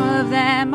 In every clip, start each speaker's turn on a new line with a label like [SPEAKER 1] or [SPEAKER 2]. [SPEAKER 1] time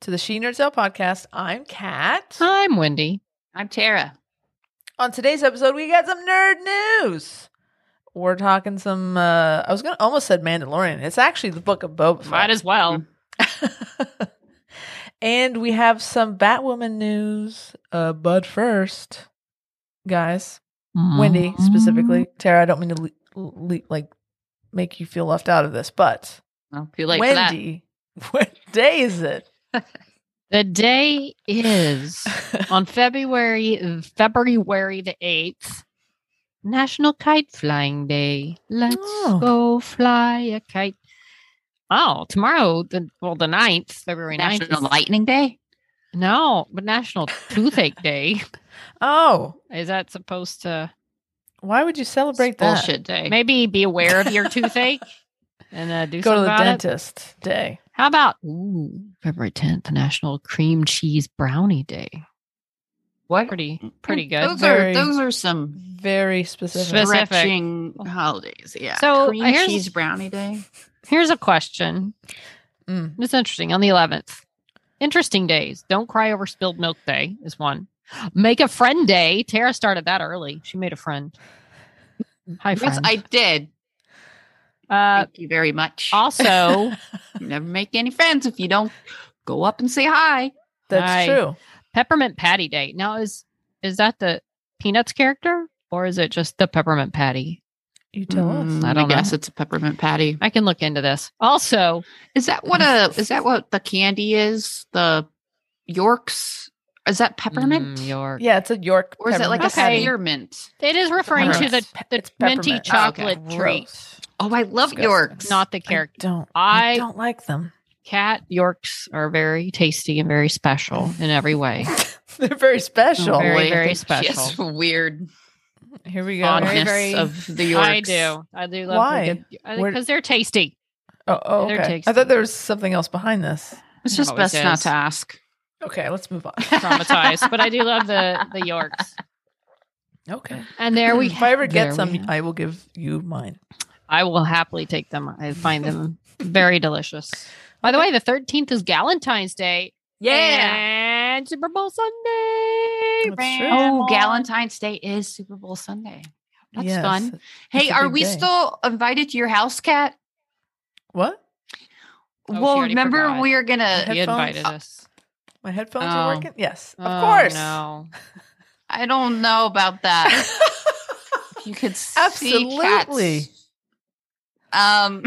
[SPEAKER 2] to the She Nerds Out podcast. I'm Kat.
[SPEAKER 3] I'm Wendy.
[SPEAKER 1] I'm Tara.
[SPEAKER 2] On today's episode, we got some nerd news. We're talking some. Uh, I was gonna almost said Mandalorian. It's actually the Book of Boba Fett.
[SPEAKER 3] Might as well.
[SPEAKER 2] and we have some Batwoman news. Uh, but first, guys,
[SPEAKER 1] Mm-hmm.
[SPEAKER 2] Wendy specifically, Tara. I don't mean to le- le- like make you feel left out of this, but
[SPEAKER 1] Well, too late
[SPEAKER 2] Wendy, what day is it?
[SPEAKER 3] The day is on February February the eighth, National Kite Flying Day. Let's
[SPEAKER 2] Oh.
[SPEAKER 3] go fly a kite. Oh, tomorrow, the, well, the 9th, February 9th.
[SPEAKER 1] National
[SPEAKER 3] is-
[SPEAKER 1] Lightning Day.
[SPEAKER 3] No, but National Toothache Day.
[SPEAKER 2] oh,
[SPEAKER 3] Is that supposed to
[SPEAKER 2] why would you celebrate that?
[SPEAKER 1] Bullshit day.
[SPEAKER 3] maybe be aware of your toothache and uh, do
[SPEAKER 2] Go to
[SPEAKER 3] something
[SPEAKER 2] the
[SPEAKER 3] about it?
[SPEAKER 2] dentist day.
[SPEAKER 3] How about ooh, February 10th, National Cream Cheese Brownie Day?
[SPEAKER 1] What?
[SPEAKER 3] Pretty, pretty good.
[SPEAKER 4] Those
[SPEAKER 2] Very-
[SPEAKER 4] are those are some
[SPEAKER 2] Very specific.
[SPEAKER 3] Spec- Specific.
[SPEAKER 4] stretching holidays. Yeah.
[SPEAKER 3] So,
[SPEAKER 4] cream
[SPEAKER 3] here's-
[SPEAKER 4] cheese brownie day.
[SPEAKER 3] Here's a question.
[SPEAKER 2] Mm.
[SPEAKER 3] It's interesting. On the 11th, interesting days. Don't cry over spilled milk day is one. Make a friend day. Tara started that early. She made a friend. Hi,
[SPEAKER 4] Yes,
[SPEAKER 3] friend.
[SPEAKER 4] I did.
[SPEAKER 3] uh,
[SPEAKER 4] Thank you very much.
[SPEAKER 3] also,
[SPEAKER 4] You never make any friends if you don't go up and say hi.
[SPEAKER 2] That's
[SPEAKER 3] Aye.
[SPEAKER 2] true.
[SPEAKER 3] peppermint patty day. Now, is is that the Peanuts character or is it just the peppermint patty?
[SPEAKER 2] You tell
[SPEAKER 4] Mm,
[SPEAKER 2] us.
[SPEAKER 3] I don't know.
[SPEAKER 4] guess it's a peppermint patty.
[SPEAKER 3] I can look into this. Also,
[SPEAKER 4] Is that what a is that what the candy is? The Yorks? Is that peppermint?
[SPEAKER 3] Mm, York.
[SPEAKER 2] Yeah, it's a York.
[SPEAKER 4] Or is it like a
[SPEAKER 2] peppermint
[SPEAKER 3] Okay.
[SPEAKER 2] patty.
[SPEAKER 4] spearmint?
[SPEAKER 3] It is referring to the,
[SPEAKER 2] Peppermint.
[SPEAKER 3] the
[SPEAKER 2] It's peppermint. Oh,
[SPEAKER 3] minty
[SPEAKER 2] Okay.
[SPEAKER 3] chocolate treat,
[SPEAKER 2] Gross.
[SPEAKER 4] Oh, I love
[SPEAKER 2] Disgusting.
[SPEAKER 4] Yorks.
[SPEAKER 3] not the
[SPEAKER 2] I
[SPEAKER 3] character.
[SPEAKER 2] don't.
[SPEAKER 3] I-
[SPEAKER 2] I don't like them.
[SPEAKER 3] Cat Yorks are very tasty and very special in every way.
[SPEAKER 2] They're very special.
[SPEAKER 3] Oh, very,
[SPEAKER 4] I
[SPEAKER 3] very
[SPEAKER 4] think she has
[SPEAKER 3] special.
[SPEAKER 4] Weird
[SPEAKER 2] Here we go.
[SPEAKER 4] fondness
[SPEAKER 3] very-
[SPEAKER 4] of the Yorks.
[SPEAKER 3] I do. I do love
[SPEAKER 2] Why? Where-
[SPEAKER 3] because they're tasty.
[SPEAKER 2] Oh, oh,
[SPEAKER 3] They're
[SPEAKER 2] okay.
[SPEAKER 3] tasty.
[SPEAKER 2] I thought there was something else behind this.
[SPEAKER 4] It's
[SPEAKER 3] It
[SPEAKER 4] just
[SPEAKER 3] always
[SPEAKER 4] best not
[SPEAKER 3] is.
[SPEAKER 4] to ask.
[SPEAKER 2] Okay, let's move on.
[SPEAKER 3] Traumatized, but I do love the the Yorks.
[SPEAKER 2] Okay.
[SPEAKER 3] And there we.
[SPEAKER 2] If I ever
[SPEAKER 3] there
[SPEAKER 2] get
[SPEAKER 3] we
[SPEAKER 2] some,
[SPEAKER 3] have-
[SPEAKER 2] I will give you mine.
[SPEAKER 3] I will happily take them. I find them very delicious. By the way, the thirteenth is Galentine's Day. and Super Bowl Sunday.
[SPEAKER 2] That's true.
[SPEAKER 4] Oh, Galentine's Day is Super Bowl Sunday. That's
[SPEAKER 2] Yes.
[SPEAKER 4] fun.
[SPEAKER 2] It's
[SPEAKER 4] Hey,
[SPEAKER 2] a
[SPEAKER 4] are
[SPEAKER 2] big
[SPEAKER 4] we
[SPEAKER 2] day.
[SPEAKER 4] still invited to your house, Cat?
[SPEAKER 2] What?
[SPEAKER 3] Oh, she
[SPEAKER 4] well,
[SPEAKER 3] already
[SPEAKER 4] remember
[SPEAKER 3] forgot.
[SPEAKER 4] we are gonna.
[SPEAKER 2] Headphones?
[SPEAKER 3] He invited us.
[SPEAKER 2] My headphones
[SPEAKER 3] Oh.
[SPEAKER 2] are working? Yes. Of
[SPEAKER 3] Oh,
[SPEAKER 2] course.
[SPEAKER 3] No.
[SPEAKER 4] I don't know about that. If you could see
[SPEAKER 2] Absolutely.
[SPEAKER 4] Kat's- Um,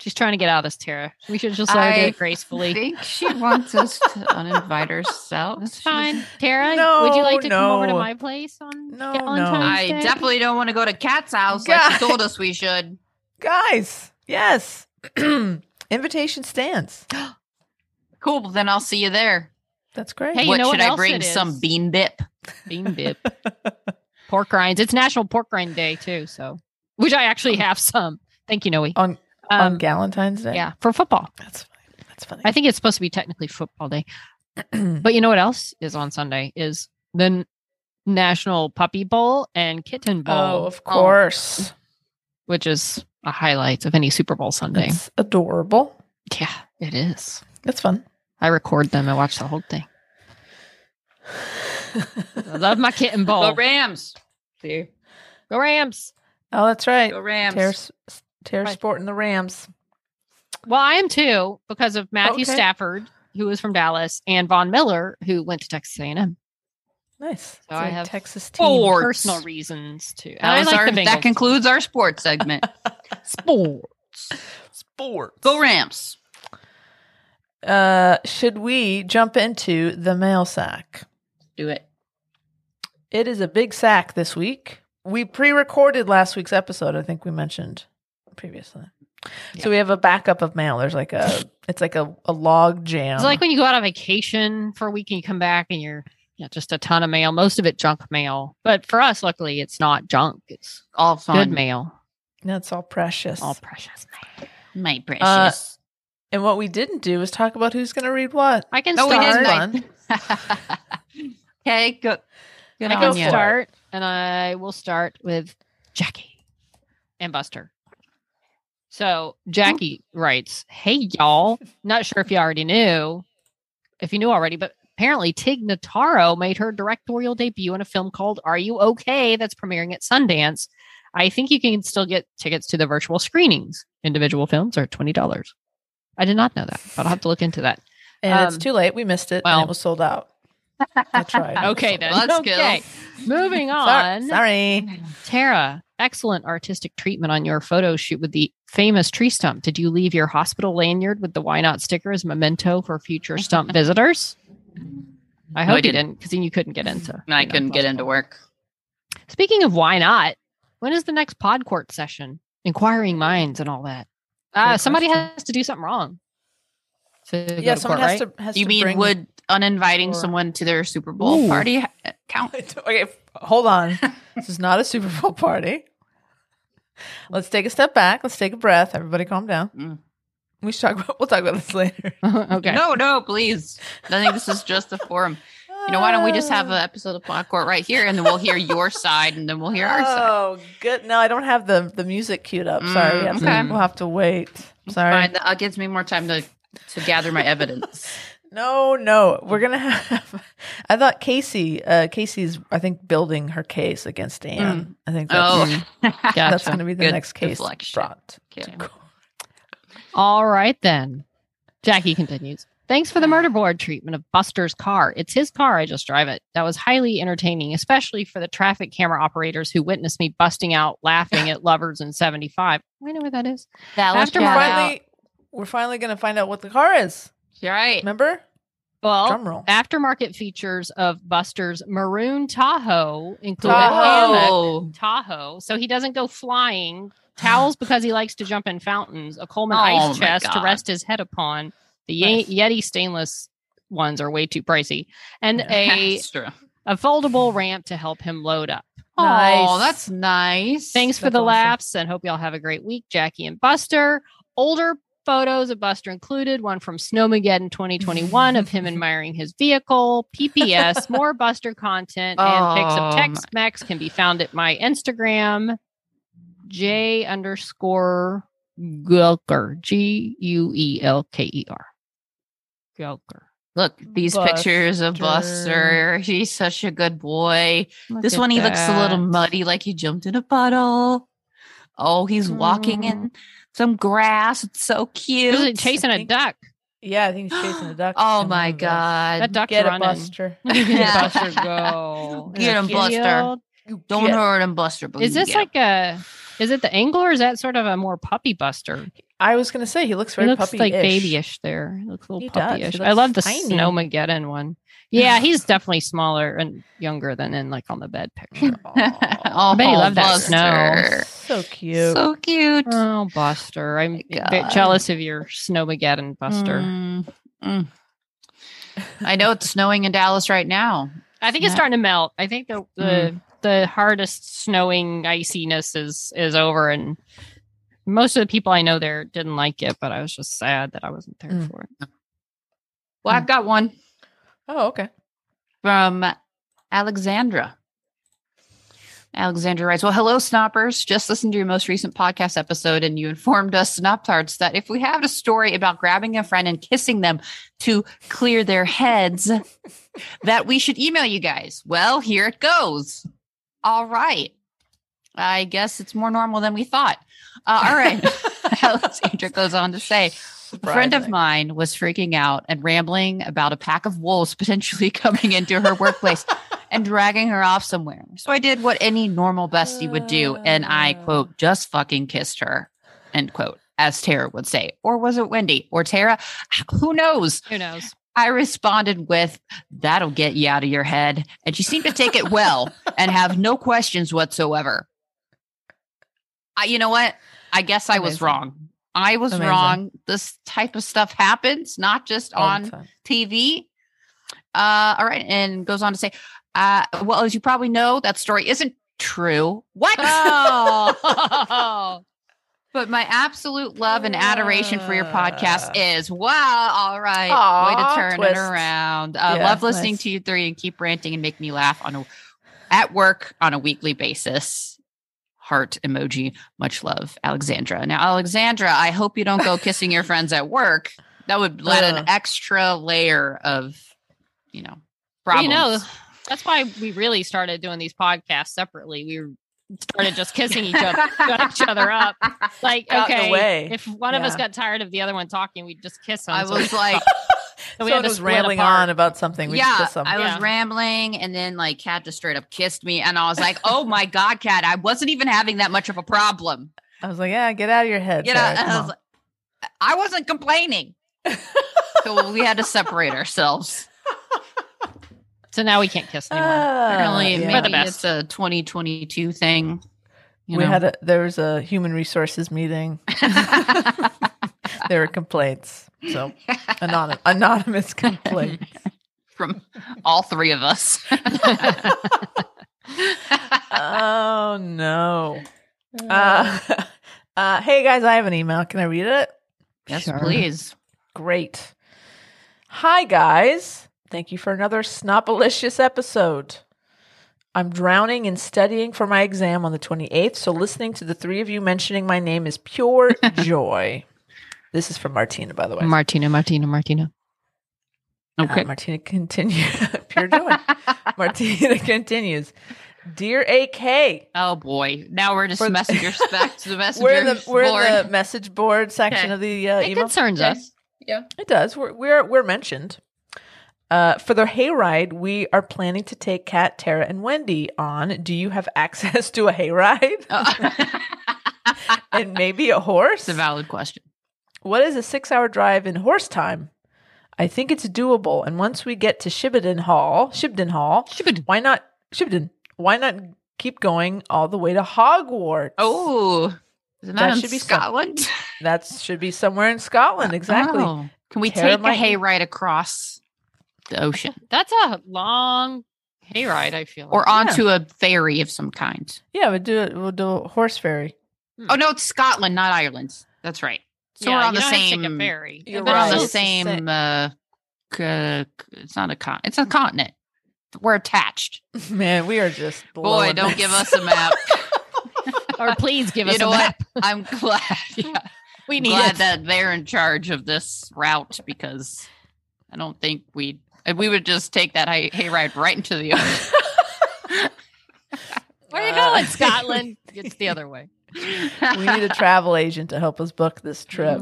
[SPEAKER 3] She's trying to get out of this, Tara. We should just let her do
[SPEAKER 4] I
[SPEAKER 3] it gracefully.
[SPEAKER 4] I think she wants us to uninvite ourselves.
[SPEAKER 3] That's fine. Tara, would you
[SPEAKER 2] No,
[SPEAKER 3] like to come over to
[SPEAKER 2] no.
[SPEAKER 3] my place on
[SPEAKER 2] No, no.
[SPEAKER 3] Valentine's
[SPEAKER 4] I
[SPEAKER 3] Day?
[SPEAKER 4] definitely don't want to go to Kat's house like she
[SPEAKER 2] Guys.
[SPEAKER 4] told us we should.
[SPEAKER 2] Guys, yes. Invitation stands.
[SPEAKER 4] Cool, then I'll see you there.
[SPEAKER 2] That's great.
[SPEAKER 3] Hey, you
[SPEAKER 4] what
[SPEAKER 3] know what
[SPEAKER 4] should I
[SPEAKER 3] else
[SPEAKER 4] bring?
[SPEAKER 3] it is?
[SPEAKER 4] Some bean dip.
[SPEAKER 3] bean dip. pork rinds. It's National Pork Rind Day too, so which I actually have some. Thank you, Noe.
[SPEAKER 2] Um, On on
[SPEAKER 3] Um,
[SPEAKER 2] Galentine's Day.
[SPEAKER 3] yeah, for football.
[SPEAKER 2] That's funny. That's funny.
[SPEAKER 3] I think it's supposed to be technically football day. But you know what else is on Sunday is the N- National Puppy Bowl and Kitten Bowl, um,
[SPEAKER 2] oh, of course.
[SPEAKER 3] which is a highlight of any Super Bowl Sunday.
[SPEAKER 2] It's adorable.
[SPEAKER 3] yeah, it is.
[SPEAKER 2] That's fun.
[SPEAKER 3] I record them. I watch the whole thing.
[SPEAKER 2] Oh,
[SPEAKER 3] I love my kitten bowl.
[SPEAKER 4] Go Rams. See?
[SPEAKER 3] Go Rams.
[SPEAKER 2] oh, that's right.
[SPEAKER 4] Go Rams.
[SPEAKER 2] Tear, tear
[SPEAKER 3] Right.
[SPEAKER 2] sporting the Rams.
[SPEAKER 3] Well, I am too because of Matthew
[SPEAKER 2] Okay.
[SPEAKER 3] Stafford, who is from Dallas, and Von Miller, who went to Texas A&M.
[SPEAKER 2] Nice.
[SPEAKER 3] So I have
[SPEAKER 2] Texas team.
[SPEAKER 4] four. Sports.
[SPEAKER 3] Personal reasons too.
[SPEAKER 4] That, was
[SPEAKER 3] I like
[SPEAKER 4] our,
[SPEAKER 3] the Bengals.
[SPEAKER 4] that concludes our sports segment.
[SPEAKER 3] sports.
[SPEAKER 2] Sports.
[SPEAKER 4] Go Rams.
[SPEAKER 2] Uh, should we jump into the mail sack?
[SPEAKER 4] Do it.
[SPEAKER 2] It is a big sack this week. We pre recorded last week's episode, I think we mentioned. previously. So we have a backup of mail. There's like a it's like a, a log jam.
[SPEAKER 3] It's like when you go out on vacation for a week and you come back and you're you know, just a ton of mail, most of it junk mail. But for us, luckily, it's not junk. It's
[SPEAKER 4] All fun.
[SPEAKER 3] good mail,
[SPEAKER 2] that's all precious.
[SPEAKER 3] all precious mail.
[SPEAKER 4] My precious.
[SPEAKER 2] and what we didn't do is talk about who's going to read what.
[SPEAKER 3] I can
[SPEAKER 4] No, we
[SPEAKER 3] start.
[SPEAKER 4] didn't.
[SPEAKER 3] I,
[SPEAKER 2] Fun.
[SPEAKER 4] okay, go. Good
[SPEAKER 2] I
[SPEAKER 3] can
[SPEAKER 4] on you.
[SPEAKER 2] for it.
[SPEAKER 3] start, and I will start with Jackie and Buster. So Jackie writes, "Hey y'all, not sure if you already knew, if you knew already, but." Apparently, Tig Notaro made her directorial debut in a film called Are You Okay? that's premiering at Sundance. I think you can still get tickets to the virtual screenings. Individual films are $20. I did not know that, but I'll have to look into that.
[SPEAKER 2] And it's
[SPEAKER 3] Um,
[SPEAKER 2] too late. We missed it. and
[SPEAKER 3] well.
[SPEAKER 2] it was sold out. That's right.
[SPEAKER 3] Okay, then.
[SPEAKER 4] Well, that's good.
[SPEAKER 3] okay. Moving
[SPEAKER 2] Sorry.
[SPEAKER 3] on.
[SPEAKER 2] sorry.
[SPEAKER 3] Tara, excellent artistic treatment on your photo shoot with the famous tree stump. Did you leave your hospital lanyard with the why not sticker as memento for future stump visitors? I
[SPEAKER 4] No,
[SPEAKER 3] hope
[SPEAKER 4] I
[SPEAKER 3] you
[SPEAKER 4] didn't.
[SPEAKER 3] didn't, because then you couldn't get into.
[SPEAKER 4] No, I
[SPEAKER 3] you know,
[SPEAKER 4] couldn't get
[SPEAKER 3] hospital.
[SPEAKER 4] into work.
[SPEAKER 3] Speaking of why not, when is the next pod court session? Inquiring minds and all that. Uh,
[SPEAKER 2] Good
[SPEAKER 3] somebody
[SPEAKER 2] question.
[SPEAKER 3] has to do something wrong. To
[SPEAKER 2] Yeah,
[SPEAKER 3] go to
[SPEAKER 2] someone
[SPEAKER 3] court,
[SPEAKER 2] has
[SPEAKER 3] right?
[SPEAKER 2] to has
[SPEAKER 4] You
[SPEAKER 2] to
[SPEAKER 4] mean
[SPEAKER 2] bring-
[SPEAKER 4] would uninviting
[SPEAKER 2] Or-
[SPEAKER 4] someone to their Super Bowl
[SPEAKER 3] Ooh.
[SPEAKER 4] party ha- count?
[SPEAKER 2] okay, f- hold on. this is not a Super Bowl party. Let's take a step back. Let's take a breath. Everybody calm down.
[SPEAKER 4] Mm.
[SPEAKER 2] We should talk about, we'll talk about this later.
[SPEAKER 3] okay.
[SPEAKER 4] No, no, please. I think this is just a forum. You know, why don't we just have an episode of Black Court right here, and then we'll hear your side, and then we'll hear our side.
[SPEAKER 2] Oh, good. No, I don't have the, the music queued up. Sorry.
[SPEAKER 4] Mm,
[SPEAKER 2] we have to-
[SPEAKER 4] okay.
[SPEAKER 2] We'll have to wait. Sorry.
[SPEAKER 4] Fine, that uh, gives me more time to to gather my evidence.
[SPEAKER 2] No, no. We're going to have. I thought Casey, uh, Casey's, I think, building her case against Anne. I think that's,
[SPEAKER 4] oh,
[SPEAKER 3] Gotcha.
[SPEAKER 2] that's going to be the
[SPEAKER 4] Good
[SPEAKER 2] next case
[SPEAKER 4] deflection.
[SPEAKER 2] brought.
[SPEAKER 4] okay.
[SPEAKER 3] All right, then. Jackie continues. Thanks for the murder board treatment of Buster's car. It's his car. I just drive it. That was highly entertaining, especially for the traffic camera operators who witnessed me busting out laughing at lovers in 75. I know where that is. After
[SPEAKER 2] We're
[SPEAKER 3] Shout
[SPEAKER 2] finally, we're finally going to find out what the car is.
[SPEAKER 4] You're right.
[SPEAKER 2] Remember?
[SPEAKER 4] Oh,
[SPEAKER 3] Well,
[SPEAKER 2] Drum roll.
[SPEAKER 3] aftermarket features of Buster's maroon Tahoe include a hammock.
[SPEAKER 4] Oh,
[SPEAKER 3] Tahoe. So he doesn't go flying. Towels because he likes to jump in fountains. A Coleman
[SPEAKER 4] Oh,
[SPEAKER 3] ice
[SPEAKER 4] my
[SPEAKER 3] chest to
[SPEAKER 4] God.
[SPEAKER 3] rest his head upon. The
[SPEAKER 2] Nice.
[SPEAKER 3] Ye- Yeti stainless ones are way too pricey, and
[SPEAKER 2] Yeah.
[SPEAKER 3] a
[SPEAKER 4] that's true.
[SPEAKER 3] a foldable ramp to help him load up.
[SPEAKER 4] Oh,
[SPEAKER 2] Nice.
[SPEAKER 4] that's nice.
[SPEAKER 3] Thanks for
[SPEAKER 2] That's
[SPEAKER 3] the
[SPEAKER 2] awesome.
[SPEAKER 3] laughs and hope y'all have a great week, Jackie and Buster. Older photos of Buster included, one from Snowmageddon 2021 of him admiring his vehicle. PPS, more Buster content and pics
[SPEAKER 4] Oh,
[SPEAKER 3] of
[SPEAKER 4] my-
[SPEAKER 3] Tex Mex can be found at my Instagram, J underscore Gulker, G U E L K E R. Gulker.
[SPEAKER 4] Look, these pictures of Buster. He's such a good boy. this
[SPEAKER 3] at
[SPEAKER 4] one, he looks a little
[SPEAKER 3] that.
[SPEAKER 4] muddy, like he jumped in a puddle. Oh, he's walking in some grass. It's so
[SPEAKER 3] He
[SPEAKER 4] cute.
[SPEAKER 3] Mm. was chasing a duck.
[SPEAKER 2] Yeah, I think he's chasing the duck.
[SPEAKER 4] Oh my god!
[SPEAKER 3] That duck's
[SPEAKER 2] Get a
[SPEAKER 3] running.
[SPEAKER 2] buster.
[SPEAKER 4] Yeah.
[SPEAKER 3] Buster go.
[SPEAKER 4] Get
[SPEAKER 3] In a
[SPEAKER 4] him, Buster.
[SPEAKER 3] field.
[SPEAKER 4] Don't
[SPEAKER 2] Yeah.
[SPEAKER 4] hurt him, Buster. But
[SPEAKER 3] Is
[SPEAKER 4] you
[SPEAKER 3] this
[SPEAKER 4] get him.
[SPEAKER 3] like a? Is it the angler? Or is that sort of a more puppy buster?
[SPEAKER 2] I was gonna say he looks
[SPEAKER 3] He
[SPEAKER 2] very
[SPEAKER 3] looks
[SPEAKER 2] puppy
[SPEAKER 3] like babyish there. He looks a
[SPEAKER 2] He
[SPEAKER 3] little
[SPEAKER 2] does. He
[SPEAKER 3] puppyish.
[SPEAKER 2] looks
[SPEAKER 3] I love the
[SPEAKER 2] tiny.
[SPEAKER 3] Snowmageddon one. Yeah, he's definitely smaller and younger than in like on the bed picture.
[SPEAKER 4] oh,
[SPEAKER 3] bet he loved that snow.
[SPEAKER 4] Buster.
[SPEAKER 2] So cute.
[SPEAKER 4] So cute.
[SPEAKER 3] oh, Buster! I'm a bit
[SPEAKER 4] God.
[SPEAKER 3] jealous of your Snowmageddon, Buster.
[SPEAKER 4] Mm, mm. I know it's snowing in Dallas right now.
[SPEAKER 3] I think it's
[SPEAKER 4] Yeah.
[SPEAKER 3] starting to melt. I think the the,
[SPEAKER 2] Mm.
[SPEAKER 3] the hardest snowing iciness is is over, and most of the people I know there didn't like it. But I was just sad that I wasn't there
[SPEAKER 2] Mm.
[SPEAKER 3] for it.
[SPEAKER 4] Well,
[SPEAKER 3] Hmm.
[SPEAKER 4] I've got one
[SPEAKER 2] oh, okay.
[SPEAKER 4] from Alexandra. Alexandra writes, Well, hello, Snoppers. Just listened to your most recent podcast episode, and you informed us Snoptards that if we have a story about grabbing a friend and kissing them to clear their heads, that we should email you guys. Well, here it goes. All right. I guess it's more normal than we thought. Uh, all right. Alexandra goes on to say, a friend of
[SPEAKER 2] Surprising.
[SPEAKER 4] mine was freaking out and rambling about a pack of wolves potentially coming into her workplace and dragging her off somewhere. So I did what any normal bestie would do, and I
[SPEAKER 2] Uh.
[SPEAKER 4] quote, just fucking kissed her, end quote, as Tara would say. Or was it Wendy or Tara? Who knows?
[SPEAKER 3] Who knows?
[SPEAKER 4] I responded with, that'll get you out of your head. And she seemed to take it well and have no questions whatsoever. I, you know what? I guess I was
[SPEAKER 2] Amazing.
[SPEAKER 4] wrong. I was
[SPEAKER 2] Amazing.
[SPEAKER 4] wrong. This type of stuff happens, not just
[SPEAKER 2] all
[SPEAKER 4] on
[SPEAKER 2] the time.
[SPEAKER 4] TV. Uh, all right, and goes on to say, uh, well, as you probably know, that story isn't true. What?
[SPEAKER 3] Oh.
[SPEAKER 4] But my absolute love and adoration for your podcast
[SPEAKER 2] Uh.
[SPEAKER 4] is wow. All right,
[SPEAKER 2] Aw,
[SPEAKER 4] way to turn
[SPEAKER 2] twist.
[SPEAKER 4] it around. Uh,
[SPEAKER 2] Yeah,
[SPEAKER 4] love listening
[SPEAKER 2] nice.
[SPEAKER 4] to you three and keep ranting and make me laugh on a, at work on a weekly basis. Heart emoji. Much love, Alexandra. Now, Alexandra, I hope you don't go kissing your friends at work. That would add
[SPEAKER 2] Ugh.
[SPEAKER 4] an extra layer of, you know,
[SPEAKER 3] Well,
[SPEAKER 4] problems.
[SPEAKER 3] you know, that's why we really started doing these podcasts separately. We started just kissing each other, got each other up. Like,
[SPEAKER 2] Out in the
[SPEAKER 3] okay,
[SPEAKER 2] way.
[SPEAKER 3] if one of us
[SPEAKER 2] Yeah.
[SPEAKER 3] got tired of the other one talking, we'd just kiss them.
[SPEAKER 4] I was like,
[SPEAKER 3] so
[SPEAKER 2] So
[SPEAKER 3] we had to
[SPEAKER 2] just
[SPEAKER 3] split
[SPEAKER 2] rambling
[SPEAKER 3] apart.
[SPEAKER 2] on about something. We
[SPEAKER 4] yeah,
[SPEAKER 2] just kiss 'em.
[SPEAKER 4] I was
[SPEAKER 3] Yeah.
[SPEAKER 4] rambling, and then like Kat just straight up kissed me, and I was like, "Oh my god, Kat! I wasn't even having that much of a problem."
[SPEAKER 2] I was like, yeah, get out of your head.
[SPEAKER 4] You know,
[SPEAKER 2] Sarah,
[SPEAKER 4] and I was
[SPEAKER 2] come on.
[SPEAKER 4] like, I wasn't complaining, so we had to separate ourselves.
[SPEAKER 3] so now we can't kiss anymore.
[SPEAKER 4] Apparently,
[SPEAKER 2] Ah,
[SPEAKER 3] For the
[SPEAKER 4] maybe
[SPEAKER 3] best.
[SPEAKER 4] it's a 2022 thing. You
[SPEAKER 2] we
[SPEAKER 4] know?
[SPEAKER 2] had a there was a human resources meeting. there were complaints, so anonymous anonymous complaints.
[SPEAKER 4] from all three of us.
[SPEAKER 2] oh no! Uh, uh, hey guys, I have an email. Can I read it?
[SPEAKER 4] yes,
[SPEAKER 3] Sure.
[SPEAKER 4] please.
[SPEAKER 2] Great. Hi, guys. Thank you for another snobalicious episode. I'm drowning in studying for my exam on the 28th, so listening to the three of you mentioning my name is pure joy. This is from Martina, by the way.
[SPEAKER 3] Martina, Martina, Martina.
[SPEAKER 2] Uh, Martina continues. pure joy. Martina continues. Dear AK,
[SPEAKER 4] Oh boy, now we're just
[SPEAKER 2] For the-
[SPEAKER 4] messengers back to the messengers.
[SPEAKER 2] we're in the we're
[SPEAKER 4] board.
[SPEAKER 2] in the message board section
[SPEAKER 4] Okay.
[SPEAKER 2] of the uh,
[SPEAKER 3] It
[SPEAKER 2] email.
[SPEAKER 3] concerns us.
[SPEAKER 2] It does. We're we're, we're mentioned. Uh, for the hayride, we are planning to take Kat, Tara, and Wendy on. Do you have access to a hayride
[SPEAKER 4] Oh.
[SPEAKER 2] and maybe a horse?
[SPEAKER 4] It's a valid question.
[SPEAKER 2] what is a six-hour drive in horse time? I think it's doable. And once we get to Shibden Hall, Shibden Hall, why not Shibden? Why not keep going all the way to Hogwarts?
[SPEAKER 4] Oh, isn't that,
[SPEAKER 2] That
[SPEAKER 4] in
[SPEAKER 2] should be some-
[SPEAKER 4] Scotland?
[SPEAKER 2] that should be somewhere in Scotland, exactly.
[SPEAKER 4] Oh. Can we
[SPEAKER 2] Tara
[SPEAKER 4] take
[SPEAKER 2] might-
[SPEAKER 4] a hayride across the ocean
[SPEAKER 3] That's a long hayride, I feel.
[SPEAKER 4] or
[SPEAKER 3] like.
[SPEAKER 4] onto a ferry of some kind?
[SPEAKER 2] Yeah, we'll do it. We'll do a horse ferry.
[SPEAKER 4] Oh no, it's Scotland, not Ireland. That's right. So
[SPEAKER 3] Yeah,
[SPEAKER 4] we're on
[SPEAKER 3] you
[SPEAKER 4] the
[SPEAKER 3] don't have to take a
[SPEAKER 4] same. We're
[SPEAKER 3] ferry.
[SPEAKER 2] You're
[SPEAKER 3] But
[SPEAKER 4] on
[SPEAKER 2] Right.
[SPEAKER 4] the
[SPEAKER 2] It's the
[SPEAKER 4] same.
[SPEAKER 2] same-
[SPEAKER 4] Uh, c- c- it's not a con. It's a continent. We're attached.
[SPEAKER 2] Man, we are just
[SPEAKER 4] Boy,
[SPEAKER 2] blowing
[SPEAKER 4] don't
[SPEAKER 2] this.
[SPEAKER 4] give us a map.
[SPEAKER 3] Or please give us
[SPEAKER 4] you know
[SPEAKER 3] a
[SPEAKER 4] what?
[SPEAKER 3] map.
[SPEAKER 4] I'm glad. Yeah,
[SPEAKER 3] We need
[SPEAKER 4] glad
[SPEAKER 3] it.
[SPEAKER 4] that they're in charge of this route because I don't think we we would just take that hay- hayride right into the ocean.
[SPEAKER 3] Where you
[SPEAKER 2] Uh,
[SPEAKER 3] going, Scotland? It's the other way.
[SPEAKER 2] we need a travel agent to help us book this trip.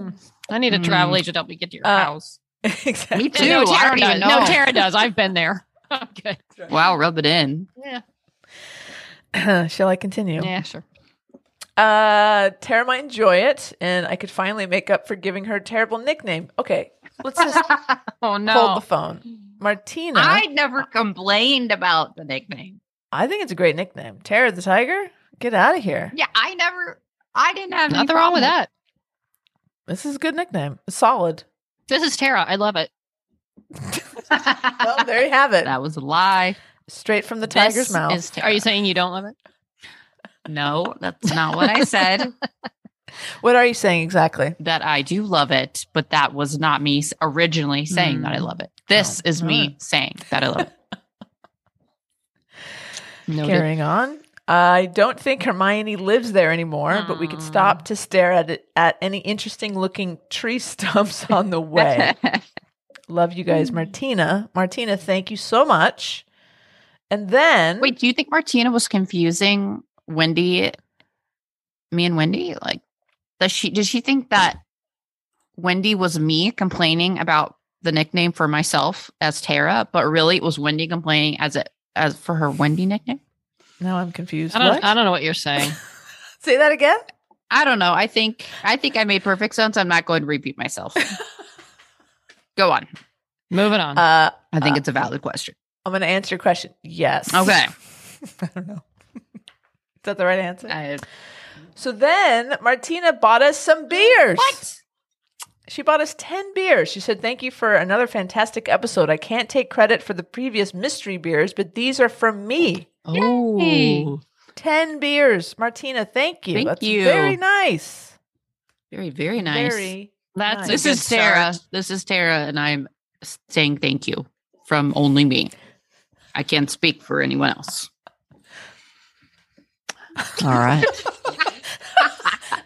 [SPEAKER 3] I need a travel
[SPEAKER 4] Mm.
[SPEAKER 3] agent to help me get to your
[SPEAKER 2] Uh,
[SPEAKER 3] house.
[SPEAKER 2] exactly.
[SPEAKER 4] Me too.
[SPEAKER 3] No,
[SPEAKER 4] I
[SPEAKER 3] Tara
[SPEAKER 4] don't
[SPEAKER 3] does.
[SPEAKER 4] even know.
[SPEAKER 3] No, Tara does. I've been there. I'm good.
[SPEAKER 4] wow, rub it in.
[SPEAKER 3] Yeah.
[SPEAKER 2] Shall I continue?
[SPEAKER 3] Yeah, sure.
[SPEAKER 2] Uh, Tara might enjoy it, and I could finally make up for giving her a terrible nickname. Okay, let's just
[SPEAKER 4] Oh
[SPEAKER 2] hold the phone. Martina,
[SPEAKER 4] I
[SPEAKER 2] I,
[SPEAKER 4] never complained about the nickname.
[SPEAKER 2] think it's a great nickname. Tara the Tiger, get out of here.
[SPEAKER 4] Yeah, I never. I didn't have
[SPEAKER 3] Nothing wrong with that.
[SPEAKER 2] This is a good nickname. Solid.
[SPEAKER 3] This is Tara. I love it.
[SPEAKER 2] Well,
[SPEAKER 4] that.
[SPEAKER 2] there you have it.
[SPEAKER 4] that was a lie.
[SPEAKER 2] Straight from the
[SPEAKER 4] This
[SPEAKER 2] tiger's mouth.
[SPEAKER 4] is
[SPEAKER 3] Are you
[SPEAKER 4] terrible.
[SPEAKER 3] saying you don't love it?
[SPEAKER 4] no? That's not what I said.
[SPEAKER 2] what are you saying exactly?
[SPEAKER 4] that I do love it, but that was not me s- originally saying that I love it. This
[SPEAKER 2] Oh,
[SPEAKER 4] is me saying that I love it.
[SPEAKER 3] No.
[SPEAKER 2] Carrying on. I don't think Hermione lives there anymore, but we could stop to stare at it, at any interesting looking tree stumps on the way. Love you guys, Martina. Martina, thank you so much. And then
[SPEAKER 4] Wait, do you think Martina was confusing Wendy, me and Wendy? Like, does she did she think that Wendy was me complaining about the nickname for myself as Tara, but really it was Wendy complaining as it as for her Wendy nickname?
[SPEAKER 2] now I'm confused.
[SPEAKER 3] I don't,
[SPEAKER 2] What?
[SPEAKER 3] I don't know what you're saying.
[SPEAKER 2] Say that again.
[SPEAKER 4] I don't know. I think I think I made perfect sense. I'm not going to repeat myself. Go on.
[SPEAKER 3] Moving on.
[SPEAKER 2] Uh,
[SPEAKER 4] I think
[SPEAKER 2] Uh,
[SPEAKER 4] it's a valid question.
[SPEAKER 2] I'm going to answer your question. Yes.
[SPEAKER 4] Okay. Uh,
[SPEAKER 2] I don't know. Is that the right answer?
[SPEAKER 4] I,
[SPEAKER 2] So then Martina bought us some beers.
[SPEAKER 4] What?
[SPEAKER 2] She bought us 10 beers. She said, Thank you for another fantastic episode. I can't take credit for the previous mystery beers, but these are from me.
[SPEAKER 4] Oh.
[SPEAKER 2] 10 beers. Martina, thank you.
[SPEAKER 4] Thank
[SPEAKER 2] That's
[SPEAKER 4] you.
[SPEAKER 2] very nice.
[SPEAKER 4] Very, very nice.
[SPEAKER 2] Very
[SPEAKER 3] That's
[SPEAKER 2] Nice.
[SPEAKER 4] this
[SPEAKER 3] a good
[SPEAKER 4] is Sarah.
[SPEAKER 3] start.
[SPEAKER 4] This is Tara, and I'm saying thank you from only me. I can't speak for anyone else.
[SPEAKER 3] All right.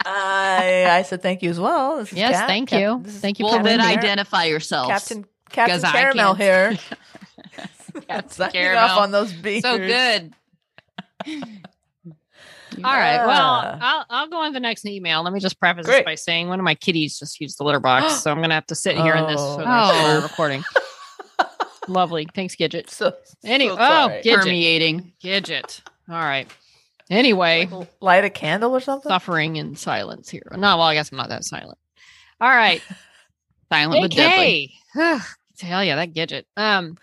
[SPEAKER 2] I, I said thank you as well. This is
[SPEAKER 3] Yes,
[SPEAKER 2] Cap-
[SPEAKER 3] thank
[SPEAKER 2] Cap-
[SPEAKER 3] you.
[SPEAKER 2] this is
[SPEAKER 3] Thank you
[SPEAKER 4] well,
[SPEAKER 3] for being
[SPEAKER 4] then
[SPEAKER 3] here.
[SPEAKER 2] Captain
[SPEAKER 4] identify yourself.
[SPEAKER 2] Captain Captain
[SPEAKER 4] 'Cause I
[SPEAKER 2] Caramel
[SPEAKER 4] can't.
[SPEAKER 2] here.
[SPEAKER 4] Captain
[SPEAKER 2] Signing
[SPEAKER 4] Caramel.
[SPEAKER 2] off on those beers.
[SPEAKER 4] so good.
[SPEAKER 3] All right.
[SPEAKER 2] Ah.
[SPEAKER 3] Well, I'll, I'll go on to the next email. Let me just preface
[SPEAKER 2] Great.
[SPEAKER 3] this by saying one of my kitties just used the litter box, so I'm going to have to sit here in this for the rest of
[SPEAKER 4] Oh.
[SPEAKER 3] our recording. Lovely. Thanks, Gidget.
[SPEAKER 2] So,
[SPEAKER 3] Any-
[SPEAKER 2] so
[SPEAKER 3] oh,
[SPEAKER 2] sorry.
[SPEAKER 3] Gidget.
[SPEAKER 4] Permeating.
[SPEAKER 3] Gidget. All right. Anyway,
[SPEAKER 2] light a candle or something?
[SPEAKER 3] suffering in silence here. No, well, I guess I'm not that silent. All right.
[SPEAKER 4] Silent but deadly.
[SPEAKER 3] AK. Ugh, Tell ya that Gidget. Um,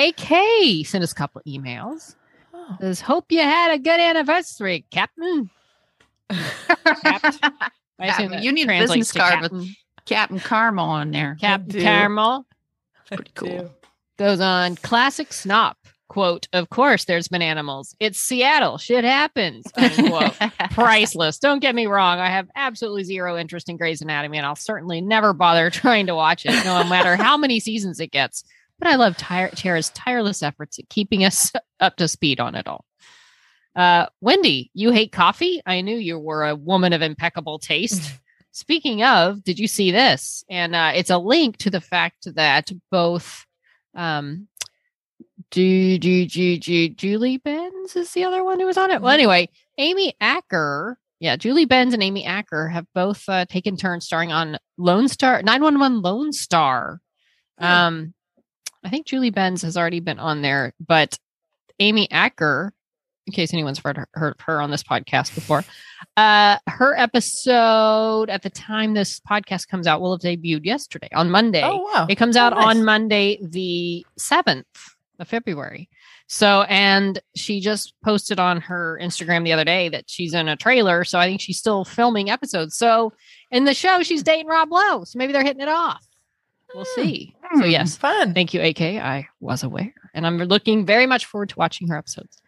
[SPEAKER 3] AK sent us a couple emails.
[SPEAKER 2] Oh.
[SPEAKER 3] Says, hope you had a good anniversary, Captain. Capped. I assume
[SPEAKER 4] Captain,
[SPEAKER 3] that
[SPEAKER 4] you need a
[SPEAKER 3] translates
[SPEAKER 4] business
[SPEAKER 3] to
[SPEAKER 4] card with-
[SPEAKER 3] Captain.
[SPEAKER 4] Captain Caramel on there.
[SPEAKER 3] Captain
[SPEAKER 2] do.
[SPEAKER 3] Caramel
[SPEAKER 4] Pretty cool.
[SPEAKER 3] goes on classic snop quote. Of course, there's been animals. It's Seattle. Shit happens. Unquote. Priceless. Don't get me wrong. I have absolutely zero interest in Grey's Anatomy, and I'll certainly never bother trying to watch it, no matter how many seasons it gets. But I love Tyra Tara's tireless efforts at keeping us up to speed on it all. Uh, Wendy, you hate coffee? I knew you were a woman of impeccable taste. Speaking of, did you see this? And uh, it's a link to the fact that both um, Ju- Ju- Ju- Ju- Julie Benz is the other one who was on it. Well,
[SPEAKER 2] Mhm.
[SPEAKER 3] anyway, Amy Acker, yeah, Julie Benz and Amy Acker have both uh, taken turns starring on Lone Star 911 Lone Star.
[SPEAKER 2] Hmm.
[SPEAKER 3] Um, I think Julie Benz has already been on there, but Amy Acker, in case anyone's heard her, heard her on this podcast before, uh, her episode at the time this podcast comes out will have debuted yesterday on Monday.
[SPEAKER 2] Oh, wow.
[SPEAKER 3] It comes out
[SPEAKER 2] Oh, nice.
[SPEAKER 3] on Monday, the 7th of February. So, and she just posted on her Instagram the other day that she's in a trailer. So I think she's still filming episodes. So in the show, she's dating Rob Lowe. So maybe they're hitting it off. We'll see. So,
[SPEAKER 4] Hmm.
[SPEAKER 3] yes.
[SPEAKER 2] Fun.
[SPEAKER 3] Thank you, AK. I was aware. And I'm looking very much forward to watching her episodes.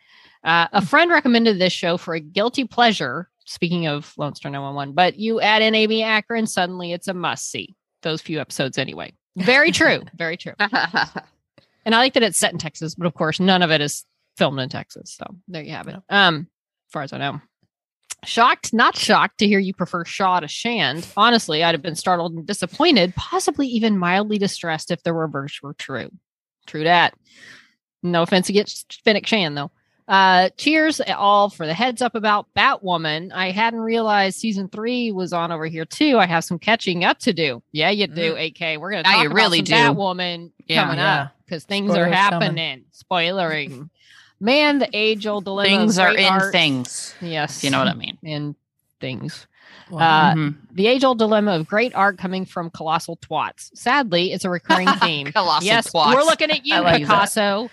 [SPEAKER 3] Uh, a friend recommended this show for a guilty pleasure. Speaking of Lone Star 911, but you add in Amy Acker and suddenly it's a must see. Those few episodes, anyway. Very true. Very true. And I like that it's set in Texas, but of course, none of it is filmed in Texas. So there you have it. Um, as far as I know. Shocked, not shocked to hear you prefer Shaw to Shand. Honestly, I'd have been startled and disappointed, possibly even mildly distressed if the reverse were true. True that. No offense against Finnick Shan, though. Uh, cheers at all for the heads up about Batwoman. I hadn't realized season three was on over here too. I have some catching up to do. Yeah, you do, AK. We're gonna
[SPEAKER 4] Mm-hmm. Now
[SPEAKER 3] talk
[SPEAKER 4] you really
[SPEAKER 3] about
[SPEAKER 4] do.
[SPEAKER 3] some Batwoman
[SPEAKER 4] Yeah.
[SPEAKER 3] coming
[SPEAKER 2] Yeah.
[SPEAKER 3] up because things are
[SPEAKER 2] Spoilers coming.
[SPEAKER 3] happening. Spoilering. Man, the age old dilemma. of
[SPEAKER 4] things are
[SPEAKER 3] great
[SPEAKER 4] in
[SPEAKER 3] art.
[SPEAKER 4] things.
[SPEAKER 3] Yes.
[SPEAKER 4] if You know what I mean?
[SPEAKER 3] In things.
[SPEAKER 2] Wow.
[SPEAKER 3] Uh,
[SPEAKER 4] Mhm.
[SPEAKER 3] The age old dilemma of great art coming from colossal twats. Sadly, it's a recurring theme.
[SPEAKER 4] Colossal
[SPEAKER 3] yes,
[SPEAKER 4] twats.
[SPEAKER 3] we're looking at you,
[SPEAKER 4] I like that.
[SPEAKER 3] Picasso.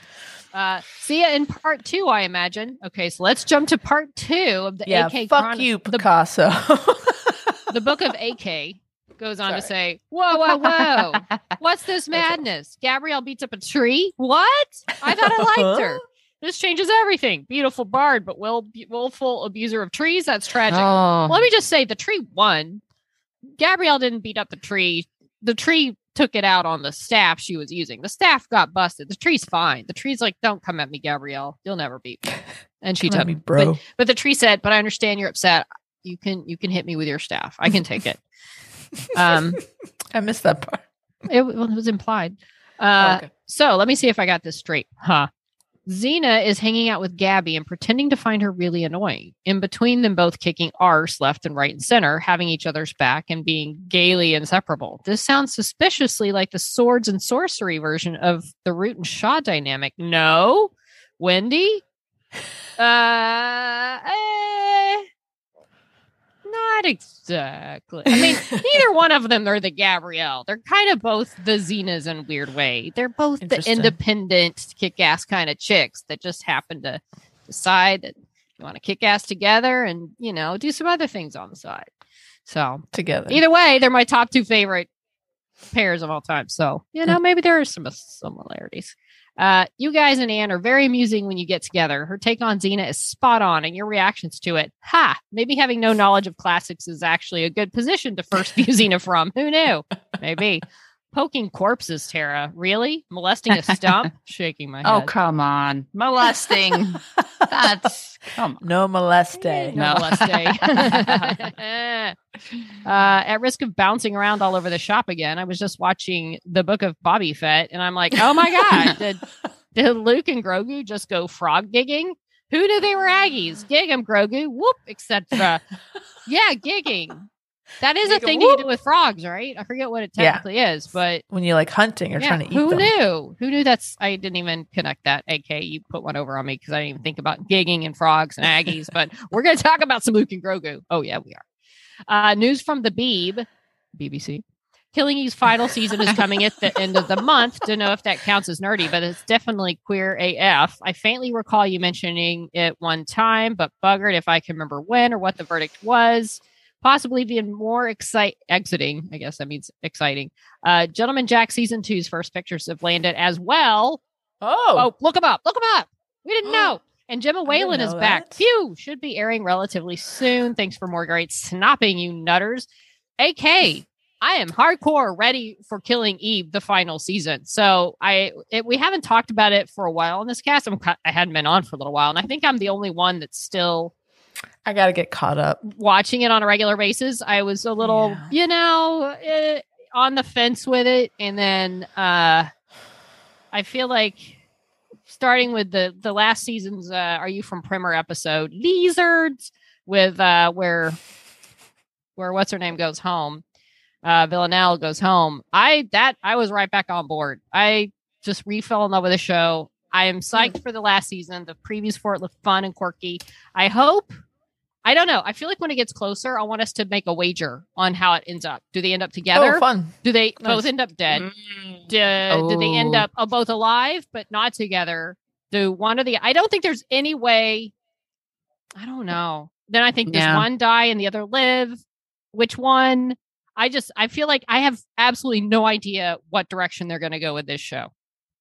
[SPEAKER 3] Uh, see ya in part two, I imagine. Okay, so let's jump to part two of the
[SPEAKER 2] yeah,
[SPEAKER 3] AK.
[SPEAKER 2] fuck
[SPEAKER 3] chron-
[SPEAKER 2] you,
[SPEAKER 3] The,
[SPEAKER 2] Picasso.
[SPEAKER 3] the book of AK goes on to say, "Whoa, whoa, whoa!
[SPEAKER 4] Whoa.
[SPEAKER 3] What's this madness? Gabrielle beats up a tree. What? I thought I liked her. This changes everything. Beautiful bard, but will willful abuser of trees. That's tragic.
[SPEAKER 4] Uh-huh.
[SPEAKER 3] Let me just say the tree won. Gabrielle didn't beat up the tree. The tree took it out on the staff she was using. The staff got busted. The tree's fine. The tree's like, don't come at me, Gabrielle. You'll never beat me. And she
[SPEAKER 2] Come
[SPEAKER 3] took
[SPEAKER 2] at me, bro.
[SPEAKER 3] but the tree said, "But I understand you're upset. You can you can hit me with your staff. I can take it." um,
[SPEAKER 2] I missed that part.
[SPEAKER 3] it, well, it was implied. Uh,
[SPEAKER 2] okay.
[SPEAKER 3] so let me see if I got this straight. Huh. Xena is hanging out with Gabby and pretending to find her really annoying. In between them both kicking arse left and right and center, having each other's back and being gaily inseparable. This sounds suspiciously like the swords and sorcery version of the root and Shaw dynamic. No, Wendy. Uh, eh, not exactly. I mean, neither one of them are the Gabrielle. They're kind of both the Xenas in a weird way. They're both the
[SPEAKER 2] Interesting.
[SPEAKER 3] independent, kick ass kind of chicks that just happen to decide that You want to kick ass together and, you know, do some other things on the side. So
[SPEAKER 2] together.
[SPEAKER 3] either way, they're my top two favorite pairs of all time. So, you know, maybe there are some similarities. Uh, you guys and Anne are very amusing when you get together. Her take on Xena is spot on, and your reactions to it. Ha! Maybe having no knowledge of classics is actually a good position to first view Xena from. Who knew? Maybe. Poking corpses, Tara. Really? Molesting a stump? Shaking my head.
[SPEAKER 4] Oh, come on. Molesting. That's come on.
[SPEAKER 2] no moleste.
[SPEAKER 4] No.
[SPEAKER 3] No, less day. uh, at risk of bouncing around all over the shop again, I was just watching the book of Bobby Fett, and I'm like, oh my god, did, did Luke and Grogu just go frog gigging? Who knew they were Aggies? Gig 'em, Grogu, whoop, etc. yeah, gigging. That is a
[SPEAKER 2] Gig 'em,
[SPEAKER 3] thing you
[SPEAKER 2] whoop.
[SPEAKER 3] do with frogs, right? I forget what it
[SPEAKER 2] Yeah.
[SPEAKER 3] technically is, but
[SPEAKER 2] When you're like hunting or trying to eat
[SPEAKER 3] who
[SPEAKER 2] them.
[SPEAKER 3] knew? Who knew that's I didn't even connect that. AK, you put one over on me because I didn't even think about gigging and frogs and aggies, but we're gonna talk about some Luke and Grogu. Oh yeah, we are. Uh news from the Beeb, BBC. Killing Eve's final season is coming at the end of the month. Don't know if that counts as nerdy, but it's definitely queer AF. I faintly recall you mentioning it one time, but buggered if I can remember when or what the verdict was. Possibly even more excite exiting. I guess that means exciting. Uh, Gentleman Jack season two's first pictures have landed as well.
[SPEAKER 2] Oh,
[SPEAKER 3] Oh, look him up. Look him up. We didn't know. And Gemma Whalen is
[SPEAKER 2] know
[SPEAKER 3] back.
[SPEAKER 2] that.
[SPEAKER 3] Phew, should be airing relatively soon. Thanks for more great snapping, you nutters. AK, I am hardcore ready for Killing Eve, the final season. So I, it, we haven't talked about it for a while in this cast. I'm, ca- I hadn't been on for a little while, and I think I'm the only one that's still
[SPEAKER 2] I gotta get caught up.
[SPEAKER 3] watching it on a regular basis, I was a little,
[SPEAKER 2] Yeah.
[SPEAKER 3] you know, eh, on the fence with it. And then uh, I feel like starting with the the last season's uh, "Are You from Primer" episode, Lizards, with uh, where where what's her name goes home, uh, Villanelle goes home. I that I was right back on board. I just refell in love with the show. I am
[SPEAKER 2] Hmm.
[SPEAKER 3] psyched for the last season. The previews for it look fun and quirky. I hope. I don't know. I feel like when it gets closer, I want us to make a wager on how it ends up. Do they end up together?
[SPEAKER 2] Oh, fun.
[SPEAKER 3] Do they
[SPEAKER 2] Nice.
[SPEAKER 3] both end up dead?
[SPEAKER 4] Mm.
[SPEAKER 3] Do, do they end
[SPEAKER 4] Oh.
[SPEAKER 3] up uh, both alive but not together? Do one of the? I don't think there's any way. I don't know. Then I think does
[SPEAKER 4] Yeah.
[SPEAKER 3] one die and the other live? Which one? I just I feel like I have absolutely no idea what direction they're going to go with this show,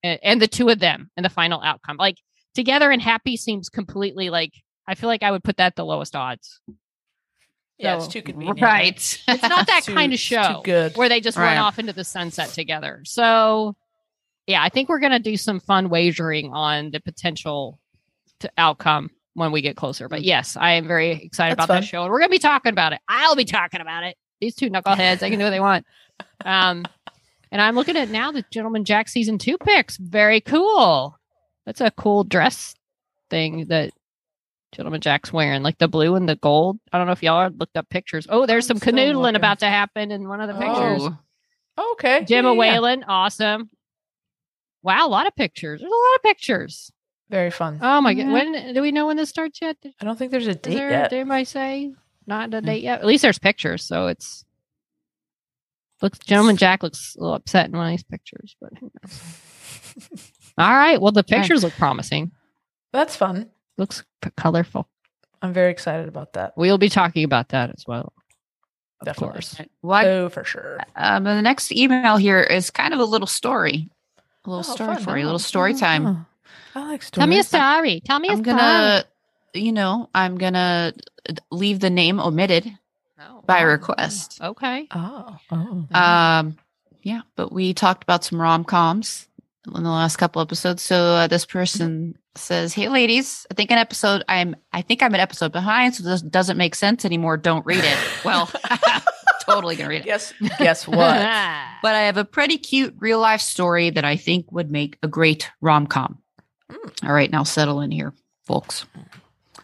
[SPEAKER 3] and, and the two of them and the final outcome. Like together and happy seems completely like I feel like I would put that at the lowest odds.
[SPEAKER 2] Yeah, it's
[SPEAKER 3] So-
[SPEAKER 2] too convenient.
[SPEAKER 4] Right.
[SPEAKER 3] It's not that
[SPEAKER 2] Too-
[SPEAKER 3] kind of
[SPEAKER 2] it's too
[SPEAKER 3] show
[SPEAKER 2] good.
[SPEAKER 3] where they just run
[SPEAKER 4] Right.
[SPEAKER 3] off into the sunset together. So, yeah, I think we're going to do some fun wagering on the potential to outcome when we get closer. But yes, I am very excited
[SPEAKER 2] Mm. That's
[SPEAKER 3] about that
[SPEAKER 2] fun.
[SPEAKER 3] show, and we're going to be talking about it. I'll be talking about it. These two knuckleheads, they can do what they want. Um, and I'm looking at now the Gentleman Jack season two picks. Very cool. That's a cool dress thing that Gentleman Jack's wearing, like the blue and the gold. I don't know if y'all looked up pictures. Oh, there's
[SPEAKER 2] I'm
[SPEAKER 3] some
[SPEAKER 2] still
[SPEAKER 3] canoodling
[SPEAKER 2] looking.
[SPEAKER 3] about to happen in one of the pictures.
[SPEAKER 4] Oh,
[SPEAKER 2] okay.
[SPEAKER 3] Gemma
[SPEAKER 2] Yeah, yeah, yeah.
[SPEAKER 3] Whalen, awesome. Wow, a lot of pictures. There's a lot of pictures.
[SPEAKER 2] Very fun.
[SPEAKER 3] Oh my god.
[SPEAKER 4] Yeah.
[SPEAKER 3] When do we know when this starts yet? Did,
[SPEAKER 2] I don't think there's a
[SPEAKER 3] is
[SPEAKER 2] date
[SPEAKER 3] there
[SPEAKER 2] yet.
[SPEAKER 3] did anybody say? Not
[SPEAKER 4] Mm.
[SPEAKER 3] a date yet. At least there's pictures, so it's looks gentleman Jack looks a little upset in one of these pictures, but who knows. all right. Well the pictures look promising.
[SPEAKER 2] That's fun.
[SPEAKER 3] Looks p- colorful.
[SPEAKER 2] I'm very excited about that.
[SPEAKER 3] We'll be talking about that as well. Of
[SPEAKER 2] Definitely.
[SPEAKER 3] course.
[SPEAKER 4] What?
[SPEAKER 2] oh, for sure.
[SPEAKER 4] Um, the next email here is kind of a little story, a little
[SPEAKER 2] Oh,
[SPEAKER 4] story
[SPEAKER 2] fun.
[SPEAKER 4] for you,
[SPEAKER 2] Oh,
[SPEAKER 4] a little story
[SPEAKER 2] oh,
[SPEAKER 4] time.
[SPEAKER 2] oh. I like stories.
[SPEAKER 3] Tell me a story. Tell me a
[SPEAKER 4] I'm gonna, you know, I'm gonna leave the name omitted
[SPEAKER 3] story. Oh,
[SPEAKER 4] by
[SPEAKER 3] wow.
[SPEAKER 4] request.
[SPEAKER 3] Okay.
[SPEAKER 2] Oh, oh.
[SPEAKER 4] Um, yeah, but we talked about some rom coms in the last couple episodes. So uh, this person says, "Hey, ladies, I think an episode. I'm, I think I'm an episode behind, so this doesn't make sense anymore. Don't read it. well, totally gonna read it.
[SPEAKER 2] guess guess what?
[SPEAKER 4] but I have a pretty cute real life story that I think would make a great rom com.
[SPEAKER 2] Mm.
[SPEAKER 4] All right, now settle in here, folks.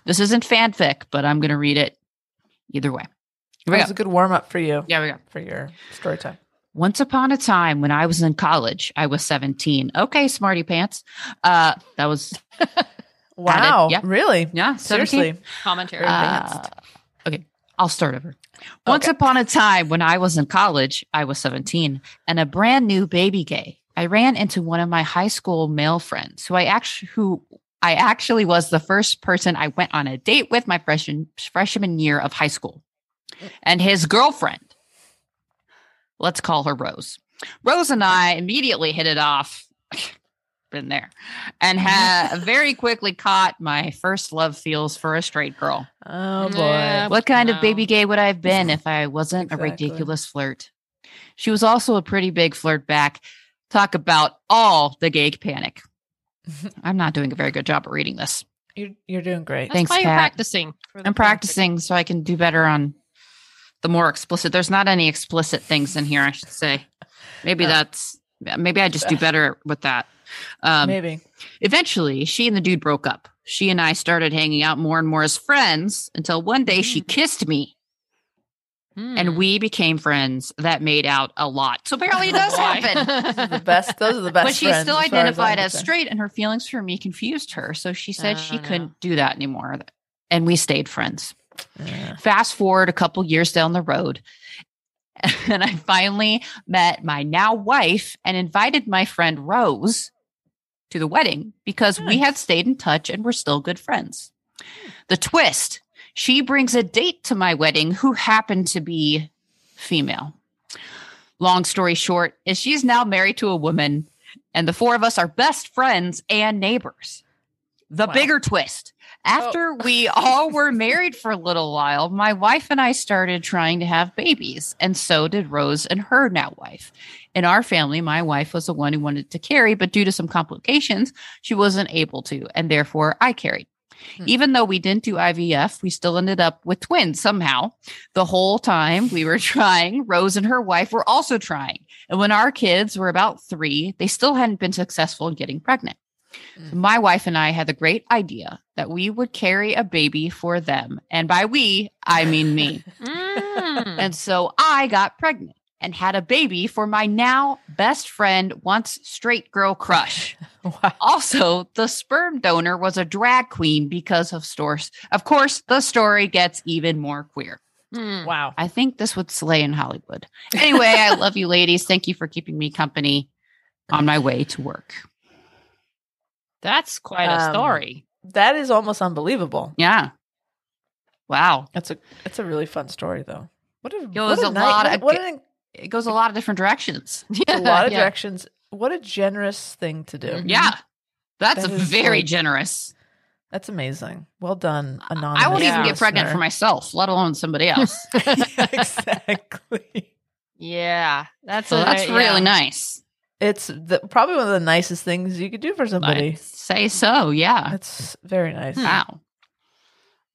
[SPEAKER 4] This isn't fanfic, but I'm going to read it either way. Here
[SPEAKER 2] That
[SPEAKER 4] we
[SPEAKER 2] was
[SPEAKER 4] go.
[SPEAKER 2] a good warm up for you
[SPEAKER 4] Here we go.
[SPEAKER 2] for your story time.
[SPEAKER 4] Once upon a time when I was in college, I was 17. Okay, smarty pants. Uh, that was,
[SPEAKER 2] Wow,
[SPEAKER 4] Yeah.
[SPEAKER 2] really?
[SPEAKER 4] yeah, 17.
[SPEAKER 2] Seriously,
[SPEAKER 3] Commentary.
[SPEAKER 2] Uh,
[SPEAKER 4] Uh, okay, I'll start over. Once
[SPEAKER 2] Okay.
[SPEAKER 4] upon a time, when I was in college, I was 17 and a brand new baby gay. I ran into one of my high school male friends who I actually who I actually was the first person I went on a date with my freshman freshman year of high school. And his girlfriend, let's call her Rose. Rose and I immediately hit it off. Been there. And ha- very quickly caught my first love feels for a straight girl.
[SPEAKER 2] Oh boy.
[SPEAKER 3] Yeah.
[SPEAKER 4] What kind of
[SPEAKER 3] Wow.
[SPEAKER 4] baby gay would I have been if I wasn't
[SPEAKER 2] Exactly.
[SPEAKER 4] a ridiculous flirt? She was also a pretty big flirt back. Talk about all the gay panic. I'm not doing a very good job at readting this.
[SPEAKER 2] You're you're doing great.
[SPEAKER 3] That's
[SPEAKER 4] Thanks,
[SPEAKER 3] why you're
[SPEAKER 4] Kat.
[SPEAKER 3] practicing. for the
[SPEAKER 4] I'm
[SPEAKER 3] fanfic.
[SPEAKER 4] practicing so I can do better on the more explicit. There's not any explicit things in here, I should say. Maybe
[SPEAKER 2] Uh.
[SPEAKER 4] that's maybe I just do better with that. Um,
[SPEAKER 2] Maybe.
[SPEAKER 4] Eventually, she and the dude broke up. She and I started hanging out more and more as friends until one day she kissed me
[SPEAKER 3] Hmm.
[SPEAKER 2] Mm.
[SPEAKER 4] and we became friends that made out a lot. So apparently it does
[SPEAKER 3] Why?
[SPEAKER 4] happen.
[SPEAKER 2] The best those are the best.
[SPEAKER 4] but she
[SPEAKER 2] friends,
[SPEAKER 4] still
[SPEAKER 2] as far as I'm
[SPEAKER 4] identified as,
[SPEAKER 2] concerned.
[SPEAKER 4] straight and her feelings for me confused her. So she said she
[SPEAKER 3] Oh,
[SPEAKER 2] Uh.
[SPEAKER 3] no.
[SPEAKER 4] couldn't do that anymore. And we stayed friends.
[SPEAKER 2] Yeah.
[SPEAKER 4] Fast forward a couple years down the road, and I finally met my now wife and invited my friend Rose to the wedding because we had stayed in touch and we're still good friends. The twist she brings a date to my wedding who happened to be female. Long story short, is she's now married to a woman, and the four of us are best friends and neighbors. The
[SPEAKER 3] Wow.
[SPEAKER 4] bigger twist. After we all were married for a little while, my wife and I started trying to have babies, and so did Rose and her now wife. In our family, my wife was the one who wanted to carry, but due to some complications, she wasn't able to, and therefore I carried.
[SPEAKER 2] Hmm.
[SPEAKER 4] Even though we didn't do IVF, we still ended up with twins somehow. The whole time we were trying, Rose and her wife were also trying. And when our kids were about three, they still hadn't been successful in getting pregnant.
[SPEAKER 2] Mm.
[SPEAKER 4] My wife and I had the great idea that we would carry a baby for them. And by we, I mean me.
[SPEAKER 3] Mm.
[SPEAKER 4] and so I got pregnant and had a baby for my now best friend, once straight girl crush.
[SPEAKER 2] Wow.
[SPEAKER 4] Also, the sperm donor was a drag queen because of stores. Of course, the story gets even more queer.
[SPEAKER 3] Mm.
[SPEAKER 2] Wow.
[SPEAKER 4] I think this would slay in Hollywood. Anyway, I love you ladies. Thank you for keeping me company on my way to work.
[SPEAKER 3] That's quite a
[SPEAKER 2] Um,
[SPEAKER 3] story.
[SPEAKER 2] That is almost unbelievable.
[SPEAKER 4] Yeah. Wow.
[SPEAKER 2] That's a it's a really fun story though. What a, it
[SPEAKER 4] was
[SPEAKER 2] what a,
[SPEAKER 4] a
[SPEAKER 2] night-
[SPEAKER 4] lot
[SPEAKER 2] what-
[SPEAKER 4] of-
[SPEAKER 2] what an
[SPEAKER 4] It goes a lot of different directions.
[SPEAKER 2] a lot of
[SPEAKER 3] Yeah.
[SPEAKER 2] directions. What a generous thing to do.
[SPEAKER 3] Mhm.
[SPEAKER 4] Yeah. That's
[SPEAKER 2] That
[SPEAKER 4] a
[SPEAKER 2] is
[SPEAKER 4] very
[SPEAKER 2] like-
[SPEAKER 4] generous.
[SPEAKER 2] That's amazing. Well done, anonymous.
[SPEAKER 4] I won't even
[SPEAKER 3] Yeah.
[SPEAKER 4] get pregnant for
[SPEAKER 2] listener.
[SPEAKER 4] myself, let alone somebody else.
[SPEAKER 2] exactly.
[SPEAKER 3] Yeah, that's
[SPEAKER 4] so
[SPEAKER 3] a-
[SPEAKER 4] that's
[SPEAKER 3] yeah.
[SPEAKER 4] really nice.
[SPEAKER 2] It's the, probably one of the nicest things you could do for somebody.
[SPEAKER 4] I'd say so. Yeah.
[SPEAKER 2] That's very nice.
[SPEAKER 3] Hmm.
[SPEAKER 4] Wow.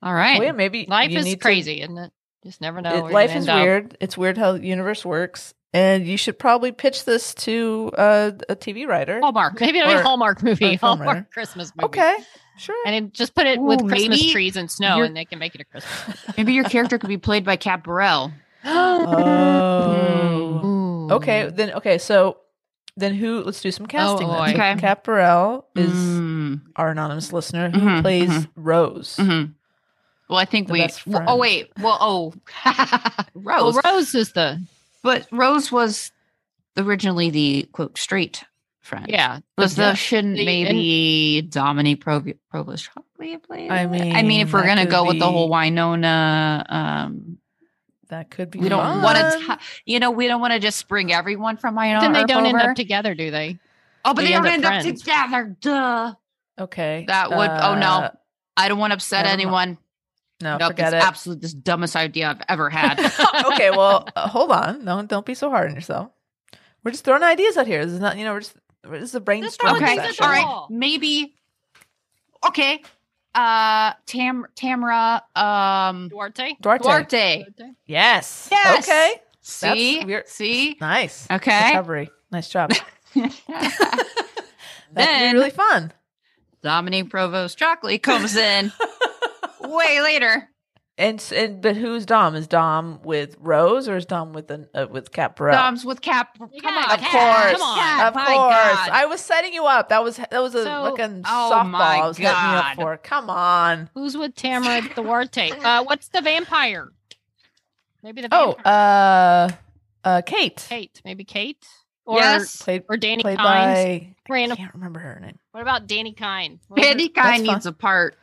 [SPEAKER 4] All right.
[SPEAKER 2] Well, yeah, maybe
[SPEAKER 3] Life
[SPEAKER 2] you
[SPEAKER 3] is
[SPEAKER 2] need to-
[SPEAKER 3] crazy, isn't it? Just never know.
[SPEAKER 2] it-
[SPEAKER 3] where you're
[SPEAKER 2] life
[SPEAKER 3] gonna
[SPEAKER 2] is
[SPEAKER 3] end up.
[SPEAKER 2] weird. It's weird how the universe works, and you should probably pitch this to uh, a TV writer.
[SPEAKER 4] Hallmark.
[SPEAKER 3] Maybe it'll be
[SPEAKER 2] Or-
[SPEAKER 3] a Hallmark movie,
[SPEAKER 2] or film,
[SPEAKER 3] Hallmark
[SPEAKER 2] rather.
[SPEAKER 3] Christmas movie.
[SPEAKER 2] Okay, sure.
[SPEAKER 3] And it, just put it with
[SPEAKER 4] Ooh,
[SPEAKER 3] Christmas
[SPEAKER 4] maybe
[SPEAKER 3] trees and snow,
[SPEAKER 4] you're-
[SPEAKER 3] and they can make it a Christmas.
[SPEAKER 4] Maybe your character could be played by Cat Burrell. Hmm.
[SPEAKER 2] oh.
[SPEAKER 3] Ooh.
[SPEAKER 2] Okay, then okay, so then who let's do some casting
[SPEAKER 3] Oh,
[SPEAKER 2] then.
[SPEAKER 4] okay.
[SPEAKER 2] Kat Burrell is
[SPEAKER 4] Mm.
[SPEAKER 2] our anonymous listener who
[SPEAKER 4] Mhm,
[SPEAKER 2] plays
[SPEAKER 4] mhm.
[SPEAKER 2] Rose.
[SPEAKER 4] Mhm. Well, I think
[SPEAKER 2] The
[SPEAKER 4] we.
[SPEAKER 2] best
[SPEAKER 4] Well,
[SPEAKER 2] friend.
[SPEAKER 4] oh wait. Well, oh, Rose.
[SPEAKER 3] Well, Oh, Rose is the
[SPEAKER 4] But Rose was originally the quote straight friend.
[SPEAKER 3] yeah.
[SPEAKER 4] Was
[SPEAKER 3] the-
[SPEAKER 4] the shouldn't
[SPEAKER 3] the-
[SPEAKER 4] maybe Dominique Prov- Provost probably play?
[SPEAKER 2] I
[SPEAKER 4] it?
[SPEAKER 2] mean,
[SPEAKER 4] I mean, if we're
[SPEAKER 2] that
[SPEAKER 4] gonna
[SPEAKER 2] could
[SPEAKER 4] go with the
[SPEAKER 2] be-
[SPEAKER 4] whole Winona, um,
[SPEAKER 2] That could be
[SPEAKER 4] we don't
[SPEAKER 2] fun.
[SPEAKER 4] want to. You know, we don't want to just spring everyone from Winona.
[SPEAKER 3] then they
[SPEAKER 4] Earp
[SPEAKER 3] don't end
[SPEAKER 4] over.
[SPEAKER 3] up together, do they?
[SPEAKER 4] Oh, but
[SPEAKER 3] they
[SPEAKER 4] they, don't
[SPEAKER 3] end
[SPEAKER 4] end
[SPEAKER 3] up
[SPEAKER 4] up,
[SPEAKER 3] friends.
[SPEAKER 4] together. Duh.
[SPEAKER 2] Okay.
[SPEAKER 4] That would- oh, no.
[SPEAKER 2] Uh,
[SPEAKER 4] I don't want to upset
[SPEAKER 2] Never mind.
[SPEAKER 4] anyone.
[SPEAKER 2] No,
[SPEAKER 4] nope,
[SPEAKER 2] forget
[SPEAKER 4] it's
[SPEAKER 2] it.
[SPEAKER 4] absolutely the dumbest idea I've ever had.
[SPEAKER 2] okay, well, uh, hold on. No, don't be so hard on yourself. We're just throwing ideas out here. This is not, you know, we're just we're- this is a brainstorming
[SPEAKER 3] throwing
[SPEAKER 4] okay,
[SPEAKER 3] things at
[SPEAKER 2] session.
[SPEAKER 3] the
[SPEAKER 4] all right,
[SPEAKER 3] wall.
[SPEAKER 4] maybe. Okay, uh, Tam Tamara, um,
[SPEAKER 3] Duarte.
[SPEAKER 2] Duarte.
[SPEAKER 4] Duarte.
[SPEAKER 3] Duarte?
[SPEAKER 2] Yes.
[SPEAKER 4] Yes.
[SPEAKER 2] Okay.
[SPEAKER 4] See,
[SPEAKER 2] we're-
[SPEAKER 4] see,
[SPEAKER 2] Nice.
[SPEAKER 4] okay.
[SPEAKER 2] Recovery. Nice job. That would
[SPEAKER 4] Then-
[SPEAKER 2] be really fun.
[SPEAKER 4] Dominique Provost Chockley comes in way later.
[SPEAKER 2] And, s- and but who's Dom? Is Dom with Rose or is Dom with an, uh, with Cat Burrell?
[SPEAKER 4] Dom's with Cap. Come
[SPEAKER 3] Yeah,
[SPEAKER 4] on,
[SPEAKER 3] Of
[SPEAKER 2] of
[SPEAKER 3] Cat,
[SPEAKER 2] course,
[SPEAKER 3] come on.
[SPEAKER 4] Cat,
[SPEAKER 2] of course.
[SPEAKER 4] my God.
[SPEAKER 2] I was setting you up. That was that was a
[SPEAKER 3] So-
[SPEAKER 2] fucking
[SPEAKER 4] Oh
[SPEAKER 2] softball.
[SPEAKER 4] my
[SPEAKER 2] I was setting you up
[SPEAKER 4] God.
[SPEAKER 2] for. Come on.
[SPEAKER 3] Who's with Tamara Duarte? Uh, what's the vampire? Maybe the
[SPEAKER 2] Oh,
[SPEAKER 3] vampire.
[SPEAKER 2] uh, uh, Kate.
[SPEAKER 3] Kate. Maybe Kate. Or
[SPEAKER 4] yes,
[SPEAKER 2] played
[SPEAKER 3] or Danny
[SPEAKER 2] played
[SPEAKER 3] Kynes.
[SPEAKER 2] by I
[SPEAKER 3] Random.
[SPEAKER 2] can't remember her name.
[SPEAKER 3] What about Danny Kine? What was her-
[SPEAKER 4] Danny Kai
[SPEAKER 2] That's fine.
[SPEAKER 4] needs a part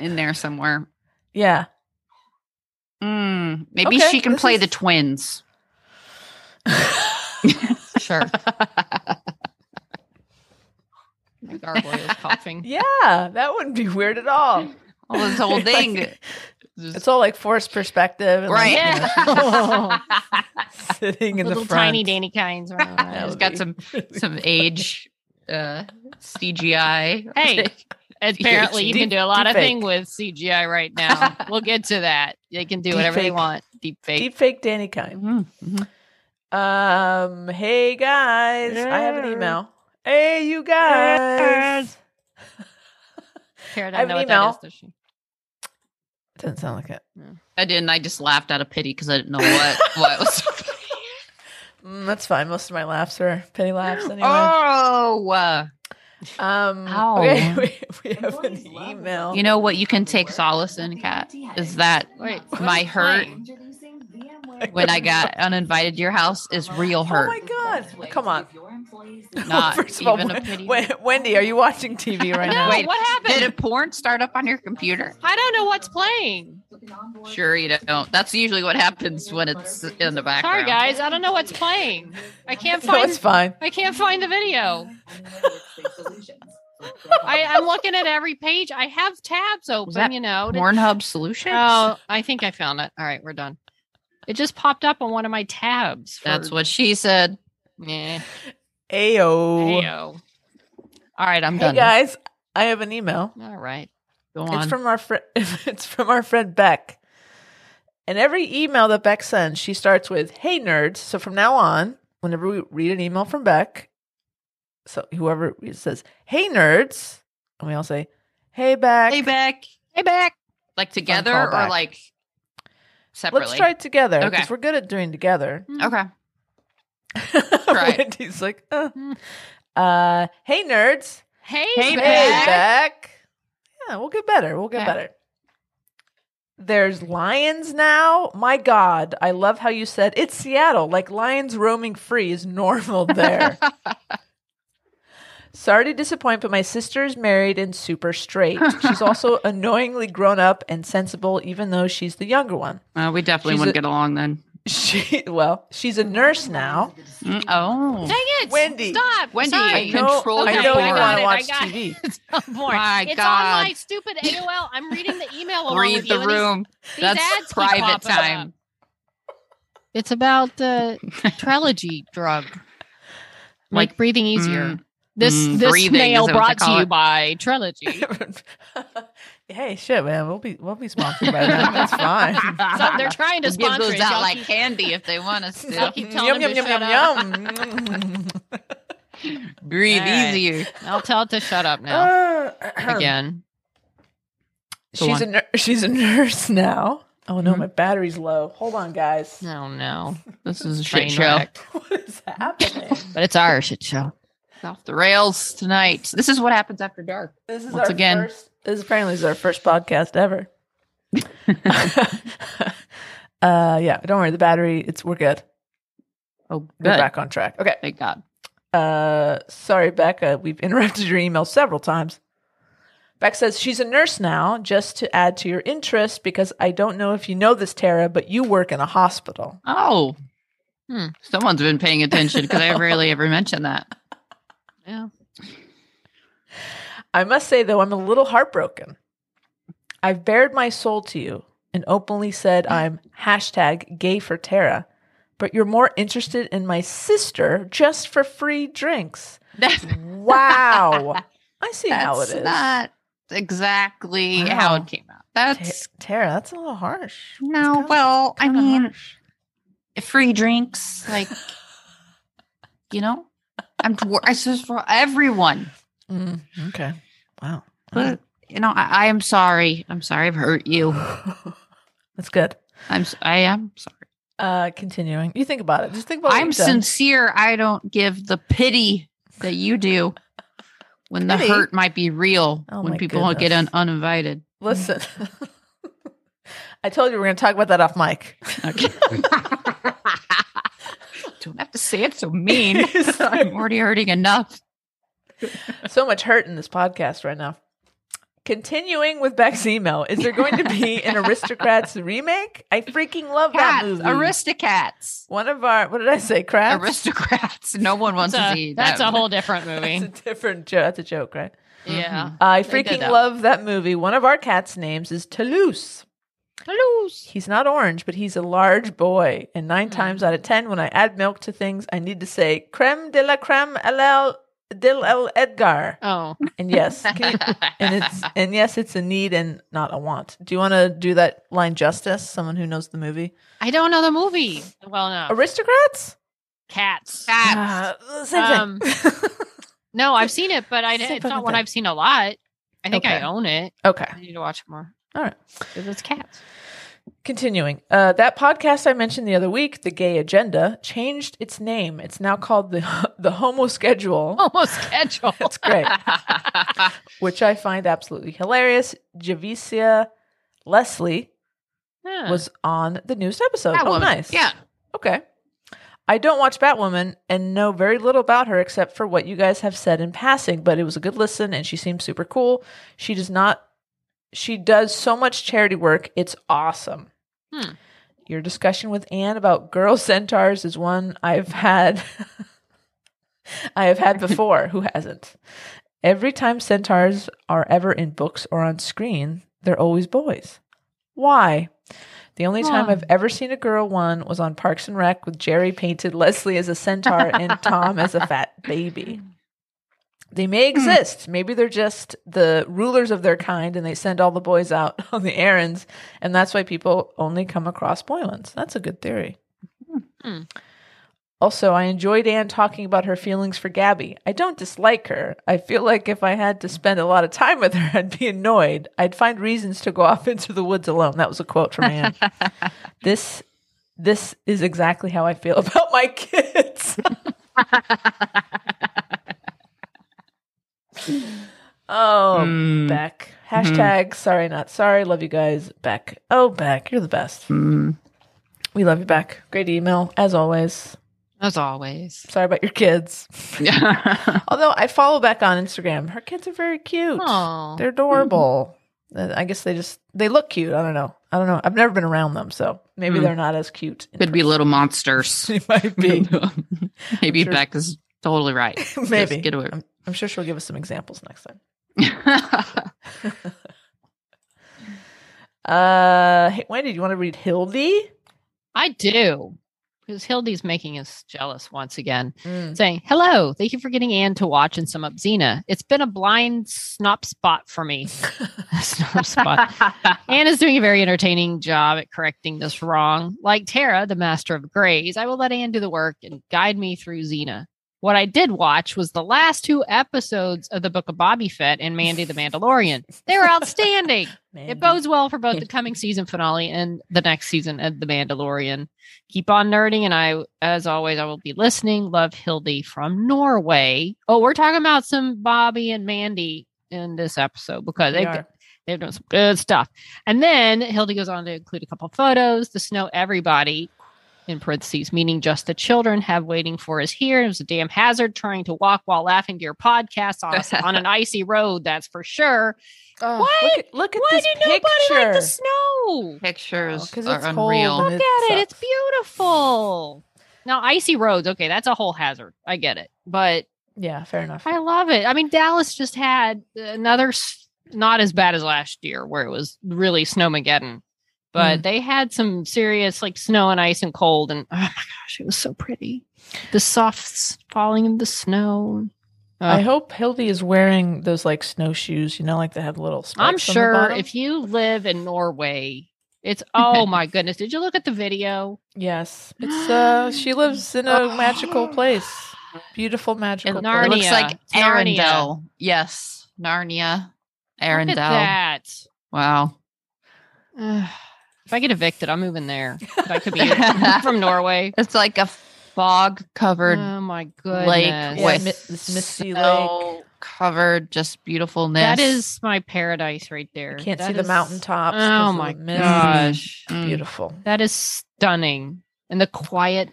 [SPEAKER 4] in there somewhere.
[SPEAKER 2] Yeah.
[SPEAKER 4] Mm, maybe
[SPEAKER 2] Okay,
[SPEAKER 4] she can
[SPEAKER 2] this
[SPEAKER 4] play
[SPEAKER 2] is-
[SPEAKER 4] the twins.
[SPEAKER 3] Sure. My gargoyle's coughing.
[SPEAKER 2] yeah, that wouldn't be weird at all.
[SPEAKER 4] All this whole thing.
[SPEAKER 2] It's all like forced perspective. And
[SPEAKER 4] Right.
[SPEAKER 2] Like,
[SPEAKER 3] Yeah.
[SPEAKER 2] sitting in
[SPEAKER 3] Little
[SPEAKER 2] the front.
[SPEAKER 3] tiny Danny Kines. running around.
[SPEAKER 2] That
[SPEAKER 4] it's
[SPEAKER 2] would
[SPEAKER 4] got
[SPEAKER 2] be-
[SPEAKER 4] some some age uh, CGI.
[SPEAKER 3] Hey, apparently you can do a lot of
[SPEAKER 2] Deepfake.
[SPEAKER 3] thing with CGI right now. We'll get to that. They can do whatever they
[SPEAKER 2] Deepfake.
[SPEAKER 3] want. Deep fake.
[SPEAKER 2] Deep fake Danny kind.
[SPEAKER 4] Mhm, mhm.
[SPEAKER 2] Um, hey guys, I have an
[SPEAKER 3] Yeah.
[SPEAKER 2] email. Hey, you guys.
[SPEAKER 3] Tara
[SPEAKER 2] I
[SPEAKER 3] doesn't
[SPEAKER 2] have
[SPEAKER 3] know
[SPEAKER 2] an
[SPEAKER 3] what that is,
[SPEAKER 2] email.
[SPEAKER 3] does she?
[SPEAKER 2] Doesn't sound like it.
[SPEAKER 4] I didn't. I just laughed out of pity because I didn't know what what was.
[SPEAKER 2] Mm, that's fine. Most of my laughs are pity laughs anyway.
[SPEAKER 4] oh, uh,
[SPEAKER 2] um,
[SPEAKER 4] Ow.
[SPEAKER 2] okay, we, we have an email.
[SPEAKER 4] you know what? You can take solace in, Kat, is that
[SPEAKER 3] Wait,
[SPEAKER 4] my hurt when I got uninvited to your house is real
[SPEAKER 2] oh
[SPEAKER 4] hurt.
[SPEAKER 2] my god! Come on.
[SPEAKER 4] Not
[SPEAKER 2] First of all,
[SPEAKER 4] even a
[SPEAKER 2] Wen-
[SPEAKER 4] pity.
[SPEAKER 2] Wen- Wendy, are you watching TV right now?
[SPEAKER 3] No, what happened?
[SPEAKER 4] Did a porn start up on your computer?
[SPEAKER 3] I don't know what's playing.
[SPEAKER 4] Sure, you don't. That's usually what happens when it's in the background.
[SPEAKER 3] Sorry, guys. I don't know what's playing. I can't
[SPEAKER 2] no, it's
[SPEAKER 3] find.
[SPEAKER 2] fine.
[SPEAKER 3] I can't find the video. I, I'm looking at every page. I have tabs open.
[SPEAKER 4] that
[SPEAKER 3] You know. to-
[SPEAKER 4] Pornhub solutions.
[SPEAKER 3] Oh, I think I found it. All right, we're done. It just popped up on one of my tabs. for-
[SPEAKER 4] That's what she said.
[SPEAKER 3] Meh.
[SPEAKER 2] Ayo.
[SPEAKER 3] Ayo. All right, I'm
[SPEAKER 2] Hey
[SPEAKER 3] done.
[SPEAKER 2] guys, I have an email.
[SPEAKER 3] All right.
[SPEAKER 4] Go
[SPEAKER 2] It's
[SPEAKER 4] on.
[SPEAKER 2] from our friend. It's from our friend Beck. And every email that Beck sends, she starts with "Hey nerds." So from now on, whenever we read an email from Beck, so whoever says "Hey nerds," and we all say "Hey Beck,"
[SPEAKER 4] hey back.
[SPEAKER 3] Hey, back.
[SPEAKER 4] Like together or
[SPEAKER 2] callback.
[SPEAKER 4] like separately.
[SPEAKER 2] let's try it together because
[SPEAKER 4] Okay.
[SPEAKER 2] we're good at doing together.
[SPEAKER 4] Okay. it. Mm.
[SPEAKER 2] Wendy's like, uh. Uh, "Hey nerds."
[SPEAKER 3] Hey,
[SPEAKER 4] Hey,
[SPEAKER 3] hey
[SPEAKER 2] Hey,
[SPEAKER 4] Beck.
[SPEAKER 2] Beck. Yeah, we'll get better. We'll get
[SPEAKER 3] Yeah.
[SPEAKER 2] better. There's lions now. My God, I love how you said it's Seattle. Like lions roaming free is normal there. Sorry to disappoint, but my sister is married and super straight. She's also annoyingly grown up and sensible, even though she's the younger one.
[SPEAKER 4] Uh, we definitely
[SPEAKER 2] She's
[SPEAKER 4] wouldn't
[SPEAKER 2] a-
[SPEAKER 4] get along then.
[SPEAKER 2] She, well, she's a nurse now.
[SPEAKER 4] Mm, oh.
[SPEAKER 3] Dang it.
[SPEAKER 2] Wendy.
[SPEAKER 3] Stop.
[SPEAKER 4] Wendy,
[SPEAKER 3] Sorry.
[SPEAKER 2] I know,
[SPEAKER 4] Control
[SPEAKER 2] I
[SPEAKER 3] your
[SPEAKER 2] know you
[SPEAKER 3] anger.
[SPEAKER 2] want to
[SPEAKER 3] I
[SPEAKER 2] watch
[SPEAKER 3] got it, I got
[SPEAKER 2] TV.
[SPEAKER 3] Board.
[SPEAKER 4] My
[SPEAKER 3] it's
[SPEAKER 4] God.
[SPEAKER 3] on my stupid AOL. I'm reading the email along
[SPEAKER 4] Read
[SPEAKER 3] with
[SPEAKER 4] the
[SPEAKER 3] you, and these-
[SPEAKER 4] room.
[SPEAKER 3] these ads
[SPEAKER 4] That's
[SPEAKER 3] keep
[SPEAKER 4] private
[SPEAKER 3] popping up.
[SPEAKER 4] time.
[SPEAKER 3] It's about the Trelegy drug. Like breathing easier.
[SPEAKER 4] Mm.
[SPEAKER 3] This
[SPEAKER 4] Mm,
[SPEAKER 3] this
[SPEAKER 4] breathing,
[SPEAKER 3] mail
[SPEAKER 4] is that what they
[SPEAKER 3] brought to
[SPEAKER 4] call
[SPEAKER 3] you
[SPEAKER 4] it?
[SPEAKER 3] by Trelegy.
[SPEAKER 2] hey, shit, man, we'll be we'll be sponsored by them. That's fine.
[SPEAKER 3] so they're trying to
[SPEAKER 4] We'll give
[SPEAKER 3] sponsor
[SPEAKER 4] those
[SPEAKER 3] it.
[SPEAKER 4] out
[SPEAKER 3] Y'all
[SPEAKER 4] like
[SPEAKER 3] keep-
[SPEAKER 4] candy if they want us
[SPEAKER 3] Y'all
[SPEAKER 4] to.
[SPEAKER 3] keep telling
[SPEAKER 2] yum,
[SPEAKER 3] them
[SPEAKER 2] yum,
[SPEAKER 3] to
[SPEAKER 2] yum,
[SPEAKER 3] shut
[SPEAKER 2] yum,
[SPEAKER 3] up.
[SPEAKER 2] yum.
[SPEAKER 4] Breathe
[SPEAKER 3] All right.
[SPEAKER 4] easier.
[SPEAKER 3] I'll tell it to shut up now.
[SPEAKER 2] Uh,
[SPEAKER 3] Again.
[SPEAKER 4] Go
[SPEAKER 2] she's a nur- she's a nurse now. Oh no,
[SPEAKER 3] Mm-hmm.
[SPEAKER 4] Mhm.
[SPEAKER 2] my battery's low. Hold on, guys.
[SPEAKER 3] Oh no.
[SPEAKER 4] This is a
[SPEAKER 3] Train
[SPEAKER 4] shit show.
[SPEAKER 3] wreck.
[SPEAKER 2] What is happening?
[SPEAKER 3] But it's our shit show.
[SPEAKER 4] Off the rails tonight. This is what happens after dark.
[SPEAKER 2] This is
[SPEAKER 4] Once
[SPEAKER 2] our
[SPEAKER 4] again.
[SPEAKER 2] first. This apparently is our first podcast ever. uh, yeah, don't worry. The battery, it's we're good.
[SPEAKER 4] Oh,
[SPEAKER 2] We're
[SPEAKER 4] good.
[SPEAKER 2] back on track. Okay.
[SPEAKER 4] Thank God.
[SPEAKER 2] Uh, sorry, Becca. We've interrupted your email several times. Beck says she's a nurse now, just to add to your interest, because I don't know if you know this, Tara, but you work in a hospital.
[SPEAKER 4] Oh.
[SPEAKER 3] Hmm.
[SPEAKER 4] Someone's been paying attention because I rarely ever mention that.
[SPEAKER 3] Yeah.
[SPEAKER 2] I must say, though, I'm a little heartbroken. I've bared my soul to you and openly said I'm hashtag gay for Tara, but you're more interested in my sister just for free drinks.
[SPEAKER 4] That's,
[SPEAKER 2] Wow. I see how it
[SPEAKER 4] that's
[SPEAKER 2] is.
[SPEAKER 4] not exactly how
[SPEAKER 2] Wow.
[SPEAKER 4] it came out.
[SPEAKER 2] Ta-
[SPEAKER 4] That's
[SPEAKER 2] Tara, that's a little harsh.
[SPEAKER 4] no.
[SPEAKER 2] kinda-
[SPEAKER 4] well, I
[SPEAKER 2] kinda
[SPEAKER 4] mean,
[SPEAKER 2] harsh.
[SPEAKER 4] free drinks, like you know, I'm. dwar- It's just for everyone.
[SPEAKER 2] Mm, okay. Wow.
[SPEAKER 4] But, you know, I, I am sorry. I'm sorry. I've hurt you.
[SPEAKER 2] That's good.
[SPEAKER 4] I'm. s- I am sorry.
[SPEAKER 2] Uh, continuing. You think about it. Just think about. what
[SPEAKER 4] I'm
[SPEAKER 2] you've done.
[SPEAKER 4] sincere. I don't give the pity that you do when the
[SPEAKER 2] Pity?
[SPEAKER 4] hurt might be real
[SPEAKER 2] Oh my
[SPEAKER 4] when people get un-
[SPEAKER 2] goodness.
[SPEAKER 4] uninvited.
[SPEAKER 2] Listen. I told you we're going to talk about that off mic.
[SPEAKER 4] Okay. don't have to say it so mean. I'm already hurting enough.
[SPEAKER 2] so much hurt in this podcast right now. Continuing with Beck's email, is there going to be an Aristocrats remake? I freaking love that
[SPEAKER 4] Cats,
[SPEAKER 2] movie.
[SPEAKER 4] aristocrats,
[SPEAKER 2] One of our what did I say? Crats.
[SPEAKER 4] aristocrats. No one wants
[SPEAKER 3] That's
[SPEAKER 4] to
[SPEAKER 3] a,
[SPEAKER 4] see
[SPEAKER 3] that's
[SPEAKER 4] that.
[SPEAKER 3] a whole different movie.
[SPEAKER 2] That's a different joke. That's a joke, right?
[SPEAKER 4] Mm-hmm.
[SPEAKER 3] yeah.
[SPEAKER 2] I
[SPEAKER 3] They did
[SPEAKER 2] freaking
[SPEAKER 3] that.
[SPEAKER 2] love that movie. One of our cat's names is Toulouse.
[SPEAKER 3] Toulouse.
[SPEAKER 2] He's not orange, but he's a large boy. And 9
[SPEAKER 3] Hmm.
[SPEAKER 2] times out of ten, when I add milk to things, I need to say creme de la creme LL Dil El Edgar.
[SPEAKER 3] Oh,
[SPEAKER 2] And yes, can you- and it's and yes, it's a need and not a want. Do you want to do that line justice? Someone who knows the movie,
[SPEAKER 3] I don't know the movie. Well, no.
[SPEAKER 2] aristocrats.
[SPEAKER 3] Cats.
[SPEAKER 4] Cats.
[SPEAKER 2] Uh, same
[SPEAKER 3] Um,
[SPEAKER 2] thing.
[SPEAKER 3] No, I've seen it, but I,
[SPEAKER 2] Same
[SPEAKER 3] it's not
[SPEAKER 2] fucking
[SPEAKER 3] one
[SPEAKER 2] thing.
[SPEAKER 3] I've seen a lot. I think I
[SPEAKER 2] Okay.
[SPEAKER 3] own it.
[SPEAKER 2] okay.
[SPEAKER 3] I need to watch it more.
[SPEAKER 2] All right.
[SPEAKER 3] 'Cause it's cats.
[SPEAKER 2] Continuing, uh, that podcast I mentioned the other week, the Gay Agenda, changed its name. It's now called the the Homo Schedule.
[SPEAKER 3] Almost schedule.
[SPEAKER 2] That's great, which I find absolutely hilarious. Javicia Leslie
[SPEAKER 3] Huh.
[SPEAKER 2] was on the newest episode.
[SPEAKER 4] That
[SPEAKER 2] oh,
[SPEAKER 4] woman.
[SPEAKER 2] nice.
[SPEAKER 4] Yeah.
[SPEAKER 2] Okay. I don't watch Batwoman and know very little about her except for what you guys have said in passing, but it was a good listen and she seems super cool. She does not she does so much charity work. It's awesome.
[SPEAKER 3] Hmm.
[SPEAKER 2] Your discussion with Anne about girl centaurs is one I've had I have had before. Who hasn't? Every time centaurs are ever in books or on screen, they're always boys. Why? The only time
[SPEAKER 3] Why?
[SPEAKER 2] I've ever seen a girl one was on Parks and Rec with Jerry painted Leslie as a centaur and Tom as a fat baby. They may exist. Maybe they're just the rulers of their kind and they send all the boys out on the errands. And that's why people only come across boy ones. That's a good theory.
[SPEAKER 3] Hmm.
[SPEAKER 2] Also, I enjoyed Anne talking about her feelings for Gabby. I don't dislike her. I feel like if I had to spend a lot of time with her, I'd be annoyed. I'd find reasons to go off into the woods alone. That was a quote from Anne. this this is exactly how I feel about my kids. oh,
[SPEAKER 4] Mm.
[SPEAKER 2] Beck. Hashtag sorry not sorry. Love you guys. Beck. Oh, Beck, you're the best.
[SPEAKER 4] Mm.
[SPEAKER 2] We love you, Beck. Great email, as always.
[SPEAKER 3] As always.
[SPEAKER 2] Sorry about your kids. Although I follow Beck on Instagram. Her kids are very cute.
[SPEAKER 3] Oh,
[SPEAKER 2] They're adorable. Uh, I guess they just they look cute. I don't know. I don't know. I've never been around them, so maybe
[SPEAKER 4] Mm.
[SPEAKER 3] Hmm.
[SPEAKER 2] they're not as cute. in
[SPEAKER 4] Could be little monsters.
[SPEAKER 2] person. They might be.
[SPEAKER 4] Maybe
[SPEAKER 2] Sure.
[SPEAKER 4] Beck is totally right.
[SPEAKER 2] Maybe.
[SPEAKER 4] get away.
[SPEAKER 2] I'm, I'm sure she'll give us some examples next time. Uh, hey, Wendy, do you want to read Hildy?
[SPEAKER 3] I do. Because Hildy's making us jealous once again. saying, Hello, thank you for getting Anne to watch and sum up Xena. It's been a blind snop spot for me. snop spot. Anne is doing a very entertaining job at correcting this wrong. Like Tara, the master of grays, I will let Anne do the work and guide me through Xena. What I did watch was the last two episodes of the Book of Bobby Fett and Mandy the Mandalorian. They were outstanding. It bodes well for both the coming season finale and the next season of The Mandalorian. Keep on nerding, and I, as always, I will be listening. Love Hildy from Norway. Oh, we're talking about some Bobby and Mandy in this episode because
[SPEAKER 2] We
[SPEAKER 3] they've,
[SPEAKER 2] are.
[SPEAKER 3] they've done some good stuff. And then Hildy goes on to include a couple photos to snow everybody in parentheses, meaning just the children have waiting for us here. It was a damn hazard trying to walk while laughing to your podcast on, a- on an icy road. That's for sure.
[SPEAKER 2] Oh,
[SPEAKER 3] Why-
[SPEAKER 2] Look at, look at
[SPEAKER 3] Why
[SPEAKER 2] this
[SPEAKER 3] did
[SPEAKER 2] picture.
[SPEAKER 3] nobody like the snow?
[SPEAKER 4] Pictures
[SPEAKER 2] Oh, 'cause
[SPEAKER 4] are
[SPEAKER 2] it's
[SPEAKER 4] unreal.
[SPEAKER 2] cold.
[SPEAKER 3] Look
[SPEAKER 2] and
[SPEAKER 3] at
[SPEAKER 2] it
[SPEAKER 3] it. It's
[SPEAKER 2] sucks.
[SPEAKER 3] beautiful. Now, icy roads. Okay, that's a whole hazard. I get it. But
[SPEAKER 2] Yeah, fair enough.
[SPEAKER 3] I love it. I mean, Dallas just had another, s- not as bad as last year, where it was really snowmageddon.
[SPEAKER 2] Hmm.
[SPEAKER 3] But they had some serious like snow and ice and cold. And oh my gosh, it was so pretty. The soft s- falling in the snow.
[SPEAKER 2] I hope Hildy is wearing those like snowshoes, you know, like they have little spikes.
[SPEAKER 3] I'm sure
[SPEAKER 2] if
[SPEAKER 3] if you live in Norway, it's oh my goodness. Did you look at the video?
[SPEAKER 2] Yes. It's uh she lives in
[SPEAKER 3] Oh.
[SPEAKER 2] a magical place. Beautiful magical
[SPEAKER 4] It
[SPEAKER 3] Narnia.
[SPEAKER 2] place.
[SPEAKER 4] looks like
[SPEAKER 3] It's Narnia.
[SPEAKER 4] Arendelle. Yes, Narnia,
[SPEAKER 3] Look at
[SPEAKER 4] Arendelle.
[SPEAKER 3] that.
[SPEAKER 4] Wow.
[SPEAKER 3] Ugh. if I get evicted, I'm moving there. But I could be I'm from Norway.
[SPEAKER 4] It's like a fog covered
[SPEAKER 3] Oh my goodness.
[SPEAKER 4] lake
[SPEAKER 2] Yeah,
[SPEAKER 4] with
[SPEAKER 2] mi- this misty
[SPEAKER 4] snow covered, just beautifulness.
[SPEAKER 3] That is my paradise right there.
[SPEAKER 2] Can't see
[SPEAKER 3] That
[SPEAKER 2] the
[SPEAKER 3] is-
[SPEAKER 2] mountaintops. 'cause
[SPEAKER 3] Oh
[SPEAKER 2] of the
[SPEAKER 3] my
[SPEAKER 2] mist.
[SPEAKER 3] gosh.
[SPEAKER 4] Mm.
[SPEAKER 2] Beautiful.
[SPEAKER 3] That is stunning. And the quiet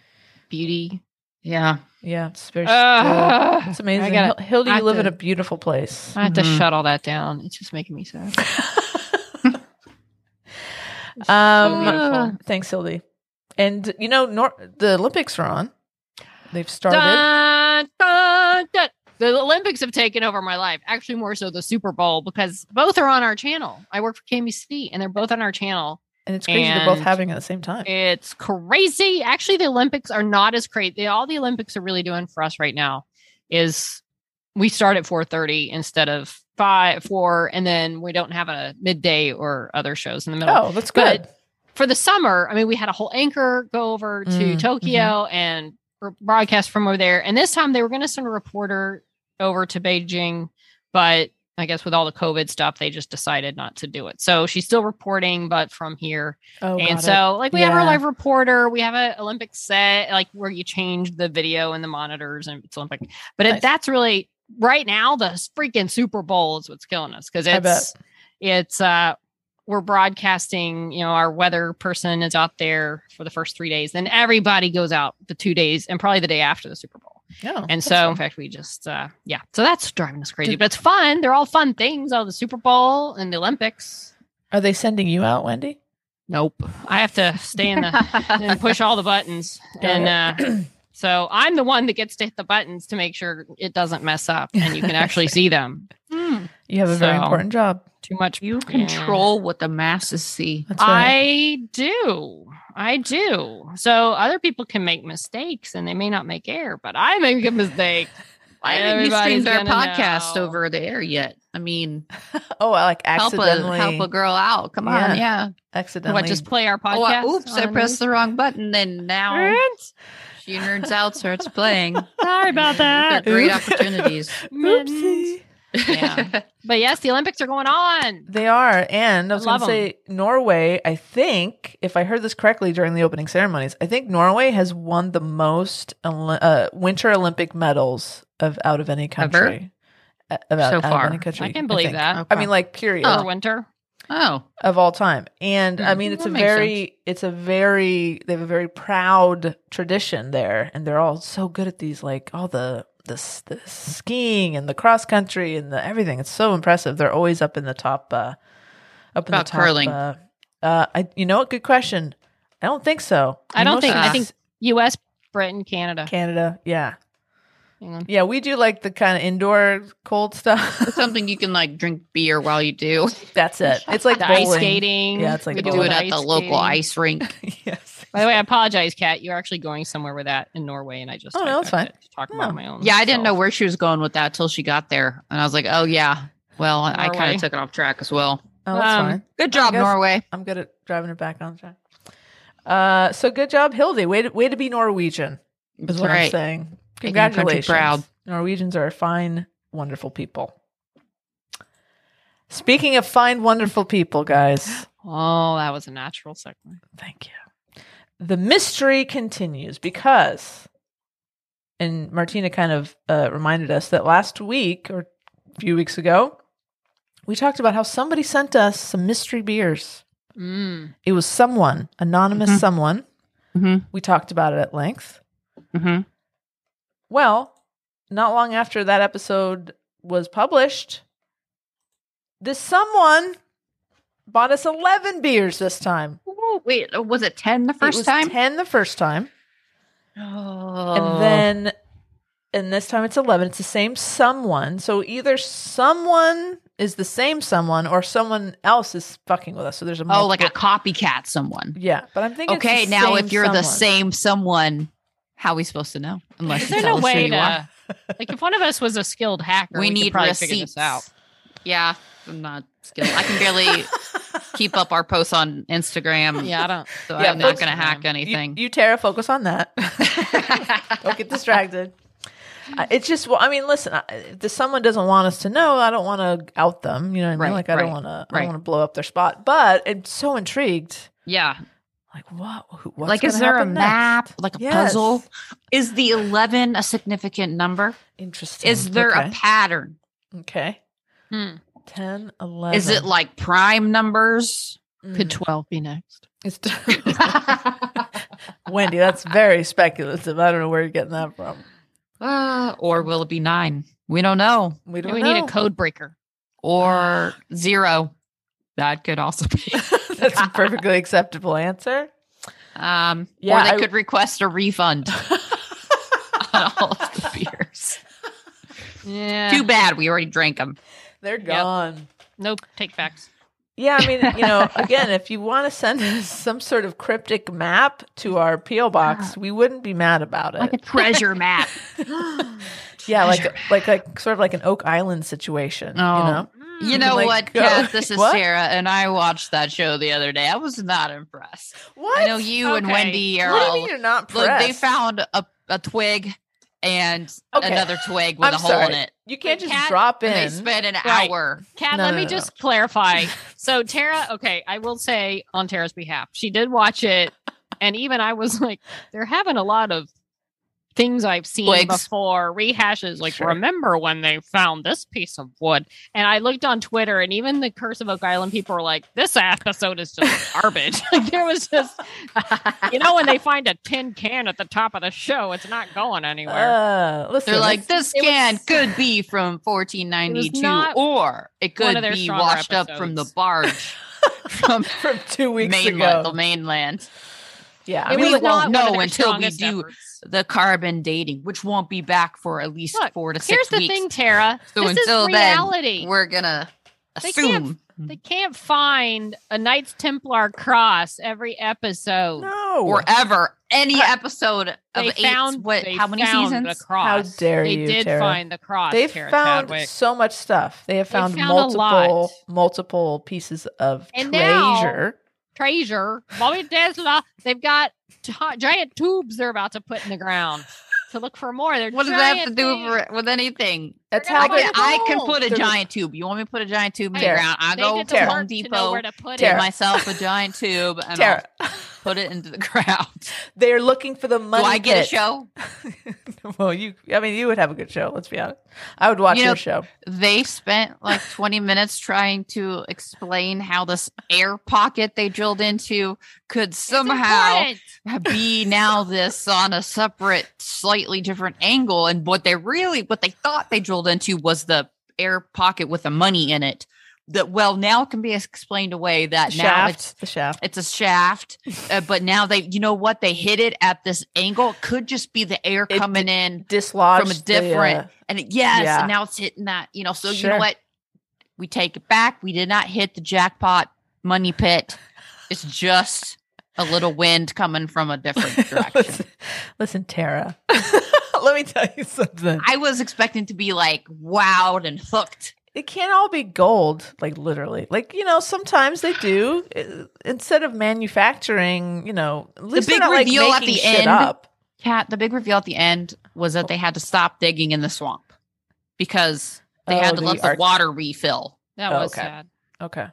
[SPEAKER 3] beauty
[SPEAKER 4] Yeah.
[SPEAKER 2] Yeah, it's very cool.
[SPEAKER 3] Ugh.
[SPEAKER 2] It's amazing.
[SPEAKER 3] I gotta-
[SPEAKER 2] Hil- Hilda,
[SPEAKER 3] I
[SPEAKER 2] you
[SPEAKER 3] have
[SPEAKER 2] live in
[SPEAKER 3] to-
[SPEAKER 2] a beautiful place.
[SPEAKER 3] I have to
[SPEAKER 4] Mhm.
[SPEAKER 3] shut all that down. It's just making me sad.
[SPEAKER 2] Um,
[SPEAKER 3] beautiful.
[SPEAKER 2] Thanks, Hildy. And you know, Nor- the Olympics are on. They've started.
[SPEAKER 3] Dun, dun, dun. The Olympics have taken over my life. Actually, more so the Super Bowl because both are on our channel. I work for KBC and they're both on our channel.
[SPEAKER 2] And it's crazy they're both
[SPEAKER 3] And-
[SPEAKER 2] having it at the same time.
[SPEAKER 3] It's crazy. Actually, the Olympics are not as crazy. All the Olympics are really doing for us right now is we start at 4:30 instead of 5 4 and then we don't have a midday or other shows in the middle.
[SPEAKER 2] Oh, that's good.
[SPEAKER 3] For the summer, I mean we had a whole anchor go over to
[SPEAKER 2] Mm,
[SPEAKER 3] Tokyo and r- broadcast from over there. And this time they were going to send a reporter over to Beijing, but I guess with all the COVID stuff, they just decided not to do it. So she's still reporting, but from here
[SPEAKER 2] Oh,
[SPEAKER 3] and
[SPEAKER 2] got
[SPEAKER 3] so, like, we have our
[SPEAKER 2] Yeah.
[SPEAKER 3] live reporter, we have an Olympic set, like where you change the video and the monitors, and it's Olympic. But
[SPEAKER 2] Nice.
[SPEAKER 3] it, that's really right now the freaking Super Bowl is what's killing us because
[SPEAKER 2] I
[SPEAKER 3] it's it's uh we're broadcasting. You know, our weather person is out there for the first three days, then everybody goes out the two days and probably the day after the Super Bowl.
[SPEAKER 2] it. Yeah,
[SPEAKER 3] And
[SPEAKER 2] Oh, that's
[SPEAKER 3] so, in
[SPEAKER 2] fun.
[SPEAKER 3] fact, we just uh yeah, so that's driving us crazy,
[SPEAKER 2] Did-
[SPEAKER 3] but it's fun. They're all fun things. All the Super Bowl and the Olympics.
[SPEAKER 2] are they sending you out, Wendy?
[SPEAKER 3] Nope, I have to stay in the and push all the buttons.
[SPEAKER 2] Got
[SPEAKER 3] and uh, so I'm the one that gets to hit the buttons to make sure it doesn't mess up and you can actually see them.
[SPEAKER 4] Hmm.
[SPEAKER 2] You have a very
[SPEAKER 3] So-
[SPEAKER 2] important job.
[SPEAKER 3] Too much.
[SPEAKER 4] You
[SPEAKER 3] Yeah.
[SPEAKER 4] control what the masses see.
[SPEAKER 2] That's right.
[SPEAKER 3] I do. I do. So other people can make mistakes and they may not make air, but I make a mistake.
[SPEAKER 4] Why haven't you streamed our
[SPEAKER 3] Everybody's gonna
[SPEAKER 4] podcast
[SPEAKER 3] know.
[SPEAKER 4] over the air yet? I mean,
[SPEAKER 2] oh, I like
[SPEAKER 4] help a
[SPEAKER 2] accidentally,
[SPEAKER 4] help a girl out. Come
[SPEAKER 2] Yeah.
[SPEAKER 4] on, yeah.
[SPEAKER 2] accidentally.
[SPEAKER 3] What, just play our
[SPEAKER 4] Oh, I-
[SPEAKER 3] podcast?
[SPEAKER 4] oops, I
[SPEAKER 3] on
[SPEAKER 4] pressed
[SPEAKER 3] this?
[SPEAKER 4] the wrong button, and now
[SPEAKER 3] Oops,
[SPEAKER 4] she nerds out, starts playing.
[SPEAKER 3] Sorry about that.
[SPEAKER 4] They're great
[SPEAKER 2] Oops.
[SPEAKER 4] opportunities.
[SPEAKER 3] Mittens.
[SPEAKER 2] Oopsie.
[SPEAKER 3] Yeah. But yes, the Olympics are going on.
[SPEAKER 2] They are, and I was going
[SPEAKER 3] love
[SPEAKER 2] to
[SPEAKER 3] 'em.
[SPEAKER 2] say Norway. I think, if I heard this correctly during the opening ceremonies, I think Norway has won the most Oli- uh, Winter Olympic medals of out of any
[SPEAKER 4] Ever?
[SPEAKER 2] country. Uh, Of, out,
[SPEAKER 4] So
[SPEAKER 2] out of
[SPEAKER 4] far.
[SPEAKER 2] any country,
[SPEAKER 3] I can believe
[SPEAKER 2] think.
[SPEAKER 3] that. Oh.
[SPEAKER 2] I mean, like period
[SPEAKER 3] For winter.
[SPEAKER 4] oh,
[SPEAKER 2] of all time, and I
[SPEAKER 3] Mm-hmm.
[SPEAKER 4] Hmm,
[SPEAKER 2] mean, it's
[SPEAKER 4] that
[SPEAKER 2] a
[SPEAKER 4] makes
[SPEAKER 2] very, it's a very, they have a very proud tradition there, and they're all so good at these, like all the the, s- the skiing and the cross country and the everything. It's so impressive. They're always up in the top, uh, up in
[SPEAKER 4] About
[SPEAKER 2] the top.
[SPEAKER 4] curling?
[SPEAKER 2] uh, uh, I, you know what? Good question. I don't think so.
[SPEAKER 3] I don't think-
[SPEAKER 4] I
[SPEAKER 2] of
[SPEAKER 3] think-
[SPEAKER 2] it's
[SPEAKER 3] US, Britain, Canada.
[SPEAKER 2] Canada. Yeah,
[SPEAKER 3] Hang on.
[SPEAKER 2] yeah. We do like the kind of indoor cold stuff.
[SPEAKER 4] it's something you can like drink beer while you do.
[SPEAKER 2] That's it. It's like
[SPEAKER 3] the ice
[SPEAKER 2] bowling.
[SPEAKER 3] skating.
[SPEAKER 2] Yeah, it's like
[SPEAKER 3] We
[SPEAKER 4] You
[SPEAKER 2] Go
[SPEAKER 4] do
[SPEAKER 2] with
[SPEAKER 4] it at
[SPEAKER 3] ice
[SPEAKER 4] the local
[SPEAKER 3] skating.
[SPEAKER 4] ice rink.
[SPEAKER 2] yes.
[SPEAKER 3] By the way, I apologize, Kat. You're actually going somewhere with that in Norway, and I just
[SPEAKER 2] Oh, no,
[SPEAKER 3] hijacked
[SPEAKER 2] it's fine.
[SPEAKER 3] it to talk
[SPEAKER 2] No.
[SPEAKER 3] about my own.
[SPEAKER 4] Yeah, I didn't know
[SPEAKER 3] self.
[SPEAKER 4] where she was going with that till she got there, and I was like, oh yeah. Well, I kind
[SPEAKER 3] Norway.
[SPEAKER 4] of took it off track as well.
[SPEAKER 2] Oh, that's
[SPEAKER 3] Um,
[SPEAKER 2] fine.
[SPEAKER 4] Good job,
[SPEAKER 2] guess-
[SPEAKER 4] Norway.
[SPEAKER 2] I'm good at driving it back on track. Uh, so good job, Hildy. Way to, way to be Norwegian is
[SPEAKER 4] That's
[SPEAKER 2] what I'm
[SPEAKER 4] right.
[SPEAKER 2] saying.
[SPEAKER 4] Making the country
[SPEAKER 2] Congratulations,
[SPEAKER 4] proud.
[SPEAKER 2] Norwegians are fine, wonderful people. Speaking of fine, wonderful people, guys.
[SPEAKER 3] Oh, that was a natural segue.
[SPEAKER 2] Thank you. The mystery continues because, and Martina kind of uh, reminded us that last week or a few weeks ago, we talked about how somebody sent us some mystery beers.
[SPEAKER 3] Mm.
[SPEAKER 2] It was someone, anonymous
[SPEAKER 4] Mhm.
[SPEAKER 2] someone.
[SPEAKER 4] Mhm.
[SPEAKER 2] We talked about it at length.
[SPEAKER 4] Mm-hmm.
[SPEAKER 2] Well, not long after that episode was published, this someone bought us 11 beers this time.
[SPEAKER 4] wait, was it ten the
[SPEAKER 2] it
[SPEAKER 4] first
[SPEAKER 2] was
[SPEAKER 4] time?
[SPEAKER 2] 10 the first time.
[SPEAKER 4] Oh.
[SPEAKER 2] And then, and this time it's 11. It's the same someone. So either someone is the same someone or someone else is fucking with us. So there's a
[SPEAKER 4] oh, like a
[SPEAKER 2] multiple-
[SPEAKER 4] copycat someone.
[SPEAKER 2] Yeah, but I'm thinking. it's
[SPEAKER 4] Okay,
[SPEAKER 2] the
[SPEAKER 4] now
[SPEAKER 2] same
[SPEAKER 4] if you're the
[SPEAKER 2] someone.
[SPEAKER 4] same someone, how are we supposed to know? Unless
[SPEAKER 3] Is
[SPEAKER 4] you
[SPEAKER 3] there
[SPEAKER 4] tell
[SPEAKER 3] no
[SPEAKER 4] us who
[SPEAKER 3] way
[SPEAKER 4] you are.
[SPEAKER 3] to, like, if one of us was a skilled hacker,
[SPEAKER 4] We,
[SPEAKER 3] we, could
[SPEAKER 4] need
[SPEAKER 3] probably
[SPEAKER 4] receipts.
[SPEAKER 3] figure this out.
[SPEAKER 4] Yeah, I'm not skilled. I can barely keep up our posts on Instagram.
[SPEAKER 3] Yeah, I don't.
[SPEAKER 4] so
[SPEAKER 2] Yeah,
[SPEAKER 4] I'm not
[SPEAKER 2] folks-
[SPEAKER 4] going to hack
[SPEAKER 2] You-
[SPEAKER 4] anything.
[SPEAKER 2] You, Tara, focus on that. don't get distracted. Uh, It's just, well, I mean, listen. I, if the- someone doesn't want us to know, I don't want to out them. You know what I mean?
[SPEAKER 4] Right,
[SPEAKER 2] like, I don't
[SPEAKER 4] right,
[SPEAKER 2] want to. I
[SPEAKER 4] right.
[SPEAKER 2] don't want to blow up their spot. But I'm so intrigued.
[SPEAKER 4] yeah,
[SPEAKER 2] Like, what? who- What's
[SPEAKER 4] like is
[SPEAKER 2] gonna
[SPEAKER 4] there a
[SPEAKER 2] happen
[SPEAKER 4] map,
[SPEAKER 2] next?
[SPEAKER 4] like a
[SPEAKER 2] Yes.
[SPEAKER 4] puzzle? Is the eleven a significant number?
[SPEAKER 2] Interesting.
[SPEAKER 4] Is there
[SPEAKER 2] okay.
[SPEAKER 4] a pattern?
[SPEAKER 2] okay?
[SPEAKER 3] Hmm.
[SPEAKER 2] Ten, eleven.
[SPEAKER 4] Is it like prime numbers?
[SPEAKER 2] Mm.
[SPEAKER 3] Could twelve be next?
[SPEAKER 2] It's Wendy, that's very speculative. I don't know where you're getting that from.
[SPEAKER 4] Uh, or will it be nine? We don't know.
[SPEAKER 2] We don't
[SPEAKER 3] And we
[SPEAKER 2] know.
[SPEAKER 3] need a code breaker.
[SPEAKER 4] Or zero. That could also be.
[SPEAKER 2] that's a perfectly acceptable answer.
[SPEAKER 4] Um,
[SPEAKER 2] Yeah,
[SPEAKER 4] or they
[SPEAKER 2] I-
[SPEAKER 4] could request a refund on all of the beers.
[SPEAKER 3] Yeah.
[SPEAKER 4] Too bad we already drank them.
[SPEAKER 2] They're gone.
[SPEAKER 3] No take backs.
[SPEAKER 2] Yeah, I mean, you know, again, if you want to send us some sort of cryptic map to our PO box, we wouldn't be mad about it.
[SPEAKER 4] treasure map.
[SPEAKER 2] yeah, like like like sort of like an Oak Island situation.
[SPEAKER 4] Oh.
[SPEAKER 2] You know,
[SPEAKER 4] You know
[SPEAKER 2] Like,
[SPEAKER 4] what,
[SPEAKER 2] go-
[SPEAKER 4] Kat? This is
[SPEAKER 2] What?
[SPEAKER 4] Sarah, and I watched that show the other day. I was not impressed.
[SPEAKER 2] what?
[SPEAKER 4] I know you and
[SPEAKER 3] Okay.
[SPEAKER 4] Wendy are
[SPEAKER 2] What do you
[SPEAKER 4] all.
[SPEAKER 2] mean you're not
[SPEAKER 4] Look,
[SPEAKER 2] pressed?
[SPEAKER 4] they found a, a twig and
[SPEAKER 2] Okay.
[SPEAKER 4] another twig with
[SPEAKER 2] I'm
[SPEAKER 4] a hole
[SPEAKER 2] sorry.
[SPEAKER 4] in it.
[SPEAKER 2] You can't just
[SPEAKER 4] Cat-
[SPEAKER 2] drop in.
[SPEAKER 4] And they spent an
[SPEAKER 3] Right.
[SPEAKER 4] hour.
[SPEAKER 3] Kat,
[SPEAKER 2] No,
[SPEAKER 3] let
[SPEAKER 2] no,
[SPEAKER 3] me
[SPEAKER 2] no.
[SPEAKER 3] just clarify. So Tara, okay, I will say on Tara's behalf, she did watch it, and even I was like, they're having a lot of things I've seen
[SPEAKER 4] Twigs.
[SPEAKER 3] before rehashes. Like,
[SPEAKER 2] Sure.
[SPEAKER 3] remember when they found this piece of wood? And I looked on Twitter, and even the Curse of Oak Island people were like, this episode is just garbage. like, there was just, you know, when they find a tin can at the top of the show, it's not going anywhere.
[SPEAKER 2] Uh, listen,
[SPEAKER 4] They're like, this
[SPEAKER 2] this-
[SPEAKER 3] it was-
[SPEAKER 4] can could be from
[SPEAKER 3] It
[SPEAKER 4] 1492,
[SPEAKER 3] was not
[SPEAKER 4] or it
[SPEAKER 3] one
[SPEAKER 4] could
[SPEAKER 3] of their
[SPEAKER 4] be
[SPEAKER 3] stronger
[SPEAKER 4] washed up from the
[SPEAKER 3] episodes.
[SPEAKER 4] barge from
[SPEAKER 2] from two weeks
[SPEAKER 4] mainland, the
[SPEAKER 2] ago.
[SPEAKER 4] mainland.
[SPEAKER 2] Yeah,
[SPEAKER 4] It
[SPEAKER 2] I mean,
[SPEAKER 4] was
[SPEAKER 2] like,
[SPEAKER 4] not-
[SPEAKER 3] one of
[SPEAKER 4] know
[SPEAKER 3] their
[SPEAKER 4] until we
[SPEAKER 3] strongest
[SPEAKER 4] do-
[SPEAKER 3] efforts.
[SPEAKER 4] The carbon dating, which won't be back for at least
[SPEAKER 3] Look,
[SPEAKER 4] four to
[SPEAKER 3] Here's
[SPEAKER 4] six
[SPEAKER 3] the
[SPEAKER 4] weeks.
[SPEAKER 3] thing, Tara.
[SPEAKER 4] So
[SPEAKER 3] this
[SPEAKER 4] until
[SPEAKER 3] is
[SPEAKER 4] then,
[SPEAKER 3] reality.
[SPEAKER 4] We're gonna
[SPEAKER 3] They can't-
[SPEAKER 4] assume.
[SPEAKER 3] they can't find a Knights Templar cross every episode.
[SPEAKER 2] no.
[SPEAKER 4] or ever any episode of
[SPEAKER 3] They
[SPEAKER 4] eight.
[SPEAKER 3] found
[SPEAKER 4] what?
[SPEAKER 3] they
[SPEAKER 4] How many
[SPEAKER 3] found
[SPEAKER 4] seasons?
[SPEAKER 3] The cross.
[SPEAKER 2] How dare
[SPEAKER 3] they
[SPEAKER 2] you,
[SPEAKER 3] did
[SPEAKER 2] Tara.
[SPEAKER 3] find the cross.
[SPEAKER 2] They've
[SPEAKER 3] Tara
[SPEAKER 2] found
[SPEAKER 3] Chadwick.
[SPEAKER 2] so much stuff. They have
[SPEAKER 3] They
[SPEAKER 2] found,
[SPEAKER 3] found a lot.
[SPEAKER 2] multiple multiple pieces of
[SPEAKER 3] And now-
[SPEAKER 2] treasure.
[SPEAKER 3] treasure. Bobby Tesla. They've got t- giant tubes they're about to put in the ground to look for more. They're
[SPEAKER 4] What does that have to
[SPEAKER 3] giant
[SPEAKER 4] do
[SPEAKER 3] things.
[SPEAKER 4] with, with anything?
[SPEAKER 2] That's
[SPEAKER 3] They're
[SPEAKER 2] how
[SPEAKER 4] I
[SPEAKER 3] not
[SPEAKER 2] they
[SPEAKER 4] can, I can
[SPEAKER 3] gold.
[SPEAKER 4] put a
[SPEAKER 2] They're-
[SPEAKER 4] giant tube. You want me to put a giant tube in the
[SPEAKER 2] Tara.
[SPEAKER 4] ground? I
[SPEAKER 3] They
[SPEAKER 4] go
[SPEAKER 3] did
[SPEAKER 4] to
[SPEAKER 3] the
[SPEAKER 4] Home
[SPEAKER 3] work to know
[SPEAKER 4] Depot,
[SPEAKER 3] where to put
[SPEAKER 4] get
[SPEAKER 2] Tara.
[SPEAKER 3] it.
[SPEAKER 4] myself a giant tube, and I'll
[SPEAKER 2] Tara,
[SPEAKER 4] put it into the ground.
[SPEAKER 2] they're looking for the money.
[SPEAKER 4] Do I get a
[SPEAKER 2] pit.
[SPEAKER 4] show?
[SPEAKER 2] well, you. I mean, you would have a good show. Let's be honest. I would watch
[SPEAKER 4] You know-
[SPEAKER 2] your show.
[SPEAKER 4] They spent like 20 minutes trying to explain how this air pocket they drilled into could
[SPEAKER 3] It's
[SPEAKER 4] somehow
[SPEAKER 3] important.
[SPEAKER 4] be now this on a separate, slightly different angle. And what they really, what they thought they drilled into was the air pocket with the money in it. That well now can be explained away
[SPEAKER 2] The
[SPEAKER 4] that now it's
[SPEAKER 2] shaft. The shaft.
[SPEAKER 4] It's a shaft, uh, but now they, you know what? They hit it at this angle. It could just be the air
[SPEAKER 2] It
[SPEAKER 4] coming in
[SPEAKER 2] Dislodged
[SPEAKER 4] from a
[SPEAKER 2] the, uh,
[SPEAKER 4] different, and it, yes,
[SPEAKER 2] yeah.
[SPEAKER 4] and now it's hitting that. You know, so you
[SPEAKER 2] Sure.
[SPEAKER 4] know what? We take it back. We did not hit the jackpot money pit. It's just a little wind coming from a different direction.
[SPEAKER 2] uh, listen, listen, Tara. Let me tell you something.
[SPEAKER 4] I was expecting to be like wowed and hooked.
[SPEAKER 2] it can't all be gold like literally like you know sometimes they do I- instead of manufacturing you know at least
[SPEAKER 4] big
[SPEAKER 2] they're not,
[SPEAKER 4] reveal
[SPEAKER 2] like,
[SPEAKER 4] at
[SPEAKER 2] making
[SPEAKER 4] the
[SPEAKER 2] shit
[SPEAKER 4] end.
[SPEAKER 2] up
[SPEAKER 4] Cat, the big reveal at the end was that they had to stop digging in the swamp because they
[SPEAKER 2] Oh,
[SPEAKER 4] had to
[SPEAKER 2] the
[SPEAKER 4] let the
[SPEAKER 2] arch-
[SPEAKER 4] water refill.
[SPEAKER 3] That
[SPEAKER 2] Oh,
[SPEAKER 3] was
[SPEAKER 2] okay.
[SPEAKER 3] sad.
[SPEAKER 2] okay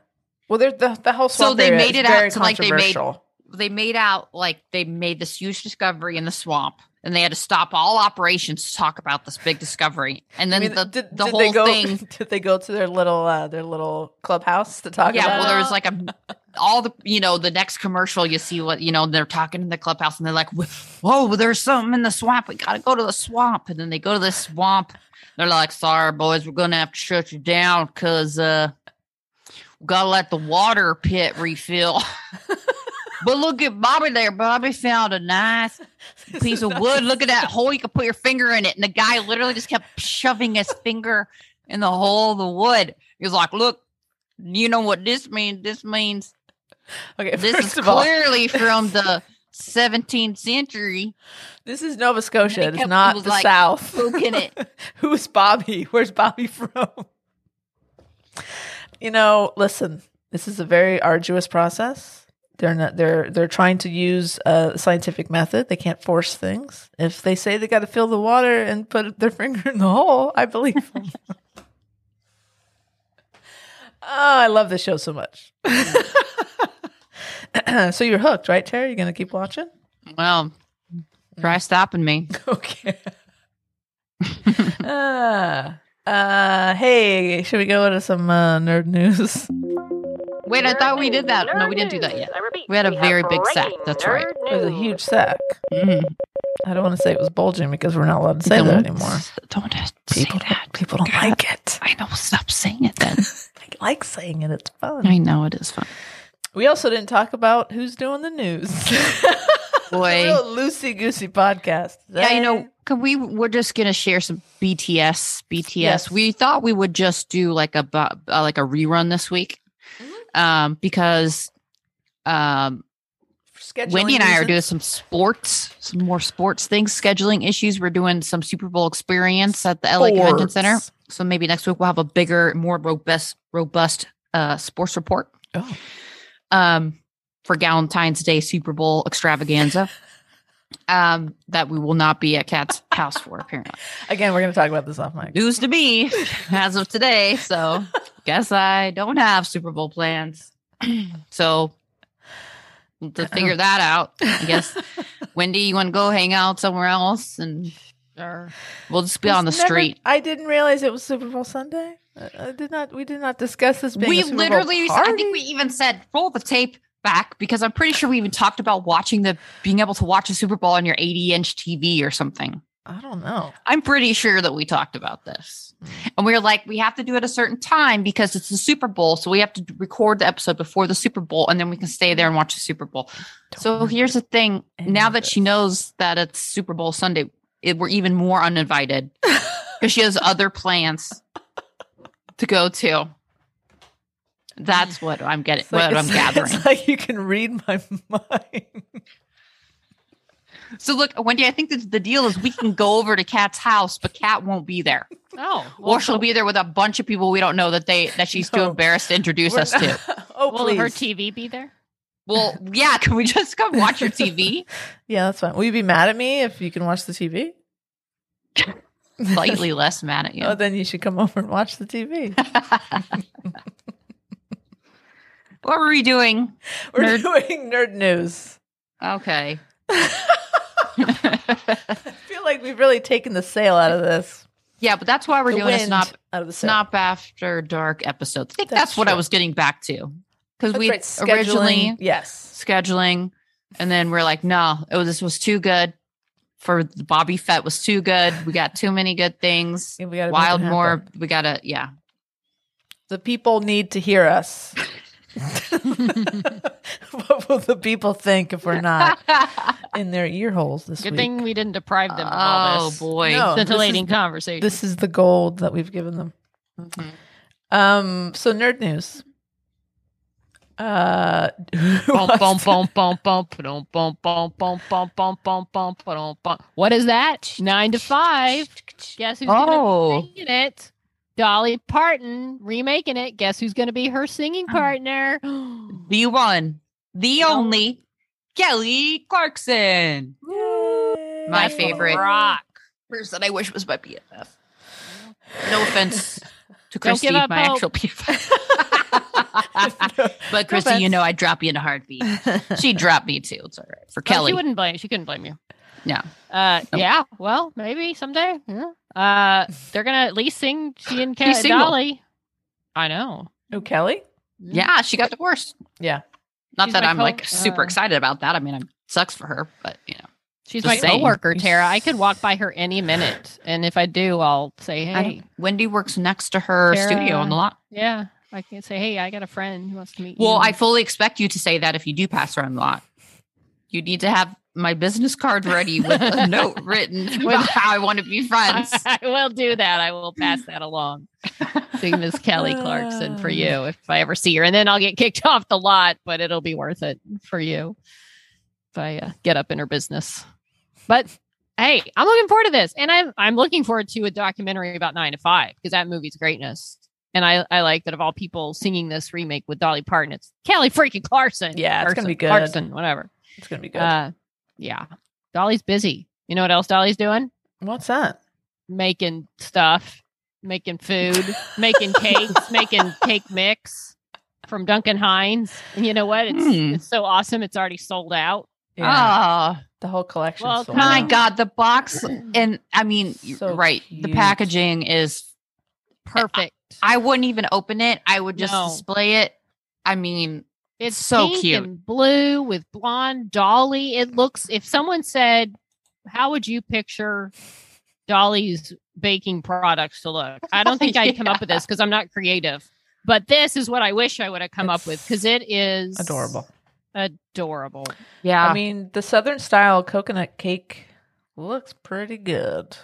[SPEAKER 2] well there's the, the whole
[SPEAKER 4] So
[SPEAKER 2] swamp
[SPEAKER 4] they
[SPEAKER 2] area
[SPEAKER 4] made
[SPEAKER 2] is
[SPEAKER 4] it out
[SPEAKER 2] very
[SPEAKER 4] to, like, they made-
[SPEAKER 2] controversial.
[SPEAKER 4] they made out like they made this huge discovery in the swamp and they had to stop all operations to talk about this big discovery and
[SPEAKER 2] I
[SPEAKER 4] then
[SPEAKER 2] mean,
[SPEAKER 4] the,
[SPEAKER 2] did,
[SPEAKER 4] the
[SPEAKER 2] did
[SPEAKER 4] whole
[SPEAKER 2] they go,
[SPEAKER 4] thing
[SPEAKER 2] did they go to their little uh their little clubhouse to talk
[SPEAKER 4] yeah
[SPEAKER 2] about
[SPEAKER 4] well
[SPEAKER 2] it?
[SPEAKER 4] there was like a all the you know the next commercial you see what you know they're talking in the clubhouse and they're like whoa there's something in the swamp we gotta go to the swamp and then they go to the swamp they're like sorry boys we're gonna have to shut you down because uh we gotta let the water pit refill but look at bobby there bobby found a nice piece of wood. Look at that hole. You could put your finger in it. And the guy literally just kept shoving his finger in the hole of the wood. He was like, Look, you know what this means? This means
[SPEAKER 2] okay
[SPEAKER 4] this
[SPEAKER 2] first
[SPEAKER 4] is
[SPEAKER 2] of all
[SPEAKER 4] clearly from the 17th century.
[SPEAKER 2] this is nova scotia
[SPEAKER 4] They
[SPEAKER 2] it is
[SPEAKER 4] kept- it
[SPEAKER 2] not
[SPEAKER 4] was
[SPEAKER 2] the
[SPEAKER 4] like,
[SPEAKER 2] south
[SPEAKER 4] poking it.
[SPEAKER 2] who's bobby where's bobby from you know listen this is a very arduous process they're not they're they're trying to use a scientific method they can't force things if they say they got to fill the water and put their finger in the hole i believe them oh i love this show so much so you're hooked right terry you're gonna keep watching
[SPEAKER 4] Well, try stopping me.
[SPEAKER 2] Okay. uh, uh, hey, should we go into some uh, nerd news?
[SPEAKER 4] Wait, I thought we did that. No, we didn't do that yet. We had a very big sack. That's right.
[SPEAKER 2] It was a huge sack.
[SPEAKER 4] Mhm.
[SPEAKER 2] I don't want to say it was bulging because we're not allowed to say that anymore.
[SPEAKER 4] Don't say
[SPEAKER 2] People,
[SPEAKER 4] that.
[SPEAKER 2] people don't
[SPEAKER 4] God.
[SPEAKER 2] like it.
[SPEAKER 4] I know. Stop saying it then.
[SPEAKER 2] I like saying it. It's fun.
[SPEAKER 4] I know it is fun.
[SPEAKER 2] We also didn't talk about who's doing the news.
[SPEAKER 4] Boy.
[SPEAKER 2] loosey goosey podcast.
[SPEAKER 4] Yeah, you
[SPEAKER 2] today.
[SPEAKER 4] know, could we we're just gonna share some BTS. BTS.
[SPEAKER 2] Yes.
[SPEAKER 4] We thought we would just do like a bu- uh, like a rerun this week,
[SPEAKER 2] Mm-hmm.
[SPEAKER 4] um, because um,
[SPEAKER 2] Scheduling
[SPEAKER 4] Wendy and I are
[SPEAKER 2] reasons.
[SPEAKER 4] doing some sports, some more sports things, scheduling issues. We're doing some Super Bowl experience at the LA Convention Center.
[SPEAKER 2] Sports.
[SPEAKER 4] So maybe next week we'll have a bigger, more robust, robust uh, sports report.
[SPEAKER 2] Oh.
[SPEAKER 4] Um, for Valentine's Day Super Bowl extravaganza. Um, that we will not be at Cat's house for apparently.
[SPEAKER 2] Again, we're going to talk about this off mic.
[SPEAKER 4] News to me as of today. So guess I don't have Super Bowl plans. so to figure that out, I guess Wendy, you want to go hang out somewhere else, and
[SPEAKER 3] Sure.
[SPEAKER 4] we'll just be
[SPEAKER 2] It's
[SPEAKER 4] on the
[SPEAKER 2] never-
[SPEAKER 4] street.
[SPEAKER 2] I didn't realize it was Super Bowl Sunday. I, I did not. We did not discuss this. Being
[SPEAKER 4] We
[SPEAKER 2] a Super Bowl
[SPEAKER 4] literally, I
[SPEAKER 2] party.
[SPEAKER 4] think we even said roll the tape back because I'm pretty sure we even talked about watching the being able to watch the Super Bowl on your 80 inch TV or something.
[SPEAKER 2] I don't know.
[SPEAKER 4] I'm pretty sure that we talked about this. And we were like, we have to do it a certain time because it's the Super Bowl. So we have to record the episode before the Super Bowl and then we can stay there and watch the Super Bowl. So
[SPEAKER 2] Don't
[SPEAKER 4] here's the thing
[SPEAKER 2] any
[SPEAKER 4] now
[SPEAKER 2] of
[SPEAKER 4] that she
[SPEAKER 2] this.
[SPEAKER 4] knows that it's Super Bowl Sunday, it, we're even more uninvited because she has other plans to go to. That's what I'm getting,
[SPEAKER 2] It's
[SPEAKER 4] what I'm
[SPEAKER 2] it's-
[SPEAKER 4] gathering.
[SPEAKER 2] It's like you can read my mind.
[SPEAKER 4] so look, Wendy, I think that the deal is we can go over to Kat's house, but Kat won't be there.
[SPEAKER 3] Oh, well,
[SPEAKER 4] or she'll be there with a bunch of people we don't know that they that she's
[SPEAKER 2] No.
[SPEAKER 4] too embarrassed to introduce
[SPEAKER 2] We're
[SPEAKER 4] us
[SPEAKER 2] not-
[SPEAKER 4] to.
[SPEAKER 2] Oh,
[SPEAKER 3] will
[SPEAKER 2] please.
[SPEAKER 3] her TV be there?
[SPEAKER 4] Well, yeah, can we just come watch your TV?
[SPEAKER 2] Yeah, that's fine. Will you be mad at me if you can watch the TV?
[SPEAKER 4] Slightly less mad at you.
[SPEAKER 2] Oh, then you should come over and watch the TV. Uh,
[SPEAKER 4] what were we doing?
[SPEAKER 2] We're
[SPEAKER 4] Nerd.
[SPEAKER 2] doing nerd news.
[SPEAKER 4] Okay.
[SPEAKER 2] I feel like we've really taken the sail out of this.
[SPEAKER 4] yeah, but that's why we're
[SPEAKER 2] the
[SPEAKER 4] doing a
[SPEAKER 2] wind
[SPEAKER 4] snop
[SPEAKER 2] out of the sail.
[SPEAKER 4] snop after dark episode. I think
[SPEAKER 2] That's
[SPEAKER 4] that's, what I
[SPEAKER 2] true.
[SPEAKER 4] was getting back to because
[SPEAKER 2] That's
[SPEAKER 4] we
[SPEAKER 2] right, scheduling.
[SPEAKER 4] originally
[SPEAKER 2] yes.
[SPEAKER 4] scheduling, and then we're like, no, it was, this was too good for Bobby Fett was too good. We got too many good things.
[SPEAKER 2] Yeah, we gotta make it
[SPEAKER 4] Wild
[SPEAKER 2] happen.
[SPEAKER 4] more. We gotta yeah.
[SPEAKER 2] The people need to hear us. what will the people think if we're not in their ear holes this
[SPEAKER 3] Good
[SPEAKER 2] week?
[SPEAKER 3] thing we didn't deprive them of all
[SPEAKER 4] oh
[SPEAKER 3] this
[SPEAKER 4] boy.
[SPEAKER 2] No. this is-
[SPEAKER 3] scintillating conversation.
[SPEAKER 2] This is the gold that we've given them.
[SPEAKER 3] Mm-hmm.
[SPEAKER 4] Mhm.
[SPEAKER 2] Um, so nerd news. Uh, who
[SPEAKER 3] Bum,
[SPEAKER 2] wants
[SPEAKER 3] bum,
[SPEAKER 2] to-
[SPEAKER 3] bum, bum, bum, ba-dum, bum, bum, bum, bum, bum, bum, bum, bum, bum. What is that? Nine to five. Guess who's
[SPEAKER 4] Oh.
[SPEAKER 3] gonna be singing it? Dolly Parton remaking it. Guess who's gonna be her singing partner?
[SPEAKER 4] The one, the only Kelly Clarkson.
[SPEAKER 2] Yay.
[SPEAKER 4] My
[SPEAKER 3] That's
[SPEAKER 4] favorite.
[SPEAKER 3] Rock.
[SPEAKER 4] Person I wish was my BFF. No offense to
[SPEAKER 3] Don't
[SPEAKER 4] Christy,
[SPEAKER 3] give
[SPEAKER 4] my
[SPEAKER 3] up hope.
[SPEAKER 4] actual BFF. but Christy, you
[SPEAKER 2] offense.
[SPEAKER 4] know I'd drop you in a heartbeat. She dropped me too. It's all right. For
[SPEAKER 3] No,
[SPEAKER 4] Kelly.
[SPEAKER 3] Oh, she wouldn't blame. She couldn't blame you.
[SPEAKER 4] No.
[SPEAKER 3] Uh,
[SPEAKER 4] No.
[SPEAKER 3] Yeah. Well, maybe someday. Yeah. Uh, they're gonna at least sing. She and Ka-
[SPEAKER 4] She's single.
[SPEAKER 3] Dolly. I know.
[SPEAKER 2] Oh, Kelly.
[SPEAKER 4] yeah, she got divorced.
[SPEAKER 2] Yeah.
[SPEAKER 4] Not
[SPEAKER 3] She's
[SPEAKER 4] that
[SPEAKER 3] my
[SPEAKER 4] I'm
[SPEAKER 3] co-
[SPEAKER 4] like super
[SPEAKER 3] uh,
[SPEAKER 4] excited about that. I mean, it sucks for her, but you know.
[SPEAKER 3] She's
[SPEAKER 4] Just
[SPEAKER 3] my
[SPEAKER 4] saying.
[SPEAKER 3] coworker, Tara. I could walk by her any minute, and if I do, I'll say,
[SPEAKER 4] I
[SPEAKER 3] "Hey,
[SPEAKER 4] don't- Wendy works next to her studio
[SPEAKER 3] Sarah.
[SPEAKER 4] on the lot.
[SPEAKER 3] yeah." I can say, "Hey, I got a friend who wants to meet you."
[SPEAKER 4] Well, I fully expect you to say that if you do pass her on the lot. You need to have my business card ready with a note written with how I want to be friends.
[SPEAKER 3] I will do that. I will pass that along Uh. to Miss Kelly Clarkson for you if I ever see her, and then I'll get kicked off the lot, but it'll be worth it for you if I uh, get up in her business. But hey, I'm looking forward to this, and I'm I'm looking forward to a documentary about Nine to Five because that movie's greatness. And I, I like that of all people singing this remake with Dolly Parton, it's Kelly freaking Clarkson.
[SPEAKER 2] Yeah, it's
[SPEAKER 3] Clarkson,
[SPEAKER 2] gonna be good.
[SPEAKER 3] Clarkson, whatever.
[SPEAKER 2] It's gonna be good.
[SPEAKER 3] Uh, yeah, Dolly's busy. You know what else Dolly's doing?
[SPEAKER 2] What's that?
[SPEAKER 3] making stuff, making food, making cakes, making cake mix from Duncan Hines. And you know what? It's
[SPEAKER 4] Hmm.
[SPEAKER 3] it's so awesome. It's already sold out.
[SPEAKER 4] Ah,
[SPEAKER 2] the whole collection.
[SPEAKER 3] uh, well,
[SPEAKER 4] Oh
[SPEAKER 3] Oh,
[SPEAKER 4] my
[SPEAKER 3] wow.
[SPEAKER 4] God. The box, and I mean, you're
[SPEAKER 2] So
[SPEAKER 4] right. The
[SPEAKER 2] cute.
[SPEAKER 4] packaging is,
[SPEAKER 3] Perfect.
[SPEAKER 4] I wouldn't even open it. I would just
[SPEAKER 3] No.
[SPEAKER 4] display it. I mean,
[SPEAKER 3] It's
[SPEAKER 4] So
[SPEAKER 3] pink
[SPEAKER 4] cute.
[SPEAKER 3] and blue with blonde Dolly. It looks. If someone said, "How would you picture Dolly's baking products to look?" I don't think I'd come up with this because I'm not creative. But this is what I wish I would have come up with because it is
[SPEAKER 2] Adorable.
[SPEAKER 3] Adorable.
[SPEAKER 4] yeah.
[SPEAKER 2] I mean, the Southern style coconut cake looks pretty good.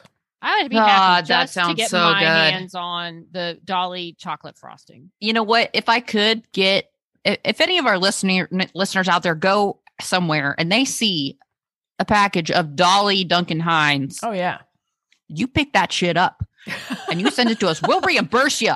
[SPEAKER 3] I would be
[SPEAKER 4] God,
[SPEAKER 3] happy
[SPEAKER 4] that
[SPEAKER 3] just to
[SPEAKER 4] sounds
[SPEAKER 3] get
[SPEAKER 4] so
[SPEAKER 3] my
[SPEAKER 4] good.
[SPEAKER 3] hands on the Dolly chocolate frosting.
[SPEAKER 4] you know what? If I could get, i- if any of our listener listeners out there go somewhere and they see a package of Dolly Duncan Hines,
[SPEAKER 2] Oh yeah.
[SPEAKER 4] you pick that shit up and you send it to us. We'll reimburse you.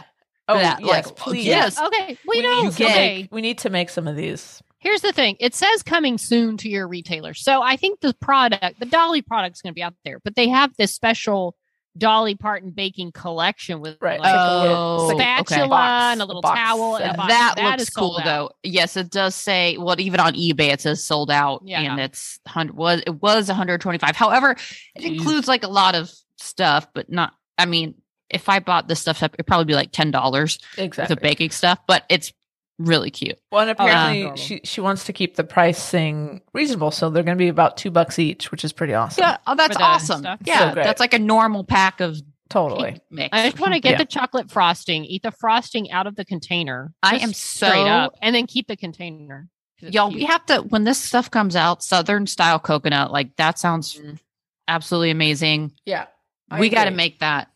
[SPEAKER 2] Oh
[SPEAKER 4] Yeah,
[SPEAKER 2] yes,
[SPEAKER 4] like,
[SPEAKER 2] please.
[SPEAKER 4] yes.
[SPEAKER 3] Okay, we,
[SPEAKER 2] We
[SPEAKER 3] know.
[SPEAKER 2] need to
[SPEAKER 3] Okay,
[SPEAKER 2] make- we need to make some of these.
[SPEAKER 3] here's the thing it says coming soon to your retailer so i think the product the dolly product's going to be out there but they have this special dolly parton baking collection with
[SPEAKER 2] Right.
[SPEAKER 3] like,
[SPEAKER 4] Oh,
[SPEAKER 3] a
[SPEAKER 4] okay.
[SPEAKER 3] spatula
[SPEAKER 2] Box-
[SPEAKER 3] and a little
[SPEAKER 2] box
[SPEAKER 3] towel and
[SPEAKER 2] set.
[SPEAKER 3] a box.
[SPEAKER 4] that,
[SPEAKER 3] is
[SPEAKER 4] looks cool
[SPEAKER 3] sold out.
[SPEAKER 4] though. Yes, it does say. Well, even on eBay, it says sold out,
[SPEAKER 3] Yeah.
[SPEAKER 4] and it's hundred was it was one hundred twenty five. However, it
[SPEAKER 2] Jeez.
[SPEAKER 4] includes like a lot of stuff, but not. I mean, if I bought this stuff up, it'd probably be like ten dollars
[SPEAKER 2] Exactly.
[SPEAKER 4] with the baking stuff. But it's really cute.
[SPEAKER 2] Well, and
[SPEAKER 3] Oh, yeah.
[SPEAKER 2] apparently
[SPEAKER 3] Adorable.
[SPEAKER 2] she she wants to keep the pricing reasonable, so they're going to be about two bucks each, which is pretty awesome.
[SPEAKER 4] Yeah, oh, that's
[SPEAKER 3] For the
[SPEAKER 4] awesome.
[SPEAKER 3] stuff.
[SPEAKER 4] Yeah,
[SPEAKER 2] So great.
[SPEAKER 4] that's like a normal pack of
[SPEAKER 2] Totally.
[SPEAKER 4] cake mix.
[SPEAKER 3] I just want to get
[SPEAKER 2] Yeah.
[SPEAKER 3] the chocolate frosting, eat the frosting out of the container.
[SPEAKER 4] I
[SPEAKER 3] just
[SPEAKER 4] am
[SPEAKER 3] straight
[SPEAKER 4] so-
[SPEAKER 3] up, and then keep the container. 'cause it's
[SPEAKER 4] Y'all,
[SPEAKER 3] cute.
[SPEAKER 4] we have to when this stuff comes out, Southern style coconut. Like that sounds
[SPEAKER 3] Mm.
[SPEAKER 4] absolutely amazing.
[SPEAKER 2] Yeah. I
[SPEAKER 4] we got to
[SPEAKER 2] agree.
[SPEAKER 4] make that.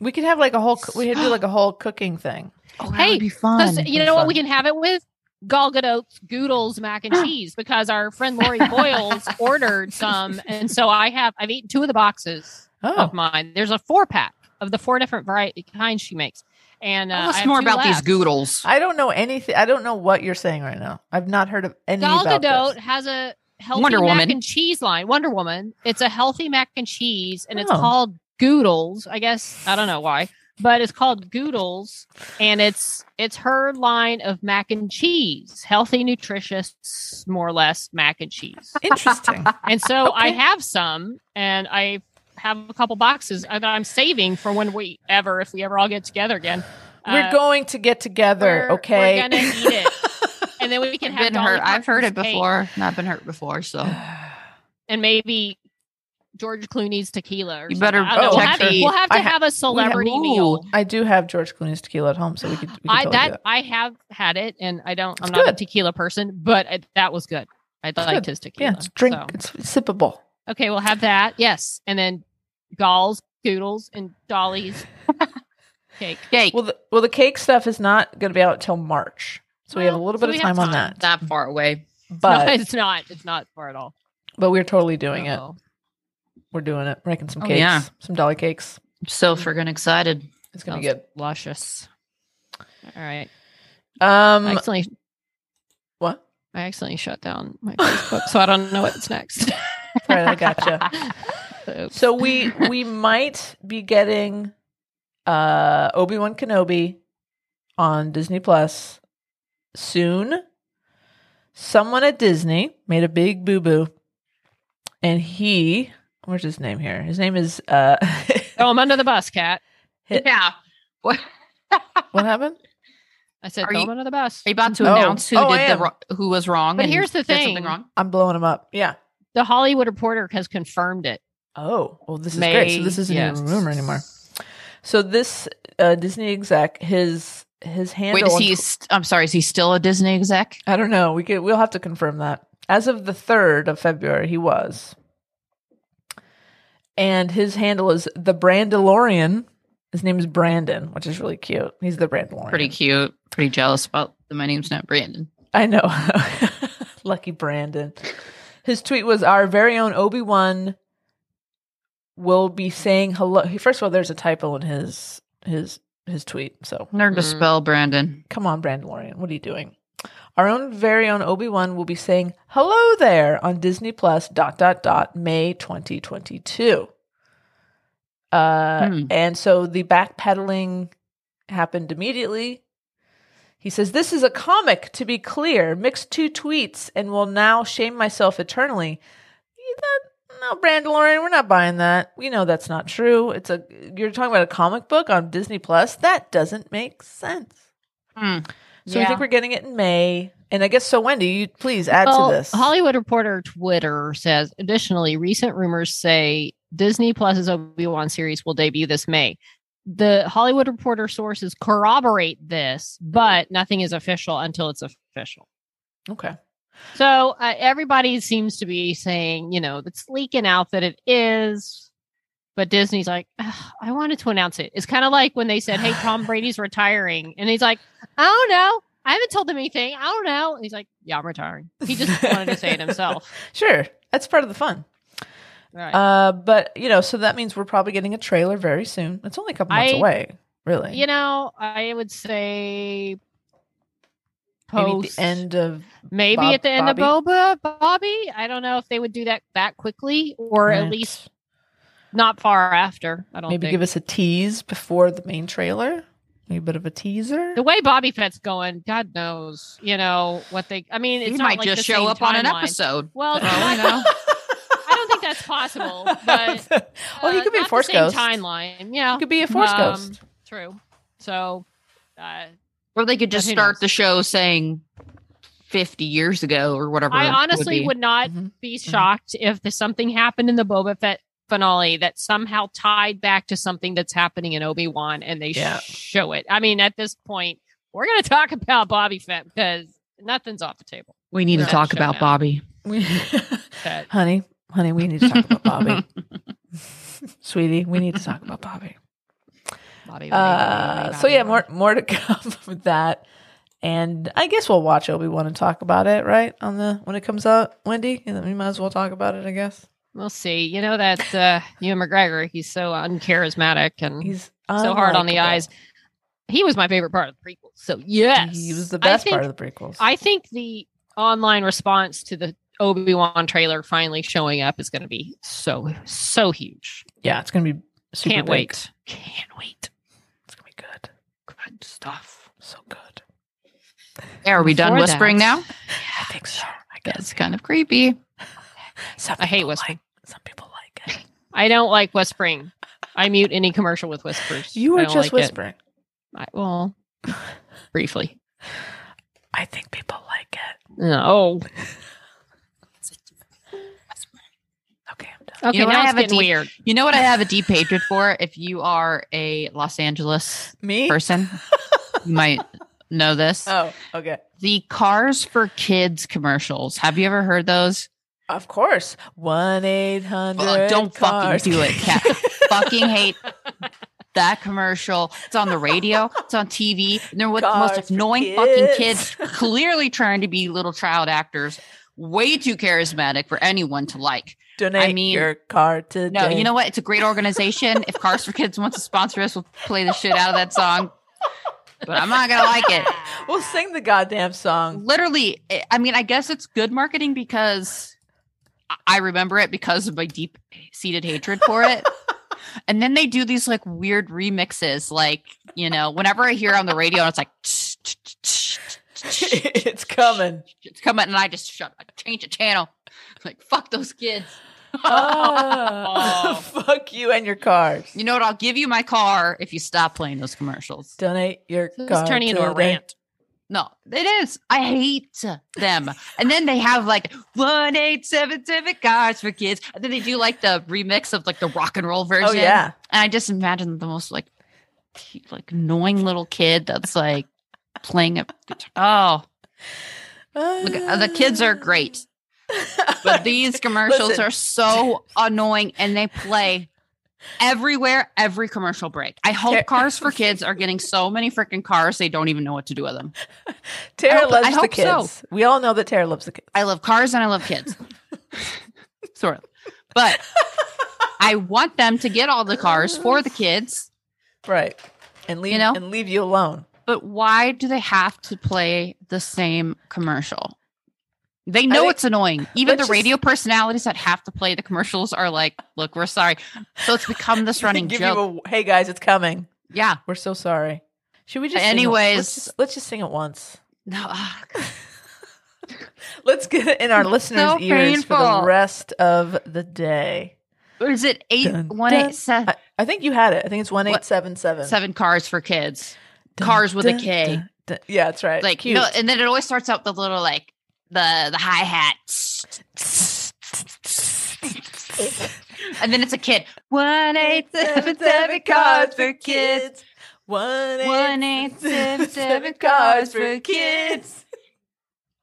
[SPEAKER 2] We could have like a whole. co- We could do like a whole cooking thing.
[SPEAKER 4] Oh,
[SPEAKER 3] Hey,
[SPEAKER 4] be fun.
[SPEAKER 3] 'Cause you know what we can have it with? Gal Gadot's Goodles mac and cheese because our friend Lori Boyles ordered some, and so I have I've eaten two of the boxes
[SPEAKER 2] Oh,
[SPEAKER 3] of mine. There's a four pack of the four different variety kinds she makes, and uh,
[SPEAKER 4] Tell
[SPEAKER 3] I
[SPEAKER 4] us
[SPEAKER 3] have
[SPEAKER 4] more
[SPEAKER 3] two
[SPEAKER 4] about these
[SPEAKER 3] left.
[SPEAKER 4] goodles.
[SPEAKER 2] I don't know anything. I don't know what you're saying right now. I've not heard of any
[SPEAKER 3] Gal
[SPEAKER 2] about this.
[SPEAKER 3] Gadot has a healthy
[SPEAKER 4] Wonder
[SPEAKER 3] mac
[SPEAKER 4] Woman.
[SPEAKER 3] and cheese line. Wonder Woman. It's a healthy mac and cheese, and it's
[SPEAKER 2] Oh.
[SPEAKER 3] called Goodles. I guess I don't know why, but it's called Goodles, and it's it's her line of mac and cheese, healthy, nutritious, more or less mac and cheese.
[SPEAKER 2] Interesting.
[SPEAKER 3] And so I
[SPEAKER 2] Okay.
[SPEAKER 3] have some, and I have a couple boxes that I'm saving for when we ever, if we ever all get together again.
[SPEAKER 2] we're
[SPEAKER 3] Uh,
[SPEAKER 2] going to get together.
[SPEAKER 3] we're- we're
[SPEAKER 2] okay.
[SPEAKER 3] gonna eat it, and then we can have.
[SPEAKER 4] I've been
[SPEAKER 3] Dolly
[SPEAKER 4] hurt. I've heard it
[SPEAKER 3] Parton's cake.
[SPEAKER 4] before. Not been hurt before. So
[SPEAKER 3] and maybe George Clooney's tequila. Or
[SPEAKER 4] You
[SPEAKER 3] something.
[SPEAKER 4] better
[SPEAKER 3] I don't know.
[SPEAKER 2] oh,
[SPEAKER 3] We'll,
[SPEAKER 2] check
[SPEAKER 3] have,
[SPEAKER 4] the-
[SPEAKER 3] we'll have to
[SPEAKER 2] I ha-
[SPEAKER 3] have a celebrity
[SPEAKER 4] Ooh.
[SPEAKER 3] meal.
[SPEAKER 2] I do have George Clooney's tequila at home, so we could. We could
[SPEAKER 3] I
[SPEAKER 2] totally do
[SPEAKER 3] that
[SPEAKER 2] that.
[SPEAKER 3] I have had it, and I don't. I'm
[SPEAKER 2] It's
[SPEAKER 3] not a
[SPEAKER 2] good.
[SPEAKER 3] tequila person, but I, that was good. I liked
[SPEAKER 2] good.
[SPEAKER 3] his tequila.
[SPEAKER 2] Yeah, it's drink.
[SPEAKER 3] so.
[SPEAKER 2] It's sippable.
[SPEAKER 3] Okay, we'll have that. Yes, and then Gall's, Doodles, and Dolly's cake.
[SPEAKER 4] cake.
[SPEAKER 2] Well, the, well, the cake stuff is not going to be out till March, so we have a
[SPEAKER 3] Well,
[SPEAKER 2] little
[SPEAKER 3] so
[SPEAKER 2] bit
[SPEAKER 3] we
[SPEAKER 2] of
[SPEAKER 3] have
[SPEAKER 2] time, on
[SPEAKER 3] time.
[SPEAKER 2] that.
[SPEAKER 4] that far away.
[SPEAKER 3] no,
[SPEAKER 2] But
[SPEAKER 3] it's not. Oh. It's not far at all.
[SPEAKER 2] but we're totally doing it.
[SPEAKER 3] So,
[SPEAKER 2] We're doing it. Making some
[SPEAKER 4] Oh,
[SPEAKER 2] cakes,
[SPEAKER 4] yeah.
[SPEAKER 2] some dolly cakes.
[SPEAKER 4] I'm so
[SPEAKER 3] Mm-hmm.
[SPEAKER 4] friggin' excited.
[SPEAKER 2] It's going to be
[SPEAKER 3] Sounds
[SPEAKER 2] good.
[SPEAKER 3] Luscious. All right. I
[SPEAKER 2] Um,
[SPEAKER 3] accidentally,
[SPEAKER 2] what?
[SPEAKER 3] I accidentally shut down my Facebook, so I don't know what's next.
[SPEAKER 2] Right, I gotcha.
[SPEAKER 3] So-
[SPEAKER 2] so we we might be getting uh Obi Wan Kenobi on Disney Plus soon. Someone at Disney made a big boo boo, and he where's his name here? His name is uh.
[SPEAKER 3] Oh, I'm under the bus, Cat.
[SPEAKER 2] Hit-
[SPEAKER 4] Yeah. What? Are
[SPEAKER 2] what happened?
[SPEAKER 3] I said,
[SPEAKER 4] Are
[SPEAKER 3] throw
[SPEAKER 4] you-
[SPEAKER 3] him under the bus.
[SPEAKER 4] you about to
[SPEAKER 2] Oh.
[SPEAKER 4] announce who
[SPEAKER 2] Oh, I
[SPEAKER 4] did the
[SPEAKER 2] am.
[SPEAKER 4] wro- who was wrong?
[SPEAKER 3] But
[SPEAKER 4] and
[SPEAKER 3] here's the
[SPEAKER 4] did
[SPEAKER 3] thing.
[SPEAKER 4] Something wrong.
[SPEAKER 2] I'm blowing him up. Yeah.
[SPEAKER 3] The Hollywood Reporter has confirmed it.
[SPEAKER 2] Oh, well, this is great. So this
[SPEAKER 3] May-
[SPEAKER 2] isn't
[SPEAKER 3] yes.
[SPEAKER 2] even a rumor anymore. So this uh, Disney exec, his his handle.
[SPEAKER 4] Wait, is
[SPEAKER 2] on
[SPEAKER 4] he?
[SPEAKER 2] tw-
[SPEAKER 4] St- I'm sorry. Is he still a Disney exec?
[SPEAKER 2] I don't know. We could, we'll have to confirm that. As of the third of February, he was, and his handle is the Brandalorian. His name is Brandon, which is really cute. He's the Brandalorian.
[SPEAKER 4] Pretty cute. Pretty jealous about that my name's not Brandon.
[SPEAKER 2] I know. Lucky Brandon. His tweet was our very own Obi Wan will be saying hello. He- First of all, there's a typo in his his his tweet. So
[SPEAKER 4] Learn to
[SPEAKER 3] Mm.
[SPEAKER 4] spell Brandon.
[SPEAKER 2] come on, Brandalorian, what are you doing? Our own very own Obi Wan will be saying hello there on Disney Plus. Dot dot dot May 2022. Uh,
[SPEAKER 4] Hmm.
[SPEAKER 2] and so the backpedaling happened immediately. He says, This is a comic, to be clear. Mixed two tweets and will now shame myself eternally. You thought- no, Brandalorian, we're not buying that. We know that's not true. It's a you're talking about a comic book on Disney Plus. That doesn't make sense.
[SPEAKER 4] Hmm.
[SPEAKER 2] So we think we're getting it in May. And I guess so, Wendy, you please add
[SPEAKER 3] Well,
[SPEAKER 2] to this.
[SPEAKER 3] Hollywood Reporter Twitter says additionally, recent rumors say Disney Plus's Obi Wan series will debut this May. The Hollywood Reporter sources corroborate this, but nothing is official until it's official.
[SPEAKER 2] okay.
[SPEAKER 3] So uh, everybody seems to be saying, you know, it's leaking out that it is, but Disney's like, "Ugh, I wanted to announce it. It's kind of like when they said, hey, Tom Brady's retiring. And he's like, I don't know. I haven't told them anything. I don't know. And he's like, yeah, I'm retiring. He just wanted to say it himself.
[SPEAKER 2] Sure. That's part of the fun.
[SPEAKER 3] Right.
[SPEAKER 2] Uh, but, you know, so that means we're probably getting a trailer very soon. It's only a couple months
[SPEAKER 3] I-
[SPEAKER 2] away, really.
[SPEAKER 3] you know, I would say
[SPEAKER 2] Maybe at
[SPEAKER 3] post
[SPEAKER 2] the end of
[SPEAKER 3] maybe
[SPEAKER 2] Bob-
[SPEAKER 3] at the end of
[SPEAKER 2] Bobby?
[SPEAKER 3] Boba Bobby. I don't know if they would do that that quickly or at
[SPEAKER 2] Right.
[SPEAKER 3] least not far after. I don't
[SPEAKER 2] maybe
[SPEAKER 3] think.
[SPEAKER 2] give us a tease before the main trailer. Maybe a bit of a teaser.
[SPEAKER 3] the way Bobby Fett's going, God knows, you know what they. I mean, it's
[SPEAKER 4] He
[SPEAKER 3] not
[SPEAKER 4] might
[SPEAKER 3] like
[SPEAKER 4] just
[SPEAKER 3] the same
[SPEAKER 4] show up on an
[SPEAKER 3] timeline.
[SPEAKER 4] episode.
[SPEAKER 3] Well,
[SPEAKER 4] For all we
[SPEAKER 3] I
[SPEAKER 4] know.
[SPEAKER 3] don't think that's possible. But
[SPEAKER 2] oh, he
[SPEAKER 3] uh,
[SPEAKER 2] could be a
[SPEAKER 3] not the
[SPEAKER 2] force
[SPEAKER 3] same
[SPEAKER 2] ghost.
[SPEAKER 3] timeline. Yeah,
[SPEAKER 2] He could be a force
[SPEAKER 3] Um,
[SPEAKER 2] ghost.
[SPEAKER 3] true. So, uh,
[SPEAKER 4] Or they could just
[SPEAKER 3] But who
[SPEAKER 4] start
[SPEAKER 3] knows?
[SPEAKER 4] the show saying 50 years ago or whatever.
[SPEAKER 3] I
[SPEAKER 4] it
[SPEAKER 3] honestly
[SPEAKER 4] be. Mm-hmm.
[SPEAKER 3] would not
[SPEAKER 2] Mhm.
[SPEAKER 3] be shocked if the, something happened in the Boba Fett finale that somehow tied back to something that's happening in Obi Wan, and they
[SPEAKER 2] Yeah.
[SPEAKER 3] show it. I mean, at this point, we're going to talk about Bobby Fett because nothing's off the table.
[SPEAKER 4] We need
[SPEAKER 3] No,
[SPEAKER 4] to talk
[SPEAKER 3] shut
[SPEAKER 4] about
[SPEAKER 3] down.
[SPEAKER 4] Bobby.
[SPEAKER 3] That
[SPEAKER 2] honey, honey, we need to talk about Bobby. Sweetie, we need to talk about Bobby.
[SPEAKER 3] Bobby. Bobby,
[SPEAKER 2] Uh,
[SPEAKER 3] Bobby,
[SPEAKER 2] so yeah,
[SPEAKER 3] Bobby.
[SPEAKER 2] more more to come with that, and I guess we'll watch Obi Wan and talk about it, right? On the when it comes out, Wendy, and then we might as well talk about it. I guess
[SPEAKER 3] We'll see. You know that uh, Ewan McGregor, he's so uncharismatic and
[SPEAKER 2] he's
[SPEAKER 3] Mm-hmm. so hard on the
[SPEAKER 2] unlikable.
[SPEAKER 3] eyes. He was my favorite part of the prequel. So yes,
[SPEAKER 2] He was the
[SPEAKER 3] I
[SPEAKER 2] best
[SPEAKER 3] think
[SPEAKER 2] part of the prequels.
[SPEAKER 3] I think the online response to the Obi Wan trailer finally showing up is going to be so so huge.
[SPEAKER 2] yeah, it's gonna be super
[SPEAKER 3] Can't
[SPEAKER 2] big.
[SPEAKER 3] wait. Can't wait.
[SPEAKER 2] It's gonna be good,
[SPEAKER 3] Good stuff.
[SPEAKER 2] so good.
[SPEAKER 4] Are we done
[SPEAKER 3] Before
[SPEAKER 4] whispering
[SPEAKER 3] that-
[SPEAKER 4] now?
[SPEAKER 2] I think so. I guess
[SPEAKER 4] That's kind of creepy.
[SPEAKER 2] some
[SPEAKER 3] I hate
[SPEAKER 2] people
[SPEAKER 3] whispering.
[SPEAKER 2] Like, some people like it.
[SPEAKER 3] I don't like whispering. I mute any commercial with whispers.
[SPEAKER 2] You
[SPEAKER 3] I
[SPEAKER 2] were
[SPEAKER 3] don't
[SPEAKER 2] just
[SPEAKER 3] like it.
[SPEAKER 2] whispering.
[SPEAKER 3] I, well, briefly.
[SPEAKER 2] I think people like it.
[SPEAKER 3] No. Oh,
[SPEAKER 2] Okay, I'm done.
[SPEAKER 3] Okay,
[SPEAKER 4] know what?
[SPEAKER 3] now
[SPEAKER 4] I
[SPEAKER 3] it's
[SPEAKER 4] have a
[SPEAKER 3] getting
[SPEAKER 4] deep-
[SPEAKER 3] weird.
[SPEAKER 4] You know what I have a deep hatred for? If you are a Los Angeles
[SPEAKER 2] Me?
[SPEAKER 4] person, you might know this.
[SPEAKER 2] Oh, okay.
[SPEAKER 4] The Cars for Kids commercials. Have you ever heard those?
[SPEAKER 2] Of course. One eight hundred.
[SPEAKER 4] Ugh, don't fucking do it, Kat. fucking hate that commercial. It's on the radio. It's on TV. And they're what the
[SPEAKER 2] Cars
[SPEAKER 4] most
[SPEAKER 2] for
[SPEAKER 4] annoying fucking
[SPEAKER 2] kids.
[SPEAKER 4] kids, clearly trying to be little child actors. Way too charismatic for anyone to like.
[SPEAKER 2] Donate
[SPEAKER 4] I mean-
[SPEAKER 2] your car today.
[SPEAKER 4] No, you know what? It's a great organization. if Cars for Kids wants to sponsor us, we'll play the shit out of that song. But I'm not gonna like it.
[SPEAKER 2] We'll sing the goddamn song.
[SPEAKER 4] Literally, I- I mean, I guess it's good marketing because I- I remember it because of my deep seated hatred for it. and then they do these like weird remixes, like you know, whenever I hear on the radio, and it's like. tsh, tsh, tsh, tsh, tsh,
[SPEAKER 2] it's coming.
[SPEAKER 4] It's coming, and I just shut. I change the channel. Like fuck those kids.
[SPEAKER 2] Ah. fuck you and your cars.
[SPEAKER 4] Oh. You know what? I'll give you my car if you stop playing those commercials.
[SPEAKER 2] Donate your
[SPEAKER 3] This
[SPEAKER 2] car
[SPEAKER 3] is turning into a
[SPEAKER 2] today.
[SPEAKER 3] rant.
[SPEAKER 4] No, it is. I hate them. And then they have like one eight seven seven cars for kids. And then they do like the remix of like the rock and roll version.
[SPEAKER 2] Oh yeah.
[SPEAKER 4] And I just imagine the most like te- like annoying little kid that's like playing a oh look, uh, the kids are great. But these commercials
[SPEAKER 2] Listen.
[SPEAKER 4] are so annoying and they play everywhere, every commercial break. I
[SPEAKER 2] Ter-
[SPEAKER 4] hope cars for kids are getting so many freaking cars they don't even know what to do with them.
[SPEAKER 2] Tara
[SPEAKER 4] I hope-
[SPEAKER 2] loves
[SPEAKER 4] I
[SPEAKER 2] the
[SPEAKER 4] hope so.
[SPEAKER 2] kids. We all know that Tara loves the kids.
[SPEAKER 4] I love cars and I love kids. sort of. But I want them to get all the cars for the kids.
[SPEAKER 2] Right. And leave
[SPEAKER 4] You know?
[SPEAKER 2] and leave you alone.
[SPEAKER 4] But why do they have to play the same commercial? They know
[SPEAKER 2] think-
[SPEAKER 4] it's annoying. Even the
[SPEAKER 2] let's just-
[SPEAKER 4] radio personalities that have to play the commercials are like, look, we're sorry. So it's become this running
[SPEAKER 2] Give
[SPEAKER 4] joke.
[SPEAKER 2] you a hey guys, it's coming.
[SPEAKER 4] yeah.
[SPEAKER 2] We're so sorry. Should we just sing it?
[SPEAKER 4] Anyways.
[SPEAKER 2] let's, just, let's just sing it once.
[SPEAKER 4] No. ah,
[SPEAKER 2] Let's get it in our listeners'
[SPEAKER 4] so
[SPEAKER 2] ears for the
[SPEAKER 4] painful.
[SPEAKER 2] rest of the day.
[SPEAKER 4] Or is it eight
[SPEAKER 2] Dun,
[SPEAKER 4] one eight
[SPEAKER 2] dun.
[SPEAKER 4] seven
[SPEAKER 2] I, I think you had it. I think it's one eight seven seven.
[SPEAKER 4] seven cars for kids?
[SPEAKER 2] Dun,
[SPEAKER 4] cars with a
[SPEAKER 2] dun,
[SPEAKER 4] K.
[SPEAKER 2] dun, D- Yeah, that's right.
[SPEAKER 4] like
[SPEAKER 2] Cute.
[SPEAKER 4] no, and then it always starts out with the little like the the hi hat, and then it's a kid. One eight seven seven cards for kids.
[SPEAKER 2] One
[SPEAKER 4] One eight seven seven cards for kids.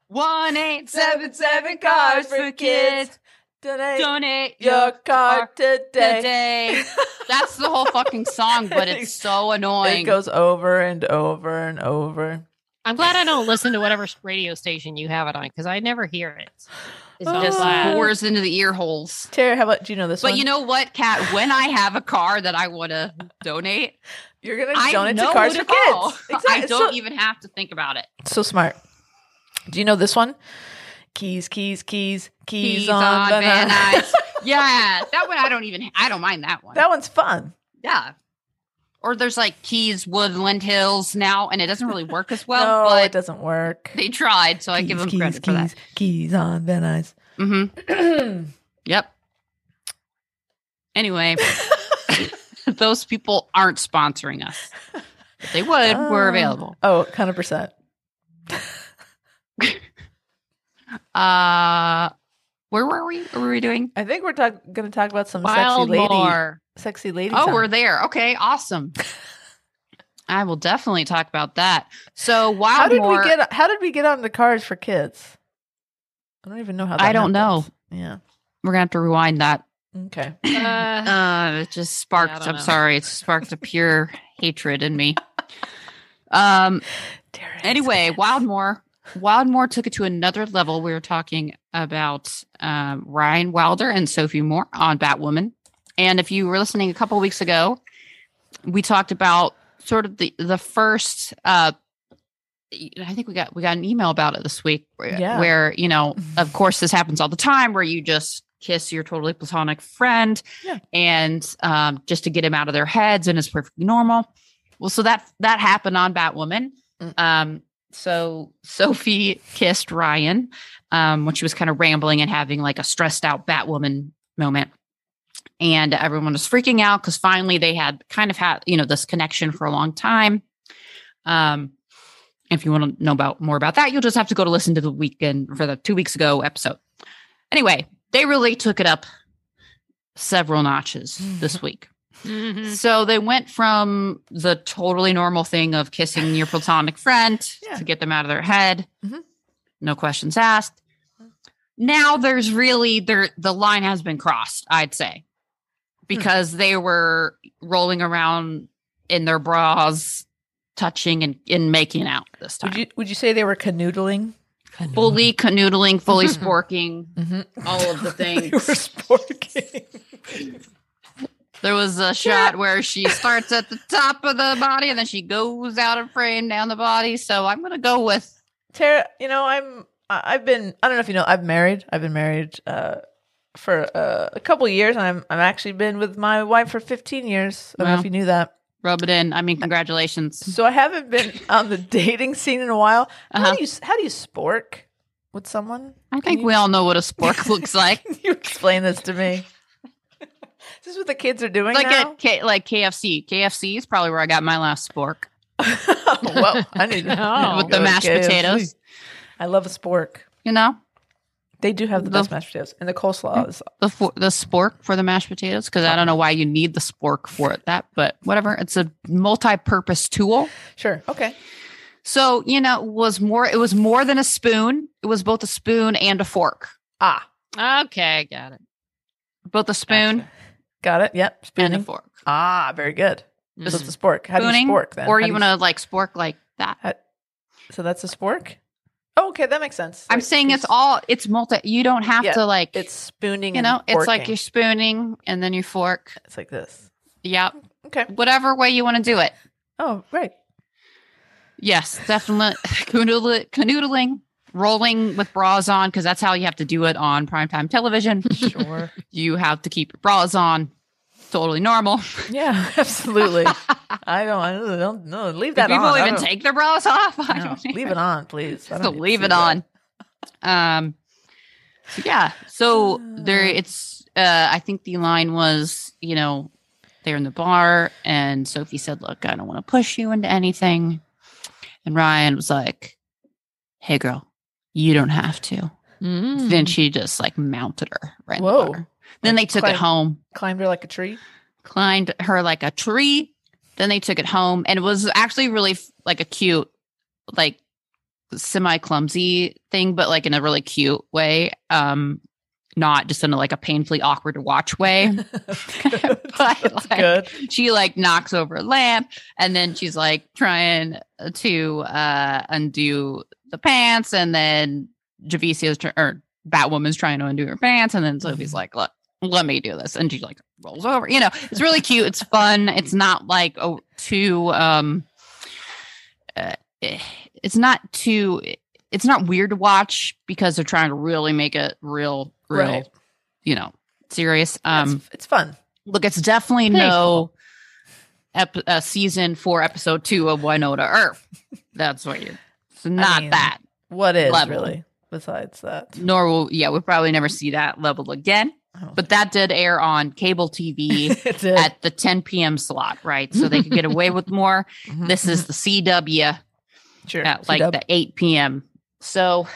[SPEAKER 4] One eight seven seven cards for kids.
[SPEAKER 2] Donate
[SPEAKER 4] Donate
[SPEAKER 2] your card today.
[SPEAKER 4] today. That's the whole fucking song, but it's so
[SPEAKER 2] It
[SPEAKER 4] annoying.
[SPEAKER 2] goes over and over and over.
[SPEAKER 3] I'm glad I don't listen to whatever radio station you have it on because I never hear it. It's
[SPEAKER 2] Oh.
[SPEAKER 4] just
[SPEAKER 3] just loud.
[SPEAKER 4] pours into the ear holes.
[SPEAKER 2] Tara, how about do you know this
[SPEAKER 4] But
[SPEAKER 2] one?
[SPEAKER 4] you know what, Kat? When I have a car that I want to donate,
[SPEAKER 2] you're gonna
[SPEAKER 4] I
[SPEAKER 2] donate
[SPEAKER 4] know
[SPEAKER 2] to cars
[SPEAKER 4] who
[SPEAKER 2] for
[SPEAKER 4] to call.
[SPEAKER 2] kids. Exactly.
[SPEAKER 4] I
[SPEAKER 2] It's
[SPEAKER 4] don't e-,
[SPEAKER 2] so,
[SPEAKER 4] even have to think about it.
[SPEAKER 2] so smart. Do you know this one? Keys, keys, keys, keys,
[SPEAKER 4] He's
[SPEAKER 2] on,
[SPEAKER 4] on
[SPEAKER 2] Van
[SPEAKER 4] Van
[SPEAKER 2] Nuys.
[SPEAKER 4] Nuys. Yeah, that one I don't even. I don't mind that one.
[SPEAKER 2] That one's fun.
[SPEAKER 4] Yeah. Or there's like Keys, Woodland Hills now, and it doesn't really work as well,
[SPEAKER 2] no, it
[SPEAKER 4] but
[SPEAKER 2] doesn't work.
[SPEAKER 4] they tried, so I give them
[SPEAKER 2] keys,
[SPEAKER 4] credit for
[SPEAKER 2] keys,
[SPEAKER 4] that.
[SPEAKER 2] keys on Van Nuys.
[SPEAKER 4] hmm Yep. Anyway, those people aren't sponsoring us. If they would, we're
[SPEAKER 2] Uh,
[SPEAKER 4] available.
[SPEAKER 2] Oh, 100%.
[SPEAKER 4] Uh, where were we? What were we doing?
[SPEAKER 2] I think we're talk- going to talk about some
[SPEAKER 3] Wild
[SPEAKER 2] sexy lady.
[SPEAKER 3] Boar.
[SPEAKER 2] Sexy lady.
[SPEAKER 4] Oh,
[SPEAKER 2] song.
[SPEAKER 4] we're there. Okay, awesome. I will definitely talk about that. So, Wild
[SPEAKER 2] how did
[SPEAKER 4] Boar-
[SPEAKER 2] we get how did we get on the cars for kids? I don't even know how. That
[SPEAKER 4] I don't
[SPEAKER 2] happens. know.
[SPEAKER 4] We're gonna have to rewind that.
[SPEAKER 2] Yeah. Okay.
[SPEAKER 3] Uh,
[SPEAKER 4] Uh, it just sparked.
[SPEAKER 3] I don't
[SPEAKER 4] I'm
[SPEAKER 3] know.
[SPEAKER 4] sorry. It sparked a pure hatred in me. Um.
[SPEAKER 2] Terrence.
[SPEAKER 4] Anyway, Wildmore. Wildmore took it to another level. We were talking about um, Ryan Wilder and Sophie Moore on Batwoman. And if you were listening a couple weeks ago, we talked about sort of the the first. Uh, I think we got we got an email about it this week. Where,
[SPEAKER 2] Yeah.
[SPEAKER 4] where you know, of course, this happens all the time. Where you just kiss your totally platonic friend,
[SPEAKER 2] Yeah.
[SPEAKER 4] and um, just to get him out of their heads, and it's perfectly normal. Well, so that that happened on Batwoman.
[SPEAKER 2] Mm.
[SPEAKER 4] Um, so Sophie kissed Ryan um, when she was kind of rambling and having like a stressed out Batwoman moment. And everyone was freaking out because finally they had kind of had, you know, this connection for a long time. Um, if you want to know about more about that, you'll just have to go to listen to the weekend for the two weeks ago episode. Anyway, they really took it up several notches this week.
[SPEAKER 3] mhm.
[SPEAKER 4] Mm. So they went from the totally normal thing of kissing your platonic friend
[SPEAKER 2] Yeah.
[SPEAKER 4] to get them out of their head,
[SPEAKER 2] Mhm.
[SPEAKER 4] no questions asked. Now there's really there the line has been crossed, I'd say, because they were rolling around in their bras, touching and, and making out this time,
[SPEAKER 2] would you would you say they were canoodling?
[SPEAKER 4] fully canoodling, fully sporking,
[SPEAKER 2] Mm-hmm.
[SPEAKER 4] all of the
[SPEAKER 2] they
[SPEAKER 4] things.
[SPEAKER 2] were sporking.
[SPEAKER 4] There was a shot where she starts at the top of the body and then she goes out of frame down the body. So I'm gonna go with
[SPEAKER 2] Tara, you know I'm I- I've been I don't know if you know I've married I've been married uh, for uh, a couple years and I'm I'm actually been with my wife for 15 years. I don't know
[SPEAKER 4] Wow.
[SPEAKER 2] if you knew that.
[SPEAKER 4] rub it in. I mean, congratulations.
[SPEAKER 2] So I haven't been on the dating scene in a while. How
[SPEAKER 4] Uh-huh.
[SPEAKER 2] do you how do you spork with someone?
[SPEAKER 4] I
[SPEAKER 2] Can
[SPEAKER 4] think
[SPEAKER 2] you-
[SPEAKER 4] we all know what a spork looks like.
[SPEAKER 2] Can you explain this to me? Is this what the kids are doing
[SPEAKER 4] Like
[SPEAKER 2] now?
[SPEAKER 4] at K- like KFC. KFC is probably where I got my last spork
[SPEAKER 2] well, I need to
[SPEAKER 3] No.
[SPEAKER 4] with the
[SPEAKER 2] go to
[SPEAKER 4] mashed
[SPEAKER 2] KFC.
[SPEAKER 4] potatoes.
[SPEAKER 2] I love a spork.
[SPEAKER 4] You know
[SPEAKER 2] They do have the,
[SPEAKER 4] The-
[SPEAKER 2] best mashed potatoes, and the coleslaw is
[SPEAKER 4] the for- the spork for the mashed potatoes because I don't know why you need the spork for it, that, but whatever. It's a multi-purpose tool.
[SPEAKER 2] sure okay.
[SPEAKER 4] So you know, it was more. It was more than a spoon. It was both a spoon and a fork.
[SPEAKER 2] Ah,
[SPEAKER 3] okay, got it.
[SPEAKER 4] Both a spoon
[SPEAKER 3] Gotcha.
[SPEAKER 2] got it. Yep,
[SPEAKER 4] and a
[SPEAKER 2] spooning.
[SPEAKER 4] fork.
[SPEAKER 2] Ah, very good.
[SPEAKER 3] Mhm.
[SPEAKER 2] So it's a spork. How do you
[SPEAKER 4] Mm-hmm. Spooning,
[SPEAKER 2] spork then?
[SPEAKER 4] Or
[SPEAKER 2] How
[SPEAKER 4] you
[SPEAKER 2] do
[SPEAKER 4] want to like spork like that.
[SPEAKER 2] So that's a spork. Oh, okay, that makes sense.
[SPEAKER 4] I'm
[SPEAKER 2] Like,
[SPEAKER 4] saying it's all it's multi. You don't have
[SPEAKER 2] Yeah,
[SPEAKER 4] to like
[SPEAKER 2] It's spooning.
[SPEAKER 4] you know.
[SPEAKER 2] and
[SPEAKER 4] It's like
[SPEAKER 2] forking.
[SPEAKER 4] you're spooning and then you fork.
[SPEAKER 2] It's like this.
[SPEAKER 4] Yep.
[SPEAKER 2] Okay.
[SPEAKER 4] Whatever way you want to do it.
[SPEAKER 2] Oh, right.
[SPEAKER 4] Yes, definitely canoodle- canoodling, rolling with bras on because that's how you have to do it on primetime television.
[SPEAKER 2] Sure.
[SPEAKER 4] you have to keep your bras on. Totally normal.
[SPEAKER 2] yeah, absolutely. I don't. I don't- don't. No, leave that
[SPEAKER 4] Do people
[SPEAKER 2] on. I
[SPEAKER 4] even
[SPEAKER 2] don't-
[SPEAKER 4] take their bras off? I
[SPEAKER 2] No,
[SPEAKER 4] don't
[SPEAKER 2] leave it on, please. I
[SPEAKER 4] So
[SPEAKER 2] don't need to
[SPEAKER 4] leave
[SPEAKER 2] see
[SPEAKER 4] it
[SPEAKER 2] that.
[SPEAKER 4] on. Um, so yeah. So there,
[SPEAKER 2] Ah.
[SPEAKER 4] it's. Uh, I think the line was, you know, they're in the bar, and Sophie said, "Look, I don't want to push you into anything." And Ryan was like, Hey, girl, you don't have to.
[SPEAKER 3] Mm.
[SPEAKER 4] Then she just like mounted her right in the
[SPEAKER 2] Hmm. Whoa.
[SPEAKER 4] water. Then they took
[SPEAKER 2] Quite-
[SPEAKER 4] it home,
[SPEAKER 2] Climbed her like a tree.
[SPEAKER 4] climbed her like a tree. Then they took it home, and it was actually really like a cute, like semi clumsy thing, but like in a really cute way. Um, not just in a, like a painfully awkward to watch way.
[SPEAKER 2] Good.
[SPEAKER 4] But,
[SPEAKER 2] That's
[SPEAKER 4] like,
[SPEAKER 2] good.
[SPEAKER 4] she like knocks over a lamp and then she's like trying to uh undo the pants and then Javicio's tr- or Batwoman's trying to undo her pants and then
[SPEAKER 2] Mm-hmm.
[SPEAKER 4] Sophie's like look let me do this and she like rolls over you know it's really cute it's fun it's not like oh too um uh, eh, it's not too it's not weird to watch because they're trying to really make it real real
[SPEAKER 2] Right.
[SPEAKER 4] you know serious um
[SPEAKER 2] That's- it's fun.
[SPEAKER 4] Look, it's definitely
[SPEAKER 3] Pretty
[SPEAKER 4] no ep- uh, season four, episode two of Winona Earth. That's what you're. It's not
[SPEAKER 2] mean-
[SPEAKER 4] that.
[SPEAKER 2] What is
[SPEAKER 4] level.
[SPEAKER 2] really besides that?
[SPEAKER 4] Nor will yeah, we'll probably never see that level again.
[SPEAKER 2] I don't
[SPEAKER 4] But that did air on cable TV
[SPEAKER 2] think it did.
[SPEAKER 4] at the 10 p.m. slot, right? So they could get away with more. This is the CW
[SPEAKER 2] Mm-hmm, Sure.
[SPEAKER 4] at like
[SPEAKER 2] CW.
[SPEAKER 4] the 8 p.m. So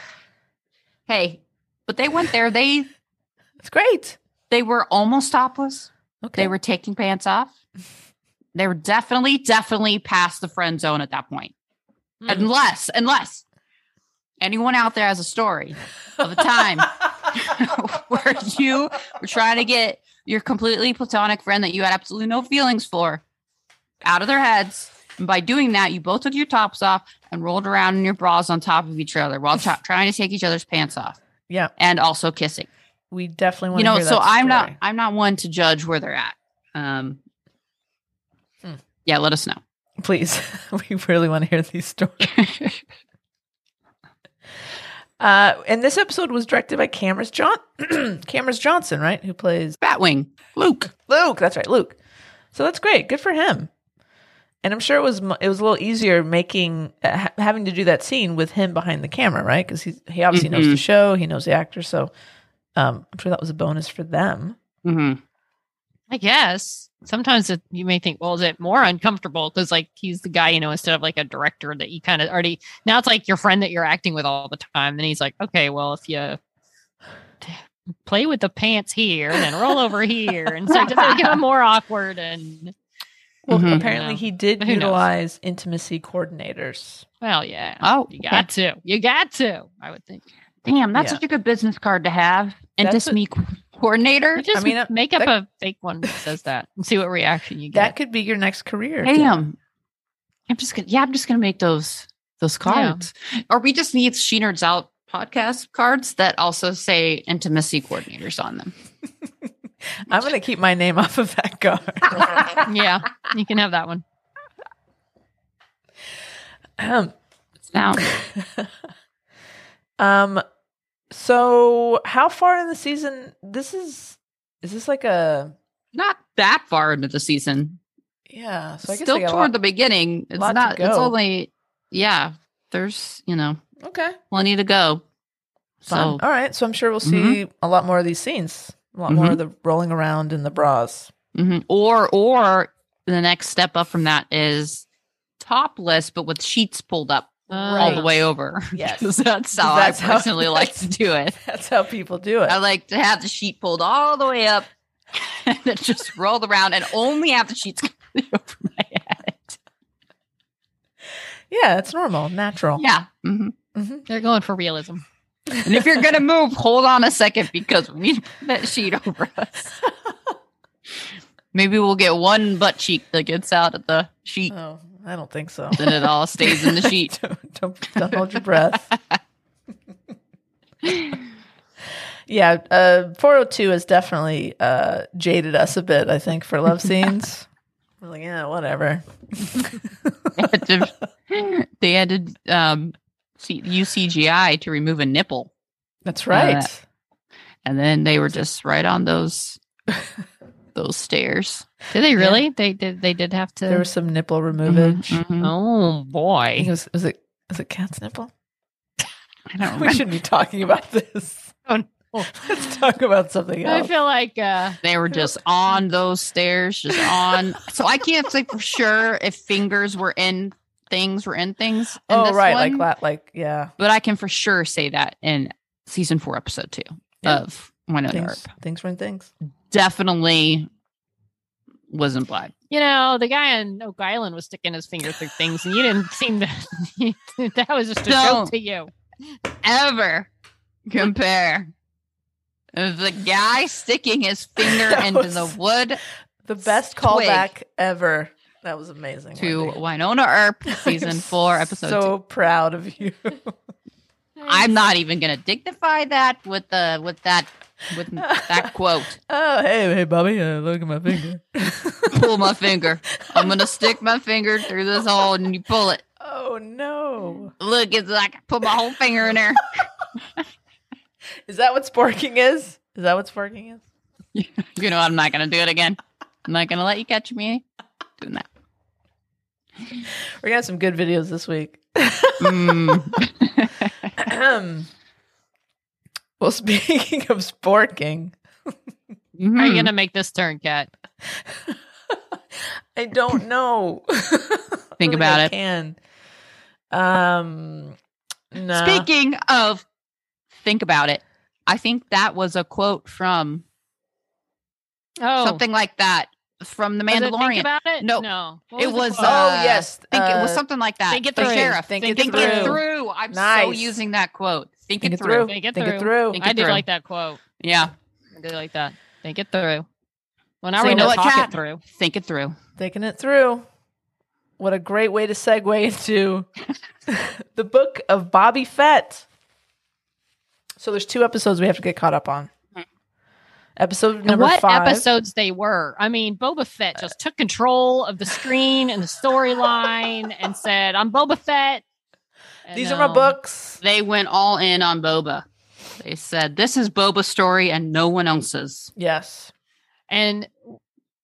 [SPEAKER 4] hey, but they went there. They
[SPEAKER 2] It's great.
[SPEAKER 4] they were almost topless.
[SPEAKER 2] Okay.
[SPEAKER 4] They were taking pants off. They were definitely, definitely past the friend zone at that point.
[SPEAKER 2] Hmm.
[SPEAKER 3] Mm.
[SPEAKER 4] Unless, unless anyone out there has a story of a time where you were trying to get your completely platonic friend that you had absolutely no feelings for out of their heads. And by doing that, you both took your tops off and rolled around in your bras on top of each other while try- trying to take each other's pants off
[SPEAKER 2] yeah,
[SPEAKER 4] and also kissing
[SPEAKER 2] we definitely want
[SPEAKER 4] you
[SPEAKER 2] to
[SPEAKER 4] know
[SPEAKER 2] hear
[SPEAKER 4] so
[SPEAKER 2] that
[SPEAKER 4] i'm not
[SPEAKER 2] story.
[SPEAKER 4] i'm not one to judge where they're at um
[SPEAKER 2] Hmm.
[SPEAKER 4] yeah let us know
[SPEAKER 2] Please, we really want to hear these stories. uh, and this episode was directed by Cameras John, Cameras Johnson, right? Who plays
[SPEAKER 4] batwing luke
[SPEAKER 2] Luke. That's right, Luke. So that's great. Good for him. And I'm sure it was mu- it was a little easier making uh, ha- having to do that scene with him behind the camera, right? Because he he obviously knows the show, he knows the actor, so um, I'm sure that was a bonus for them.
[SPEAKER 4] mm-hmm.
[SPEAKER 3] I guess sometimes it, you may think, well, is it more uncomfortable because like he's the guy, you know, instead of like a director that you kind of already now it's like your friend that you're acting with all the time. Then he's like, okay, well, if you t- play with the pants here and then roll over here, and so it doesn't get more awkward and
[SPEAKER 2] Well,
[SPEAKER 4] Mhm.
[SPEAKER 2] apparently
[SPEAKER 3] No.
[SPEAKER 2] he did
[SPEAKER 3] But who knows?
[SPEAKER 2] utilize intimacy coordinators.
[SPEAKER 3] well, yeah,
[SPEAKER 4] oh
[SPEAKER 3] you got to, you got to. I would think
[SPEAKER 4] damn that's
[SPEAKER 2] Yeah.
[SPEAKER 4] such a good business card to have and
[SPEAKER 2] That's
[SPEAKER 4] this
[SPEAKER 2] a-
[SPEAKER 4] me co- coordinator
[SPEAKER 3] Or just
[SPEAKER 2] mean, uh,
[SPEAKER 3] make up
[SPEAKER 2] that-
[SPEAKER 3] a fake one that says that and see what reaction you
[SPEAKER 2] That
[SPEAKER 3] get.
[SPEAKER 2] could be your next career. Jen.
[SPEAKER 4] damn i'm just gonna yeah i'm just gonna make those those cards or we just need she nerds out podcast cards that also say intimacy coordinators on them
[SPEAKER 2] I'm going to keep my name off of that card.
[SPEAKER 3] yeah, you can have that one.
[SPEAKER 2] Ahem.
[SPEAKER 4] now
[SPEAKER 2] um, so how far in the season? This is is this like a
[SPEAKER 4] not that far into the season
[SPEAKER 2] yeah? So I guess
[SPEAKER 4] still
[SPEAKER 2] they got
[SPEAKER 4] toward
[SPEAKER 2] a lot-
[SPEAKER 4] the beginning. It's
[SPEAKER 2] lot to
[SPEAKER 4] not. It's
[SPEAKER 2] go.
[SPEAKER 4] only yeah. There's you know
[SPEAKER 2] okay.
[SPEAKER 4] plenty to go.
[SPEAKER 2] Fun.
[SPEAKER 4] So Mm-hmm.
[SPEAKER 2] All right. So I'm sure we'll see a lot more of these scenes. A lot more of the rolling around in the bras.
[SPEAKER 4] mhm. or or the next step up from that is topless, but with sheets pulled up all the
[SPEAKER 2] Right.
[SPEAKER 4] way over.
[SPEAKER 2] Yes.
[SPEAKER 4] 'Cause that's how
[SPEAKER 2] That's
[SPEAKER 4] I
[SPEAKER 2] how-
[SPEAKER 4] personally like to do it.
[SPEAKER 2] That's how people do it.
[SPEAKER 4] I like to have the sheet pulled all the way up and then just roll around and only have the sheets completely over my head.
[SPEAKER 2] yeah, it's normal, natural.
[SPEAKER 4] Yeah. mhm.
[SPEAKER 2] Mhm.
[SPEAKER 3] They're going for realism.
[SPEAKER 4] And if you're gonna move, hold on a second because we need to put that sheet over us. Maybe we'll get one butt cheek that gets out of the sheet,
[SPEAKER 2] Oh, I don't think so.
[SPEAKER 4] then it all stays in the sheet.
[SPEAKER 2] don't, don't, don't hold your breath. yeah, uh, 402 has definitely uh, jaded us a bit, I think, for love scenes. We're like, yeah, whatever.
[SPEAKER 4] They had to, they had to um, C- use CGI to remove a nipple,
[SPEAKER 2] That's right.
[SPEAKER 4] and then they were just right on those those stairs.
[SPEAKER 3] Did they
[SPEAKER 2] Yeah.
[SPEAKER 3] really? They did. They did have to.
[SPEAKER 2] there was some nipple removage.
[SPEAKER 4] Mhm, mhm.
[SPEAKER 3] oh
[SPEAKER 2] I think
[SPEAKER 3] boy!
[SPEAKER 2] it was, was it was it cat's nipple?
[SPEAKER 4] I don't
[SPEAKER 2] We
[SPEAKER 4] remember.
[SPEAKER 2] should be talking about this.
[SPEAKER 3] Oh, no.
[SPEAKER 2] Let's talk about something
[SPEAKER 3] I
[SPEAKER 2] else.
[SPEAKER 3] feel like uh,
[SPEAKER 4] They were just on those stairs, just on. So I can't say for sure if fingers were in things were in things. In
[SPEAKER 2] oh
[SPEAKER 4] this
[SPEAKER 2] right,
[SPEAKER 4] one,
[SPEAKER 2] like that, like yeah.
[SPEAKER 4] But I can for sure say that in season four, episode two
[SPEAKER 2] Yeah.
[SPEAKER 4] of Winona Earp.
[SPEAKER 2] Things, things were in things.
[SPEAKER 4] Definitely was implied.
[SPEAKER 3] You know, the guy on Oak Island was sticking his finger through things, and you didn't seem to. that was just a joke
[SPEAKER 4] Don't.
[SPEAKER 3] to you.
[SPEAKER 4] Ever compare the guy sticking his finger
[SPEAKER 2] That
[SPEAKER 4] into
[SPEAKER 2] was-
[SPEAKER 4] the wood
[SPEAKER 2] The best
[SPEAKER 4] Twig.
[SPEAKER 2] callback ever. That was amazing.
[SPEAKER 4] to
[SPEAKER 2] Wendy.
[SPEAKER 4] Winona Earp season
[SPEAKER 2] I'm
[SPEAKER 4] four, episode two.
[SPEAKER 2] So proud of you.
[SPEAKER 4] I'm not even gonna dignify that with the with that with that quote.
[SPEAKER 2] oh hey hey Bobby, uh, look at my finger.
[SPEAKER 4] Pull my finger. I'm gonna stick my finger through this hole and you pull it.
[SPEAKER 2] oh no,
[SPEAKER 4] Look, it's like I put my whole finger in there.
[SPEAKER 2] is that what sparking is? Is that what sparking is?
[SPEAKER 4] You know, I'm not gonna do it again. I'm not gonna let you catch me doing that.
[SPEAKER 2] We're gonna have some good videos this week.
[SPEAKER 4] Mm.
[SPEAKER 2] well, speaking of sporking,
[SPEAKER 3] Are you
[SPEAKER 4] Mhm.
[SPEAKER 3] gonna make this turn, Kat?
[SPEAKER 2] I don't know.
[SPEAKER 4] Think about it.
[SPEAKER 2] Can um, nah.
[SPEAKER 4] Speaking of think about it, I think that was a quote from
[SPEAKER 3] Oh,
[SPEAKER 4] something like that from the
[SPEAKER 3] was it Think
[SPEAKER 4] Mandalorian.
[SPEAKER 3] about it.
[SPEAKER 4] No.
[SPEAKER 3] no, What
[SPEAKER 4] it
[SPEAKER 3] the
[SPEAKER 4] was
[SPEAKER 3] quote?
[SPEAKER 2] uh,
[SPEAKER 4] oh
[SPEAKER 2] Oh, yes,
[SPEAKER 4] yes, think it was
[SPEAKER 2] uh,
[SPEAKER 4] something like that.
[SPEAKER 3] Think it
[SPEAKER 4] The
[SPEAKER 3] through.
[SPEAKER 4] sheriff.
[SPEAKER 2] Think it
[SPEAKER 4] Think,
[SPEAKER 3] through.
[SPEAKER 4] it through. I'm so
[SPEAKER 2] Nice.
[SPEAKER 4] using that quote. Think,
[SPEAKER 2] Think
[SPEAKER 4] it through.
[SPEAKER 3] Think it
[SPEAKER 2] Think it
[SPEAKER 3] through.
[SPEAKER 2] through.
[SPEAKER 4] Think
[SPEAKER 3] I
[SPEAKER 4] it
[SPEAKER 3] did
[SPEAKER 4] through.
[SPEAKER 3] like that quote.
[SPEAKER 4] Yeah,
[SPEAKER 3] I did like that. Think it through. When I
[SPEAKER 4] So
[SPEAKER 3] read
[SPEAKER 4] you know
[SPEAKER 3] that,
[SPEAKER 4] what,
[SPEAKER 3] talk
[SPEAKER 4] Kat?
[SPEAKER 3] it through.
[SPEAKER 4] think it through.
[SPEAKER 2] Thinking it through. What a great way to segue into the book of Bobby Fett. So there's two episodes we have to get caught up on. Episode
[SPEAKER 3] And
[SPEAKER 2] number
[SPEAKER 3] what
[SPEAKER 2] five.
[SPEAKER 3] episodes they were. I mean, Boba Fett just took control of the screen and the storyline and said, I'm Boba Fett. And,
[SPEAKER 2] These are my
[SPEAKER 3] um,
[SPEAKER 2] books.
[SPEAKER 4] They went all in on Boba. They said this is Boba's story and no one else's.
[SPEAKER 2] Yes.
[SPEAKER 3] And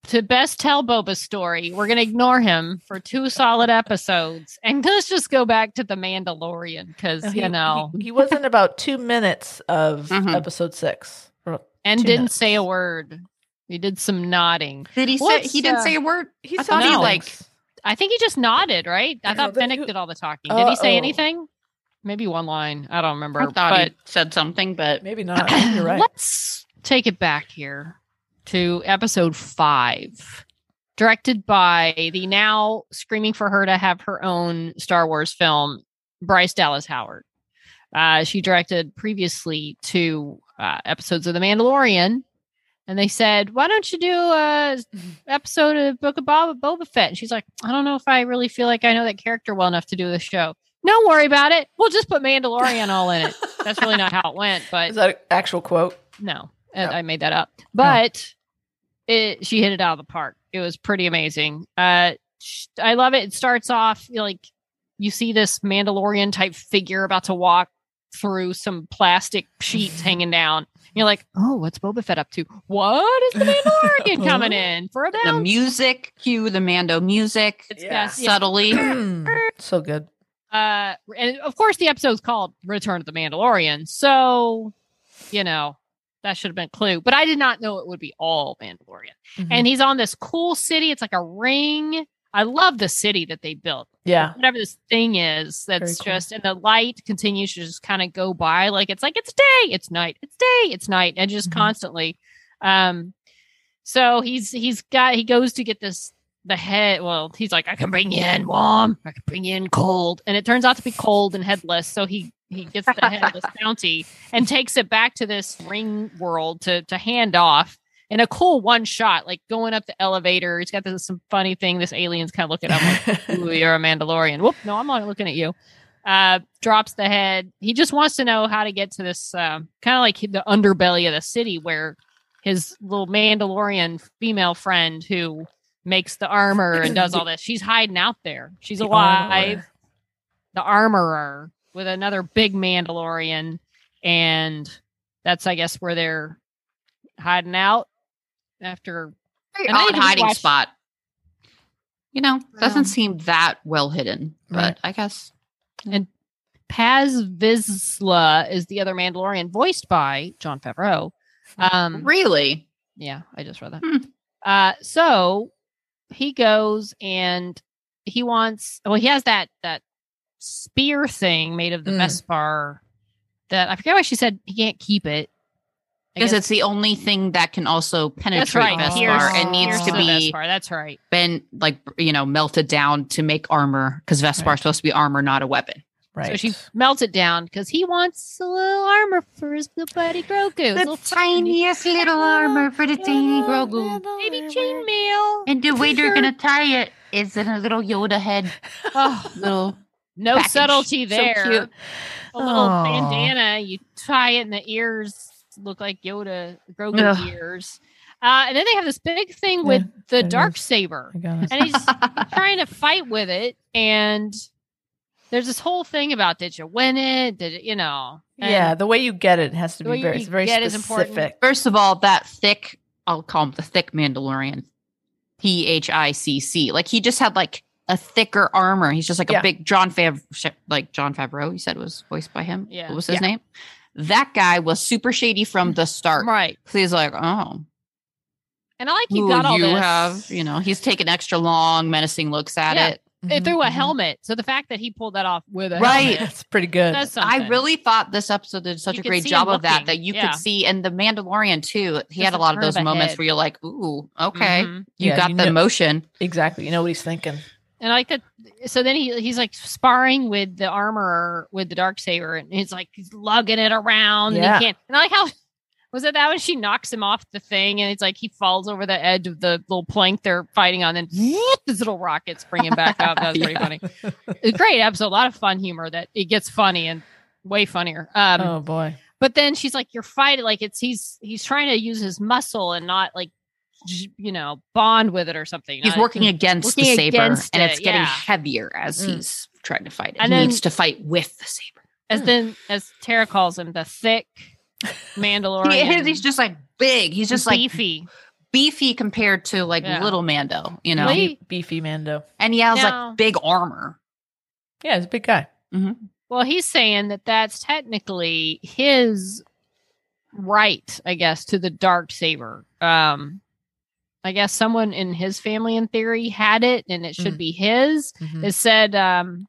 [SPEAKER 3] to best tell Boba's story, we're going to ignore him for two solid episodes. And let's just go back to The Mandalorian because,
[SPEAKER 2] Oh, He-
[SPEAKER 3] you Oh, know,
[SPEAKER 2] he, he was in about two minutes of
[SPEAKER 4] Mhm.
[SPEAKER 2] episode six. Or-
[SPEAKER 3] and
[SPEAKER 2] two
[SPEAKER 3] didn't
[SPEAKER 2] minutes.
[SPEAKER 3] say a word. He did some nodding.
[SPEAKER 4] Did he say
[SPEAKER 3] What's,
[SPEAKER 4] he didn't
[SPEAKER 3] uh,
[SPEAKER 4] say a word?
[SPEAKER 2] He
[SPEAKER 4] I
[SPEAKER 2] saw
[SPEAKER 4] thought he
[SPEAKER 3] no.
[SPEAKER 4] like
[SPEAKER 2] things.
[SPEAKER 3] I think he just nodded, right? I
[SPEAKER 2] Yeah,
[SPEAKER 3] thought
[SPEAKER 2] then
[SPEAKER 3] Fennec
[SPEAKER 2] who-
[SPEAKER 3] did all the talking. Did he say
[SPEAKER 2] Uh-oh.
[SPEAKER 3] anything? Maybe one line. I don't remember.
[SPEAKER 4] I thought
[SPEAKER 3] but
[SPEAKER 4] he said something, but
[SPEAKER 2] maybe not. You're right.
[SPEAKER 3] Let's take it back here to episode five, directed by the now screaming for her to have her own Star Wars film, Bryce Dallas Howard. Uh, she directed previously two uh, episodes of The Mandalorian. And they said, "Why don't you do a episode of Book of Boba, Boba Fett?" And she's like, "I don't know if I really feel like I know that character well enough to do this show. No worry about it. We'll just put Mandalorian all in it." That's really not how it went, but
[SPEAKER 2] Is that an actual quote?
[SPEAKER 3] no, and
[SPEAKER 2] No.
[SPEAKER 3] I made that up. But it, she hit it out of the park. It was pretty amazing. Uh, sh- I love it. It starts off you know, like you see this Mandalorian type figure about to walk through some plastic sheets hanging down. You're like, oh, what's Boba Fett up to? What is the Mandalorian coming in for a
[SPEAKER 4] the
[SPEAKER 3] bounce?
[SPEAKER 4] music cue the Mando music
[SPEAKER 2] It's
[SPEAKER 3] Yeah.
[SPEAKER 2] yes.
[SPEAKER 4] subtly.
[SPEAKER 2] so good.
[SPEAKER 3] Uh, and of course, the episode's called "Return of the Mandalorian," so you know that should have been a clue. But I did not know it would be all Mandalorian.
[SPEAKER 2] Mm-hmm.
[SPEAKER 3] and he's on this cool city. It's like a ring. I love the city that they built.
[SPEAKER 2] yeah.
[SPEAKER 3] Whatever this thing is, that's
[SPEAKER 2] cool.
[SPEAKER 3] just and the light continues to just kind of go by. Like it's like it's day, it's night, it's day, it's night, and just
[SPEAKER 2] Mhm.
[SPEAKER 3] constantly. Um, so he's he's got he goes to get this the head. Well, he's like, I can bring you in warm, I can bring you in cold, and it turns out to be cold and headless. So he he gets the headless bounty and takes it back to this ring world to to hand off in a cool one shot, like going up the elevator. He's got this some funny thing. This alien's kind of looking at him like, Ooh, you're a Mandalorian. Whoop, no, I'm not looking at you. Uh, drops the head. He just wants to know how to get to this um, kind of like the underbelly of the city where his little Mandalorian female friend who makes the armor and does all this. She's hiding out there. She's
[SPEAKER 2] The
[SPEAKER 3] alive.
[SPEAKER 2] armorer.
[SPEAKER 3] The armorer with another big Mandalorian, and that's I guess where they're hiding out after.
[SPEAKER 4] Very
[SPEAKER 3] And I
[SPEAKER 4] odd
[SPEAKER 3] even
[SPEAKER 4] hiding
[SPEAKER 3] watched-
[SPEAKER 4] spot. You know,
[SPEAKER 3] Um,
[SPEAKER 4] doesn't seem that well hidden, but
[SPEAKER 2] Right.
[SPEAKER 4] I guess
[SPEAKER 3] Paz Vizsla is the other Mandalorian, voiced by John Favreau. Um,
[SPEAKER 4] really
[SPEAKER 3] Uh, yeah, I just read that.
[SPEAKER 4] Hmm.
[SPEAKER 3] Uh, so he goes and he wants well he has that that spear thing made of the
[SPEAKER 2] Mm.
[SPEAKER 3] Vespar that I forget why she said he can't keep it. I
[SPEAKER 4] because
[SPEAKER 3] guess-
[SPEAKER 4] it's the only thing that can also
[SPEAKER 3] that's
[SPEAKER 4] penetrate
[SPEAKER 3] right.
[SPEAKER 4] Vespar.
[SPEAKER 3] Pierce-
[SPEAKER 4] it needs
[SPEAKER 3] pierce
[SPEAKER 4] to
[SPEAKER 3] the
[SPEAKER 4] be
[SPEAKER 3] Vespar. That's right.
[SPEAKER 4] been like you know melted down to make armor because Vespar
[SPEAKER 2] Right.
[SPEAKER 4] is supposed to be armor, not a weapon.
[SPEAKER 2] Right.
[SPEAKER 3] So she melts it down because he wants a little armor for his little buddy Grogu. his little tiny
[SPEAKER 4] little
[SPEAKER 3] armor
[SPEAKER 4] for the
[SPEAKER 3] baby chainmail.
[SPEAKER 4] and the way they're
[SPEAKER 2] Sure.
[SPEAKER 4] gonna tie it is in a little Yoda head,
[SPEAKER 3] Oh,
[SPEAKER 4] little
[SPEAKER 3] no
[SPEAKER 4] package.
[SPEAKER 3] subtlety
[SPEAKER 4] So
[SPEAKER 3] there.
[SPEAKER 4] cute.
[SPEAKER 3] A little
[SPEAKER 2] Aw.
[SPEAKER 3] bandana. You tie it, and the ears look like Yoda Grogu
[SPEAKER 4] Ugh.
[SPEAKER 3] ears. Uh, and then they have this big thing with the
[SPEAKER 2] there it
[SPEAKER 3] dark
[SPEAKER 2] is.
[SPEAKER 3] saber.
[SPEAKER 2] I got it.
[SPEAKER 3] and he's trying to fight with it and there's this whole thing about did you win it did it, you know and
[SPEAKER 2] yeah, the way you get it has to
[SPEAKER 3] the way
[SPEAKER 2] be very,
[SPEAKER 3] you
[SPEAKER 2] very
[SPEAKER 3] get it is important.
[SPEAKER 2] specific.
[SPEAKER 4] First of all, that thick, I'll call him the thick Mandalorian, P H I C C. Like he just had like a thicker armor. He's just like
[SPEAKER 2] Yeah.
[SPEAKER 4] a big John Fav, like John Favreau. You said was voiced by him.
[SPEAKER 3] Yeah.
[SPEAKER 4] What was his name? That guy was super shady from the start.
[SPEAKER 3] right
[SPEAKER 4] So he's like, oh,
[SPEAKER 3] and i like you
[SPEAKER 4] who
[SPEAKER 3] got all
[SPEAKER 4] you
[SPEAKER 3] this
[SPEAKER 4] have, you know, he's taking extra long, menacing looks at
[SPEAKER 3] Yeah.
[SPEAKER 4] it.
[SPEAKER 3] they
[SPEAKER 2] Mhm,
[SPEAKER 3] threw eh, a
[SPEAKER 2] mhm.
[SPEAKER 3] helmet so the fact that he pulled that off with a
[SPEAKER 4] Mm-hmm, Right.
[SPEAKER 3] helmet
[SPEAKER 2] That's pretty good.
[SPEAKER 3] says something.
[SPEAKER 4] I really thought this episode did such
[SPEAKER 3] You
[SPEAKER 4] a
[SPEAKER 3] could
[SPEAKER 4] great
[SPEAKER 3] see
[SPEAKER 4] job
[SPEAKER 3] him
[SPEAKER 4] of that,
[SPEAKER 3] looking,
[SPEAKER 4] that you
[SPEAKER 3] yeah.
[SPEAKER 4] could see. And the Mandalorian too,
[SPEAKER 3] Just
[SPEAKER 4] he had a
[SPEAKER 3] the
[SPEAKER 4] lot of
[SPEAKER 3] turn
[SPEAKER 4] those
[SPEAKER 3] of a
[SPEAKER 4] moments
[SPEAKER 3] head.
[SPEAKER 4] where you're like, ooh, okay,
[SPEAKER 3] Mhm.
[SPEAKER 4] you
[SPEAKER 2] Yeah,
[SPEAKER 4] got
[SPEAKER 2] you
[SPEAKER 4] the
[SPEAKER 2] know-
[SPEAKER 4] emotion.
[SPEAKER 2] exactly. You know what he's thinking.
[SPEAKER 3] and i like that so then he he's like sparring with the armor with the dark saber and he's like he's lugging it around
[SPEAKER 2] Yeah.
[SPEAKER 3] and he can't and i like how was it that when she knocks him off the thing and it's like he falls over the edge of the little plank they're fighting on and his little rockets bring him back up that was pretty
[SPEAKER 4] Yeah.
[SPEAKER 3] funny It's great episode. A lot of fun humor that it gets funny and way funnier. Um,
[SPEAKER 2] oh boy.
[SPEAKER 3] But then she's like, "You're fighting like it's he's he's trying to use his muscle and not like j- you know bond with it or something."
[SPEAKER 4] He's
[SPEAKER 3] I-
[SPEAKER 4] working against
[SPEAKER 3] Working
[SPEAKER 4] the saber,
[SPEAKER 3] against
[SPEAKER 4] and
[SPEAKER 3] it,
[SPEAKER 4] it's getting
[SPEAKER 3] yeah.
[SPEAKER 4] heavier as
[SPEAKER 2] Mm.
[SPEAKER 4] he's trying to fight it.
[SPEAKER 3] And
[SPEAKER 4] he
[SPEAKER 3] then-
[SPEAKER 4] needs to fight with the saber.
[SPEAKER 3] as then as Tara calls him the thick Mandalorian.
[SPEAKER 4] he's just like big. He's just like beefy,
[SPEAKER 3] beefy.
[SPEAKER 4] compared to like
[SPEAKER 3] Yeah.
[SPEAKER 4] little Mando, you know.
[SPEAKER 3] Well, he-
[SPEAKER 2] Be- beefy Mando.
[SPEAKER 4] and he has
[SPEAKER 3] No.
[SPEAKER 4] like big armor. Mm-hmm.
[SPEAKER 2] Yeah, he's a big guy.
[SPEAKER 3] Well, he's saying that that's technically his right, I guess, to the dark saber. Um, I guess someone in his family, in theory, had it, and it should
[SPEAKER 2] Mm.
[SPEAKER 3] be his.
[SPEAKER 2] Mhm.
[SPEAKER 3] It said um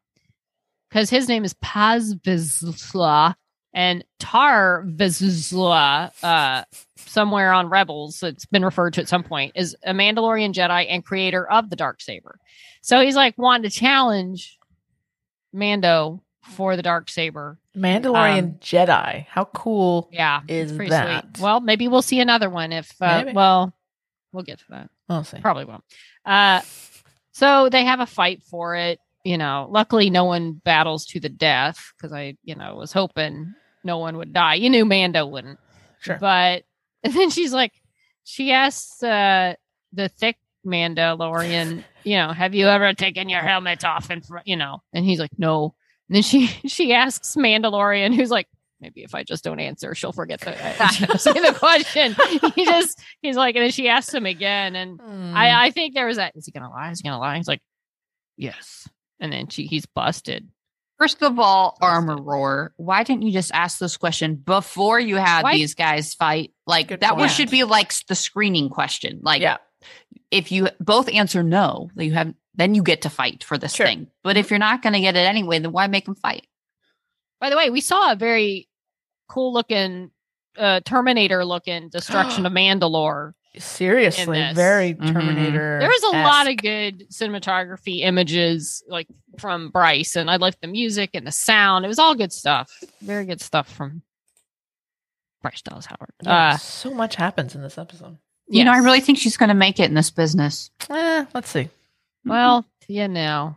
[SPEAKER 3] because his name is Paz Vizsla and Tar Vizsla, uh somewhere on Rebels, it's been referred to at some point, is a Mandalorian Jedi and creator of the Dark Saber. So he's like wanting to challenge Mando for the Dark Saber.
[SPEAKER 2] Mandalorian
[SPEAKER 3] um,
[SPEAKER 2] Jedi. How cool.
[SPEAKER 3] Yeah.
[SPEAKER 2] Is
[SPEAKER 3] pretty
[SPEAKER 2] that-
[SPEAKER 3] sweet. Well, maybe we'll see another one if uh,
[SPEAKER 2] Maybe.
[SPEAKER 3] well we'll get to that.
[SPEAKER 2] I'll see.
[SPEAKER 3] Probably won't. Uh, so they have a fight for it. You know, luckily no one battles to the death because I, you know, was hoping no one would die. You knew Mando wouldn't.
[SPEAKER 2] Sure.
[SPEAKER 3] But and then she's like, she asks uh, the thick Mandalorian, you know, have you ever taken your helmet off? And you know, and he's like, no. And then she she asks Mandalorian, who's like, maybe if I just don't answer, she'll forget the, she'll say the question. He just he's like, and then she asks him again, and
[SPEAKER 2] Mm.
[SPEAKER 3] I, uh, I think there was that. Is he gonna lie? Is he gonna lie? He's like, yes. And then she, he's busted.
[SPEAKER 4] First of all,
[SPEAKER 3] Busted.
[SPEAKER 4] armor roar. Why didn't you just ask this question before you had
[SPEAKER 3] Why-
[SPEAKER 4] these guys fight? Like
[SPEAKER 2] Good
[SPEAKER 4] that one
[SPEAKER 2] point.
[SPEAKER 4] should be like s- the screening question. Like
[SPEAKER 2] yeah.
[SPEAKER 4] if you both answer no, that you have then you get to fight for this
[SPEAKER 2] Sure.
[SPEAKER 4] thing. But if you're not going to get it anyway, then why make them fight?
[SPEAKER 3] By the way, we saw a very cool looking uh, Terminator looking destruction of Mandalore.
[SPEAKER 2] Mm. Seriously,
[SPEAKER 3] this.
[SPEAKER 2] very
[SPEAKER 4] Mhm.
[SPEAKER 2] Terminator.
[SPEAKER 3] There was a lot of good cinematography images like from Bryce, and I liked the music and the sound. It was all good stuff. Very good stuff from Bryce Dallas Howard. Uh,
[SPEAKER 2] so much happens in this episode.
[SPEAKER 4] You know, I
[SPEAKER 3] yes.
[SPEAKER 4] really think she's going to make it in this business.
[SPEAKER 2] Eh, let's see.
[SPEAKER 3] Well, you know,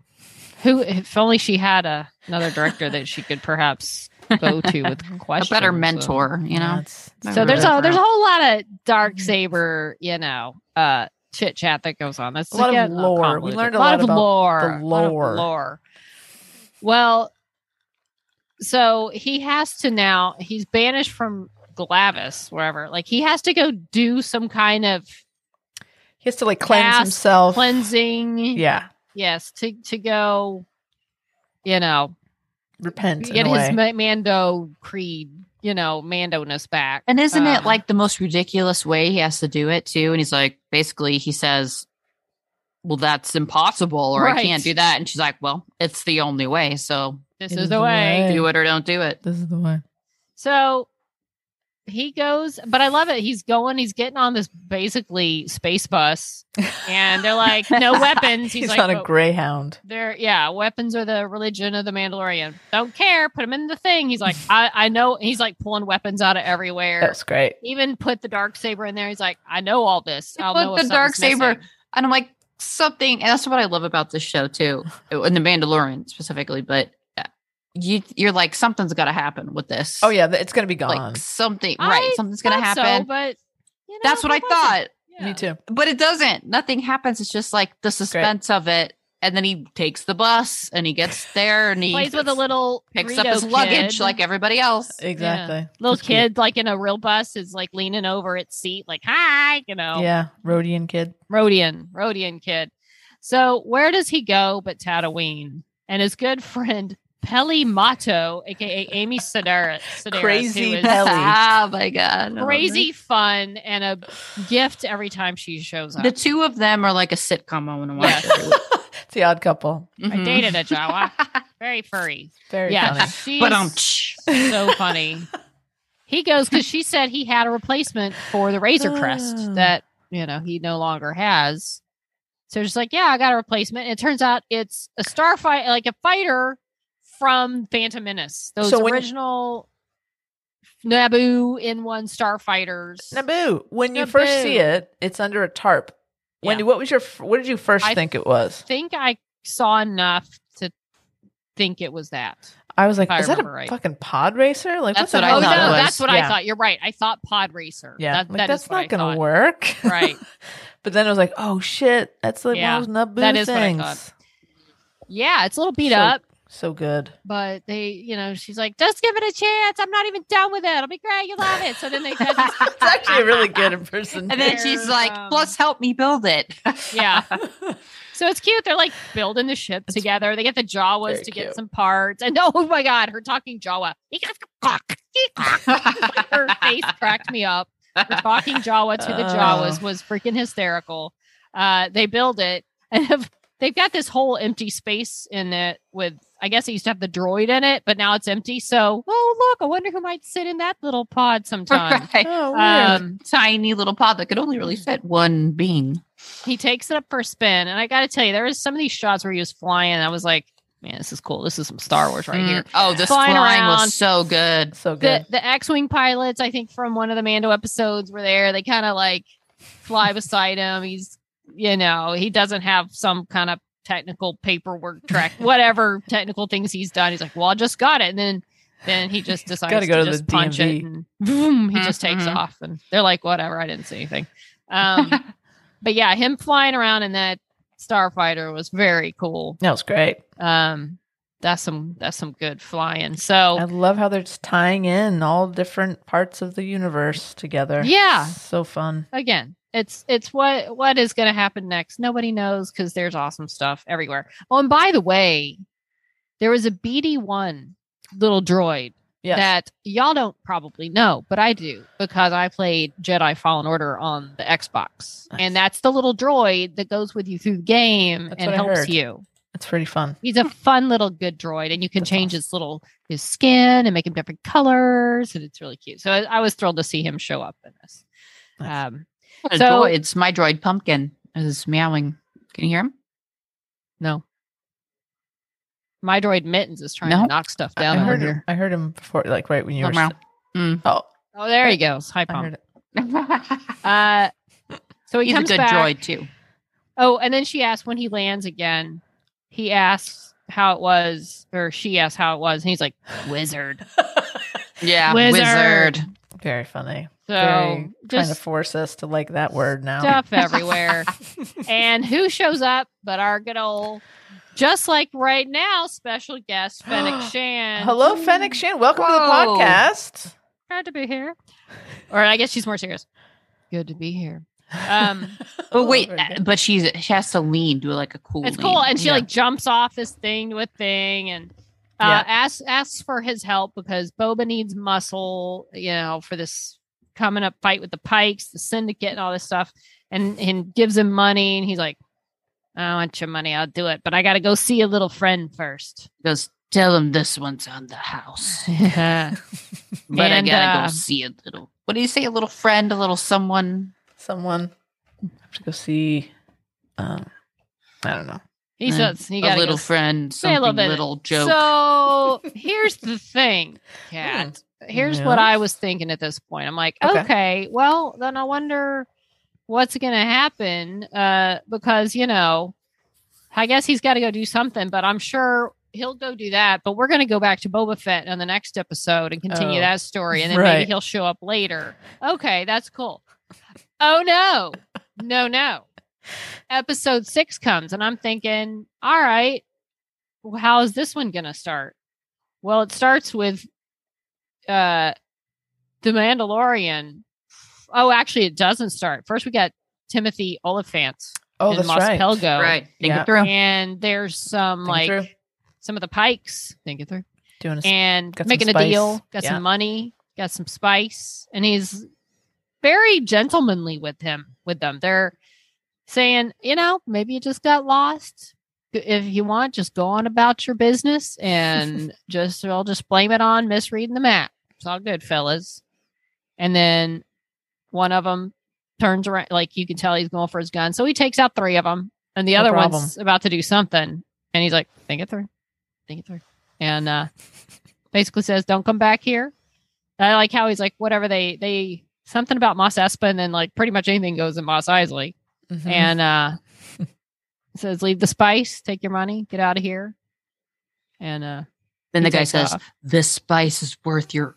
[SPEAKER 3] who if only she had a, another director that she could perhaps go to with
[SPEAKER 4] a
[SPEAKER 3] questions.
[SPEAKER 4] better
[SPEAKER 3] and-
[SPEAKER 4] mentor, you know.
[SPEAKER 2] That's-
[SPEAKER 3] So there's
[SPEAKER 4] Right.
[SPEAKER 3] a there's a whole lot of
[SPEAKER 2] Mm-hmm.
[SPEAKER 3] dark saber, you know, uh chit chat that goes on. That's
[SPEAKER 2] A lot of
[SPEAKER 3] again,
[SPEAKER 2] lore. We
[SPEAKER 3] convoluted.
[SPEAKER 2] learned a
[SPEAKER 3] lot,
[SPEAKER 2] lot
[SPEAKER 3] of
[SPEAKER 2] about
[SPEAKER 3] lore. a
[SPEAKER 2] the
[SPEAKER 3] lot of
[SPEAKER 2] lore.
[SPEAKER 3] lore. Well, so he has to now he's banished from Glavis, wherever. Like he has to go do some kind of
[SPEAKER 2] he has to like cleanse
[SPEAKER 3] Cast,
[SPEAKER 2] himself.
[SPEAKER 3] cleansing.
[SPEAKER 2] Yeah,
[SPEAKER 3] Yes, to to go, you know,
[SPEAKER 2] repent.
[SPEAKER 3] get
[SPEAKER 2] in a
[SPEAKER 3] his Ma-
[SPEAKER 2] way.
[SPEAKER 3] Mando creed, you know, Mando-ness back.
[SPEAKER 4] And isn't
[SPEAKER 3] Uh,
[SPEAKER 4] it like the most ridiculous way he has to do it too? And he's like, basically, he says, well, that's impossible, or I
[SPEAKER 3] Right.
[SPEAKER 4] can't do that. And she's like, well, it's the only way. So
[SPEAKER 3] This
[SPEAKER 2] It
[SPEAKER 3] is the way.
[SPEAKER 2] Right.
[SPEAKER 4] do it or don't do it.
[SPEAKER 2] This is the way.
[SPEAKER 3] So he goes, but I love it. He's going, he's getting on this basically space bus, and they're like, no weapons. He's,
[SPEAKER 2] He's
[SPEAKER 3] like,
[SPEAKER 2] not a
[SPEAKER 3] "But
[SPEAKER 2] greyhound.
[SPEAKER 3] they're yeah, weapons are the religion of the Mandalorian. Don't care. Put them in the thing. He's like, I, I know. He's like pulling weapons out of everywhere.
[SPEAKER 2] That's great.
[SPEAKER 3] Even put the dark saber in there. He's like, I know all this.
[SPEAKER 4] He
[SPEAKER 3] I'll
[SPEAKER 4] put
[SPEAKER 3] know
[SPEAKER 4] the
[SPEAKER 3] if
[SPEAKER 4] dark
[SPEAKER 3] something's
[SPEAKER 4] saber-
[SPEAKER 3] missing."
[SPEAKER 4] And I'm like, something. And that's what I love about this show too, uh, and The Mandalorian specifically. But uh, you, you're like, something's got to happen with this.
[SPEAKER 2] Oh yeah, th- it's gonna be gone.
[SPEAKER 4] like something,
[SPEAKER 3] I
[SPEAKER 4] right? Something's gonna
[SPEAKER 3] Thought so,
[SPEAKER 4] happen.
[SPEAKER 3] but you know,
[SPEAKER 4] that's what I
[SPEAKER 3] it wasn't.
[SPEAKER 4] thought.
[SPEAKER 3] Yeah.
[SPEAKER 2] Me too.
[SPEAKER 4] but it doesn't. Nothing happens. It's just like the suspense of it. And then he takes the bus and he gets there and he
[SPEAKER 3] Plays with a little
[SPEAKER 4] picks up
[SPEAKER 3] Dorito
[SPEAKER 4] his luggage
[SPEAKER 3] kid.
[SPEAKER 4] like everybody else.
[SPEAKER 2] Exactly.
[SPEAKER 3] little
[SPEAKER 2] That's cute.
[SPEAKER 3] kid like in a real bus is like leaning over its seat like hi you know
[SPEAKER 2] Yeah, Rhodian kid.
[SPEAKER 3] rhodian rhodian kid so where does he go but tatooine and his good friend Peli Mato, aka Amy Sedaris, Sedaris,
[SPEAKER 2] Crazy
[SPEAKER 3] who is
[SPEAKER 2] Peli.
[SPEAKER 4] oh my god. I love
[SPEAKER 3] crazy fun and a gift every time she shows
[SPEAKER 4] it.
[SPEAKER 3] up.
[SPEAKER 4] The two of them are like a sitcom I want to watch. every week.
[SPEAKER 2] It's the odd couple.
[SPEAKER 3] I
[SPEAKER 4] Mhm.
[SPEAKER 3] dated a Jawa, very furry.
[SPEAKER 2] Very
[SPEAKER 3] yeah,
[SPEAKER 2] funny.
[SPEAKER 3] she's
[SPEAKER 4] But um
[SPEAKER 3] so funny. He goes because she said he had a replacement for the Razor
[SPEAKER 2] Oh.
[SPEAKER 3] Crest that you know he no longer has. So she's like, "Yeah, I got a replacement." It turns out it's a starfight, like a fighter from Phantom Menace. Those
[SPEAKER 2] So when-
[SPEAKER 3] original Naboo in one starfighters.
[SPEAKER 2] Naboo. When you first
[SPEAKER 3] Naboo.
[SPEAKER 2] see it, it's under a tarp. Wendy, what was your? f- What did you first
[SPEAKER 3] I-
[SPEAKER 2] think it
[SPEAKER 3] I
[SPEAKER 2] was?
[SPEAKER 3] think I saw enough to think it was that.
[SPEAKER 2] I was like,
[SPEAKER 3] I
[SPEAKER 2] is that a
[SPEAKER 3] remember right.
[SPEAKER 2] fucking pod racer? Like,
[SPEAKER 4] That's
[SPEAKER 2] what
[SPEAKER 4] what
[SPEAKER 2] the
[SPEAKER 4] I
[SPEAKER 2] hell
[SPEAKER 3] oh
[SPEAKER 2] is
[SPEAKER 3] no,
[SPEAKER 4] thought it
[SPEAKER 2] that?
[SPEAKER 4] was.
[SPEAKER 3] that's what
[SPEAKER 2] Yeah.
[SPEAKER 3] I thought. You're right. I thought Pod Racer.
[SPEAKER 2] Yeah,
[SPEAKER 3] That-
[SPEAKER 2] Like,
[SPEAKER 3] that
[SPEAKER 2] that's
[SPEAKER 3] is what I
[SPEAKER 2] not gonna
[SPEAKER 3] thought.
[SPEAKER 2] work,
[SPEAKER 3] Right.
[SPEAKER 2] but then I was like, oh shit, that's like
[SPEAKER 3] Yeah,
[SPEAKER 2] one of those Naboo
[SPEAKER 3] that is what I
[SPEAKER 2] things.
[SPEAKER 3] thought. Yeah, it's a little beat
[SPEAKER 2] So-
[SPEAKER 3] up.
[SPEAKER 2] So good.
[SPEAKER 3] but they, you know, she's like, just give it a chance. I'm not even done with it. It'll be great. You love it. So then they, have this-
[SPEAKER 2] It's actually a really good impersonation.
[SPEAKER 4] And then she's
[SPEAKER 3] They're,
[SPEAKER 4] like,
[SPEAKER 3] um,
[SPEAKER 4] plus help me build it.
[SPEAKER 3] yeah. So it's cute. They're like building the ship together. They get the
[SPEAKER 2] very
[SPEAKER 3] Jawas to get
[SPEAKER 2] cute.
[SPEAKER 3] some parts. And oh my God, her talking Jawa. her face cracked me up. Her talking Jawa to the Jawas
[SPEAKER 2] Oh.
[SPEAKER 3] was freaking hysterical. Uh, they build it and have, they've got this whole empty space in it with, I guess it used to have the droid in it, but now it's empty. So, oh, look, I wonder who might sit in that little pod sometime.
[SPEAKER 4] Right.
[SPEAKER 2] oh, weird.
[SPEAKER 3] Um,
[SPEAKER 4] Tiny little pod that could only really fit one being.
[SPEAKER 3] he takes it up for a spin, and I got to tell you, there was some of these shots where he was flying, and I was like, "Man, this is cool. This is some Star Wars right
[SPEAKER 4] Mm.
[SPEAKER 3] here."
[SPEAKER 4] Oh, this
[SPEAKER 3] Flying
[SPEAKER 4] flying,
[SPEAKER 3] around.
[SPEAKER 4] was so good.
[SPEAKER 2] so
[SPEAKER 3] The
[SPEAKER 2] good.
[SPEAKER 3] the X-wing pilots, I think, from one of the Mando episodes, were there. They kind of like fly beside him. He's, you know, he doesn't have some kind of technical paperwork track, whatever technical things he's done. He's like, "Well, I just got it," and then. Then he just decides
[SPEAKER 2] Gotta
[SPEAKER 3] to,
[SPEAKER 2] go to the
[SPEAKER 3] just punch it,
[SPEAKER 2] DMV.
[SPEAKER 3] and boom, he just takes
[SPEAKER 2] Mm-hmm.
[SPEAKER 4] Mhm.
[SPEAKER 3] off, and they're like, "Whatever, I didn't see anything." Um, but yeah, him flying around in that starfighter was very cool.
[SPEAKER 2] that was great.
[SPEAKER 3] Um, that's some that's some good flying.
[SPEAKER 2] I
[SPEAKER 3] So
[SPEAKER 2] love how they're just tying in all different parts of the universe together.
[SPEAKER 3] Yeah.
[SPEAKER 2] So fun.
[SPEAKER 3] again, it's it's what what is going to happen next? Nobody knows because there's awesome stuff everywhere. Oh, and by the way, there was a BD one little droid
[SPEAKER 2] Yes.
[SPEAKER 3] that y'all don't probably know, but I do because I played Jedi Fallen Order on the Xbox,
[SPEAKER 2] Nice.
[SPEAKER 3] and that's the little droid that goes with you through the game
[SPEAKER 2] That's
[SPEAKER 3] and
[SPEAKER 2] what I
[SPEAKER 3] helps
[SPEAKER 2] heard.
[SPEAKER 3] you.
[SPEAKER 2] It's pretty fun.
[SPEAKER 3] He's a fun little good droid, and you can
[SPEAKER 2] That's
[SPEAKER 3] change his little his skin and make him different colors, and it's really cute. So I, I was thrilled to see him show up in this.
[SPEAKER 2] Nice.
[SPEAKER 3] Um,
[SPEAKER 4] What a
[SPEAKER 3] So-
[SPEAKER 4] droid. It's my droid pumpkin is meowing. Can you hear him?
[SPEAKER 3] no, my droid mittens is trying
[SPEAKER 4] No.
[SPEAKER 3] to knock stuff down
[SPEAKER 2] I
[SPEAKER 3] over
[SPEAKER 2] heard
[SPEAKER 3] here.
[SPEAKER 2] him. I heard him before, like right when you
[SPEAKER 4] Not
[SPEAKER 2] were.
[SPEAKER 4] meow.
[SPEAKER 2] s- Oh,
[SPEAKER 3] Oh, there he goes. Hi,
[SPEAKER 2] I
[SPEAKER 3] Pom.
[SPEAKER 2] heard it.
[SPEAKER 3] Uh, so he
[SPEAKER 4] He's a
[SPEAKER 3] comes
[SPEAKER 4] good
[SPEAKER 3] back.
[SPEAKER 4] droid too.
[SPEAKER 3] Oh, and then she asks when he lands again. He asks how it was, or she asks how it was, and he's like, "Wizard."
[SPEAKER 4] Yeah,
[SPEAKER 3] Wizard.
[SPEAKER 4] wizard.
[SPEAKER 2] Very funny.
[SPEAKER 3] So
[SPEAKER 2] Very trying to
[SPEAKER 3] just
[SPEAKER 2] force us to like that word now.
[SPEAKER 3] stuff everywhere. and who shows up but our good old, just like right now, special guest Fennec Shan.
[SPEAKER 2] Hello, Fennec Shan. Welcome
[SPEAKER 4] Whoa.
[SPEAKER 2] to the podcast.
[SPEAKER 3] Glad to be here. Or I guess she's more serious. Good to be here. Um,
[SPEAKER 4] Oh wait,
[SPEAKER 2] very good.
[SPEAKER 4] but she's she has to lean, do like a cool.
[SPEAKER 3] it's cool,
[SPEAKER 4] lean.
[SPEAKER 3] and she
[SPEAKER 2] Yeah.
[SPEAKER 3] like jumps off this thing to a thing and. Uh,
[SPEAKER 2] Yeah.
[SPEAKER 3] asks asks for his help because Boba needs muscle, you know, for this coming up fight with the Pikes, the Syndicate, and all this stuff, and and gives him money, and he's like, I want your money. I'll do it, but I got to go see a little friend first.
[SPEAKER 4] Just tell him this one's on the house. But
[SPEAKER 3] And,
[SPEAKER 4] I gotta
[SPEAKER 3] uh,
[SPEAKER 4] go see a little. What do you say? A little friend, a little someone.
[SPEAKER 2] Someone I have to go see. Um, I don't know.
[SPEAKER 3] he
[SPEAKER 4] Mm.
[SPEAKER 3] says you
[SPEAKER 4] a
[SPEAKER 3] got
[SPEAKER 4] little
[SPEAKER 3] go
[SPEAKER 4] friend,
[SPEAKER 3] say a
[SPEAKER 4] something
[SPEAKER 3] little
[SPEAKER 4] little,
[SPEAKER 3] bit.
[SPEAKER 4] joke. Hmm.
[SPEAKER 3] So here's the thing,
[SPEAKER 2] Hmm.
[SPEAKER 3] Kat. Here's what
[SPEAKER 2] Yes.
[SPEAKER 3] I was thinking at this point. I'm like, okay,
[SPEAKER 2] Okay.
[SPEAKER 3] well, then I wonder what's going to happen uh, because, you know, I guess he's got to go do something, but I'm sure he'll go do that. But we're going to go back to Boba Fett on the next episode and continue
[SPEAKER 2] Oh,
[SPEAKER 3] that story. And then maybe
[SPEAKER 2] right.
[SPEAKER 3] he'll show up later. Okay, that's cool. Oh, no. No, no. Episode six comes, and I'm thinking, all right, well, how is this one going to start? Well, it starts with uh the Mandalorian. Oh, actually, it doesn't start. First, we got Timothy Oliphant
[SPEAKER 2] Oh,
[SPEAKER 3] in
[SPEAKER 2] that's
[SPEAKER 3] Mos
[SPEAKER 2] right.
[SPEAKER 3] Pelgo,
[SPEAKER 4] right. Think
[SPEAKER 2] Yeah.
[SPEAKER 4] it through.
[SPEAKER 3] and there's some
[SPEAKER 2] Think
[SPEAKER 3] like
[SPEAKER 2] through.
[SPEAKER 3] some of the Pikes. Think it through
[SPEAKER 2] doing a s-
[SPEAKER 3] and
[SPEAKER 2] got some
[SPEAKER 3] making a
[SPEAKER 2] spice.
[SPEAKER 3] deal, got
[SPEAKER 2] Yeah.
[SPEAKER 3] some money, got some spice, and he's very gentlemanly with him with them. They're saying, you know, maybe you just got lost. If you want, just go on about your business and just I'll just blame it on misreading the map. It's all good, fellas. And then one of them turns around, like you can tell he's going for his gun, so he takes out three of them, and the
[SPEAKER 2] No
[SPEAKER 3] other
[SPEAKER 2] problem.
[SPEAKER 3] one's about to do something, and he's like, "Think it through, think it through," and uh, basically says, "Don't come back here." And I like how he's like, whatever they they something about Moss Espa, and then like pretty much anything goes in Moss Isley,
[SPEAKER 2] Mhm.
[SPEAKER 3] and uh, says, "Leave the spice, take your money, get out of here," and uh,
[SPEAKER 4] Then
[SPEAKER 3] he
[SPEAKER 4] the guy
[SPEAKER 3] takes
[SPEAKER 4] says,
[SPEAKER 3] off.
[SPEAKER 4] "This spice is worth your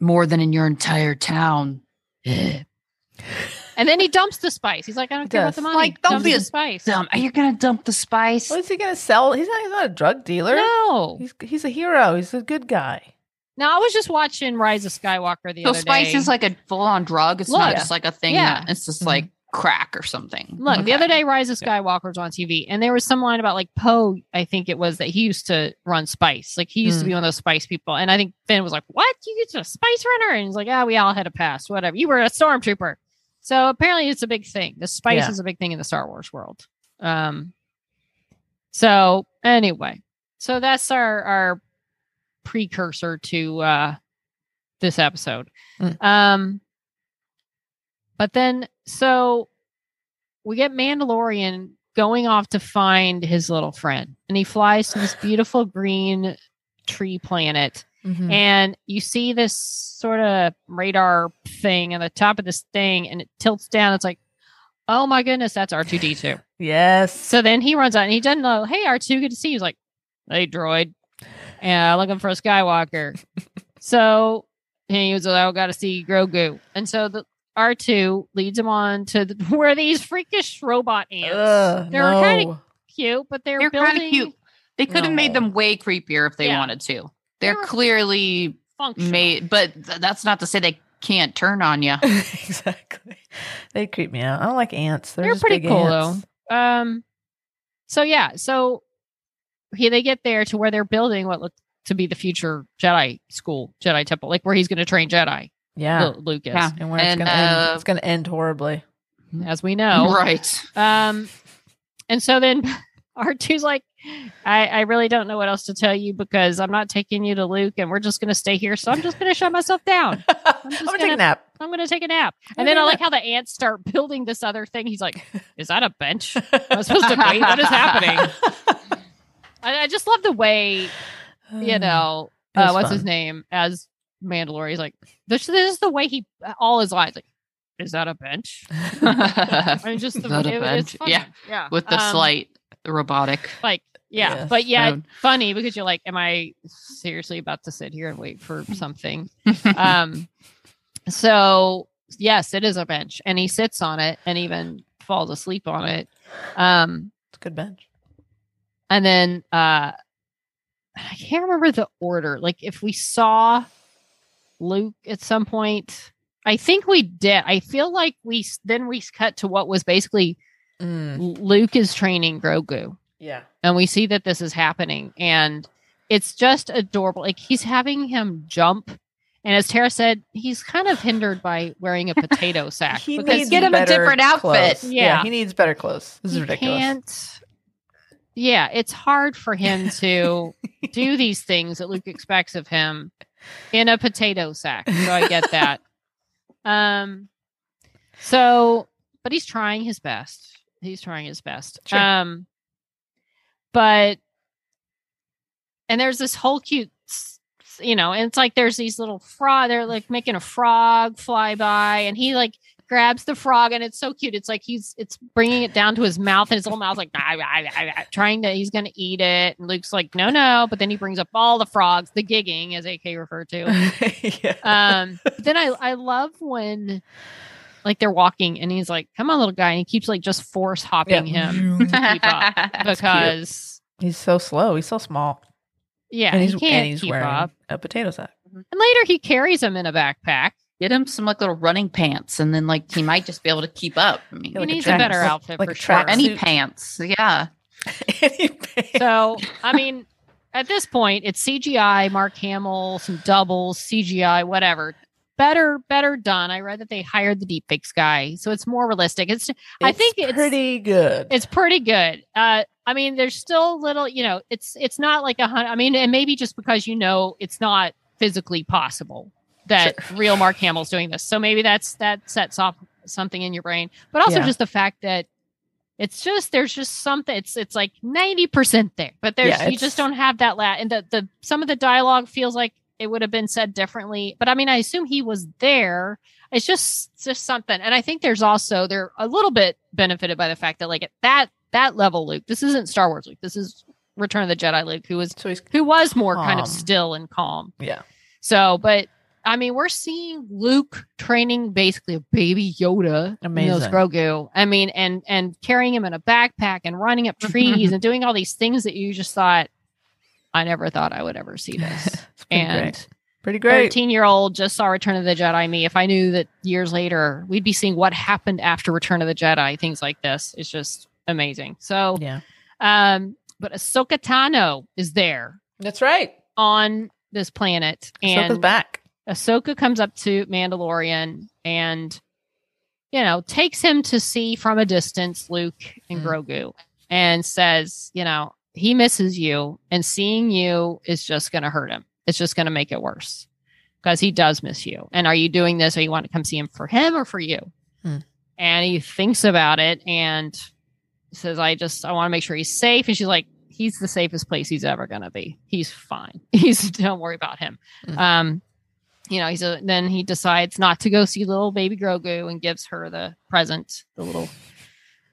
[SPEAKER 4] more than in your entire town."
[SPEAKER 3] and then he dumps the spice. He's like, "I don't
[SPEAKER 2] He
[SPEAKER 3] care about
[SPEAKER 2] does.
[SPEAKER 3] the money.
[SPEAKER 4] Like, don't
[SPEAKER 3] Dumps
[SPEAKER 4] be
[SPEAKER 3] the
[SPEAKER 4] a
[SPEAKER 3] spice."
[SPEAKER 4] Dumb. um, Are you gonna dump the spice?
[SPEAKER 2] What is he gonna sell? He's not. He's not a drug dealer.
[SPEAKER 3] No,
[SPEAKER 2] He's he's a hero. He's a good guy.
[SPEAKER 3] Now I was just watching Rise of Skywalker the
[SPEAKER 4] So
[SPEAKER 3] other
[SPEAKER 4] spice
[SPEAKER 3] day.
[SPEAKER 4] is like a full on drug. It's
[SPEAKER 3] Look.
[SPEAKER 4] not just like a thing.
[SPEAKER 3] Yeah. Mm-hmm.
[SPEAKER 4] That, it's just
[SPEAKER 2] Mhm.
[SPEAKER 4] like crack or something.
[SPEAKER 3] look the
[SPEAKER 4] Okay.
[SPEAKER 3] other day Rise of Skywalker was on TV, and there was some line about like Poe. I think it was that he used to run Spice. Like he used to
[SPEAKER 2] Mm.
[SPEAKER 4] Hmm.
[SPEAKER 3] be one of those Spice people, and I think Finn was like, "What? You used to be a Spice runner?" And he's like, "Ah, we all had a past. Whatever. You were a stormtrooper." So apparently, it's a big thing. The spice
[SPEAKER 2] Yeah.
[SPEAKER 3] is a big thing in the Star Wars world. Um. So anyway, so that's our our precursor to uh this episode.
[SPEAKER 2] Mm.
[SPEAKER 3] Um but then so we get Mandalorian going off to find his little friend and he flies to this beautiful green tree planet
[SPEAKER 2] Mhm.
[SPEAKER 3] and you see this sort of radar thing on the top of this thing and it tilts down it's like oh my goodness that's R2D2.
[SPEAKER 2] Yes.
[SPEAKER 3] so then he runs out and he doesn't know, "Hey R2, good to see you." He's like, "Hey droid." Yeah, looking for a Skywalker. so and he was like, "I got to see Grogu." And so the R2 leads him on to the, where these freakish robot ants.
[SPEAKER 2] Ugh,
[SPEAKER 3] they're kind of
[SPEAKER 2] no.
[SPEAKER 3] cute, but they're,
[SPEAKER 4] They're
[SPEAKER 3] building
[SPEAKER 4] kind of cute. They could have made
[SPEAKER 2] No.
[SPEAKER 4] them way creepier if they
[SPEAKER 3] Yeah.
[SPEAKER 4] wanted to. They're
[SPEAKER 3] They were-
[SPEAKER 4] clearly
[SPEAKER 3] functional.
[SPEAKER 4] made, but th- that's not to say they can't turn on you.
[SPEAKER 2] exactly. They creep me out. I don't like ants. They're,
[SPEAKER 3] They're
[SPEAKER 2] just
[SPEAKER 3] pretty
[SPEAKER 2] big
[SPEAKER 3] cool,
[SPEAKER 2] ants.
[SPEAKER 3] Um, so yeah, so he they get there to where they're building what looked to be the future Jedi school, Jedi temple, like where he's going to train Jedi.
[SPEAKER 2] Yeah.
[SPEAKER 3] Lu- Lucas,
[SPEAKER 4] Yeah.
[SPEAKER 2] And where
[SPEAKER 4] And,
[SPEAKER 2] it's gonna
[SPEAKER 4] uh,
[SPEAKER 2] end, it's gonna end horribly.
[SPEAKER 3] as we know,
[SPEAKER 4] Right.
[SPEAKER 3] Um, and so then R2's like, I, I really don't know what else to tell you because I'm not taking you to Luke and we're just going to stay here. So I'm just going to shut myself down.
[SPEAKER 2] I'm,
[SPEAKER 3] just
[SPEAKER 2] gonna take
[SPEAKER 3] gonna-
[SPEAKER 2] a nap.
[SPEAKER 3] I'm going to take a nap.
[SPEAKER 2] I'm
[SPEAKER 3] And then I
[SPEAKER 2] gonna
[SPEAKER 3] like how the ants start building this other thing. He's like, Is that a bench? Am I supposed to wait? What is happening? I, I just love the way,
[SPEAKER 4] Mm-hmm.
[SPEAKER 3] you know,
[SPEAKER 2] It was
[SPEAKER 3] uh, what's
[SPEAKER 2] fun.
[SPEAKER 3] his name as Mandalore. He's like, this, this is the way he, all his lines, like, Is that a bench? I mean, just the,
[SPEAKER 4] Is that a
[SPEAKER 3] it-
[SPEAKER 4] bench?
[SPEAKER 3] It's funny.
[SPEAKER 4] Yeah.
[SPEAKER 3] Yeah.
[SPEAKER 4] With the
[SPEAKER 3] Um,
[SPEAKER 4] slight robotic.
[SPEAKER 3] like yeah
[SPEAKER 2] Yes.
[SPEAKER 3] but yeah
[SPEAKER 4] Tone.
[SPEAKER 3] funny because you're like am i seriously about to sit here and wait for something um so yes it is a bench and he sits on it and even falls asleep on it um
[SPEAKER 2] It's a good bench.
[SPEAKER 3] and then uh i can't remember the order like if we saw luke at some point i think we did i feel like we s- then we cut to what was basically
[SPEAKER 2] Mm.
[SPEAKER 3] luke is training grogu
[SPEAKER 2] Yeah.
[SPEAKER 3] and we see that this is happening and it's just adorable like he's having him jump and as tara said he's kind of hindered by wearing a potato sack
[SPEAKER 2] He
[SPEAKER 3] because
[SPEAKER 2] needs
[SPEAKER 4] get him a
[SPEAKER 2] better
[SPEAKER 4] different outfit.
[SPEAKER 2] clothes.
[SPEAKER 3] Yeah.
[SPEAKER 2] he needs better clothes. This is
[SPEAKER 3] he
[SPEAKER 2] ridiculous.
[SPEAKER 3] can't yeah, it's hard for him to do these things that Luke expects of him in a potato sack. So I get that. um so but he's trying his best. He's trying his best.
[SPEAKER 2] Sure.
[SPEAKER 3] Um but and there's this whole cute s- s- you know, and it's like there's these little frog they're like making a frog fly by and he like grabs the frog and it's so cute. It's like he's it's bringing it down to his mouth and his little mouth's like "Ah, ah, ah, ah," trying to he's gonna eat it. And Luke's like, no, no. But then he brings up all the frogs, the gigging as AK referred to.
[SPEAKER 2] yeah.
[SPEAKER 3] Um, but then I I love when like they're walking and he's like, come on, little guy, and he keeps like just force hopping him keep up. because
[SPEAKER 2] He's so slow. He's so small.
[SPEAKER 3] yeah,
[SPEAKER 2] and he's,
[SPEAKER 3] he can't
[SPEAKER 2] and he's
[SPEAKER 3] keep
[SPEAKER 2] wearing Mhm.
[SPEAKER 3] up.
[SPEAKER 2] a potato sack.
[SPEAKER 3] And later he carries him in a backpack.
[SPEAKER 4] Get him some like little running pants, and then like he might just be able to keep up. I mean,
[SPEAKER 3] he
[SPEAKER 2] Yeah, like a
[SPEAKER 3] needs a,
[SPEAKER 2] track-
[SPEAKER 3] better
[SPEAKER 2] like-
[SPEAKER 3] outfit
[SPEAKER 2] like
[SPEAKER 3] for
[SPEAKER 2] a track
[SPEAKER 3] sure.
[SPEAKER 2] suit.
[SPEAKER 4] any pants, yeah.
[SPEAKER 3] So, I mean, at this point, it's CGI, Mark Hamill, some doubles, CGI, whatever. Better, better done. I read that they hired the deepfakes guy, so it's more realistic. It's I think it's-
[SPEAKER 2] pretty good.
[SPEAKER 3] it's pretty good. Uh, I mean, there's still little, you know, it's it's not like a hundred. I mean, and maybe just because you know it's not physically possible that real Mark Hamill's doing this, so maybe that's that sets off something in your brain. But also
[SPEAKER 2] Yeah.
[SPEAKER 3] just the fact that it's just there's just something. It's it's like ninety percent there, but there's
[SPEAKER 2] Yeah,
[SPEAKER 3] you
[SPEAKER 2] it's-
[SPEAKER 3] just don't have that la And the the some of the dialogue feels like it would have been said differently. But I mean, I assume he was there it's just it's just something and i think there's also they're a little bit benefited by the fact that like at that that level luke this isn't star wars luke this is return of the jedi luke who was
[SPEAKER 2] so he's
[SPEAKER 3] who was more kind of
[SPEAKER 2] Calm.
[SPEAKER 3] still and calm
[SPEAKER 2] yeah.
[SPEAKER 3] so but i mean we're seeing luke training basically a baby yoda in those
[SPEAKER 2] Amazing.
[SPEAKER 3] grogu i mean and and carrying him in a backpack and running up trees and doing all these things that you just thought i never thought i would ever see this
[SPEAKER 2] It's pretty
[SPEAKER 3] and
[SPEAKER 2] great. Pretty great.
[SPEAKER 3] 13 year old just saw Return of the Jedi me. If I knew that years later we'd be seeing what happened after Return of the Jedi, things like this, it's just amazing. So,
[SPEAKER 2] Yeah.
[SPEAKER 3] um, but Ahsoka Tano is there
[SPEAKER 2] That's right.
[SPEAKER 3] on this planet,
[SPEAKER 2] Ahsoka's
[SPEAKER 3] and
[SPEAKER 2] back.
[SPEAKER 3] Ahsoka comes up to Mandalorian and you know takes him to see from a distance Luke and
[SPEAKER 2] Mm.
[SPEAKER 3] Grogu and says, you know, he misses you and seeing you is just going to hurt him. It's just going to make it worse because he does miss you. And are you doing this or you want to come see him for him or for you?
[SPEAKER 2] Mm.
[SPEAKER 3] And he thinks about it and says, I just, I want to make sure he's safe. And she's like, he's the safest place he's ever going to be. He's fine. He's, don't worry about him.
[SPEAKER 2] Mm.
[SPEAKER 3] Um, you know, he's a, then he decides not to go see little baby Grogu and gives her the present, the little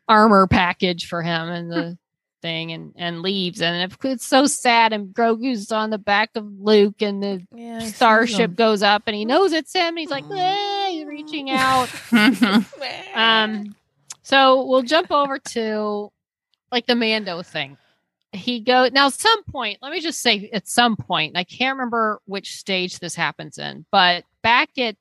[SPEAKER 3] armor package for him and the thing and, and leaves. And it- it's so sad. And Grogu's on the back of Luke and the
[SPEAKER 2] Yeah. he sees
[SPEAKER 3] starship
[SPEAKER 2] him.
[SPEAKER 3] goes up and he knows it's him. He's like,
[SPEAKER 2] Mm.
[SPEAKER 3] "Ah," he's reaching out. Um, so we'll jump over to like the Mando thing. He go now. Some point, let me just say, at some point, and I can't remember which stage this happens in, but back at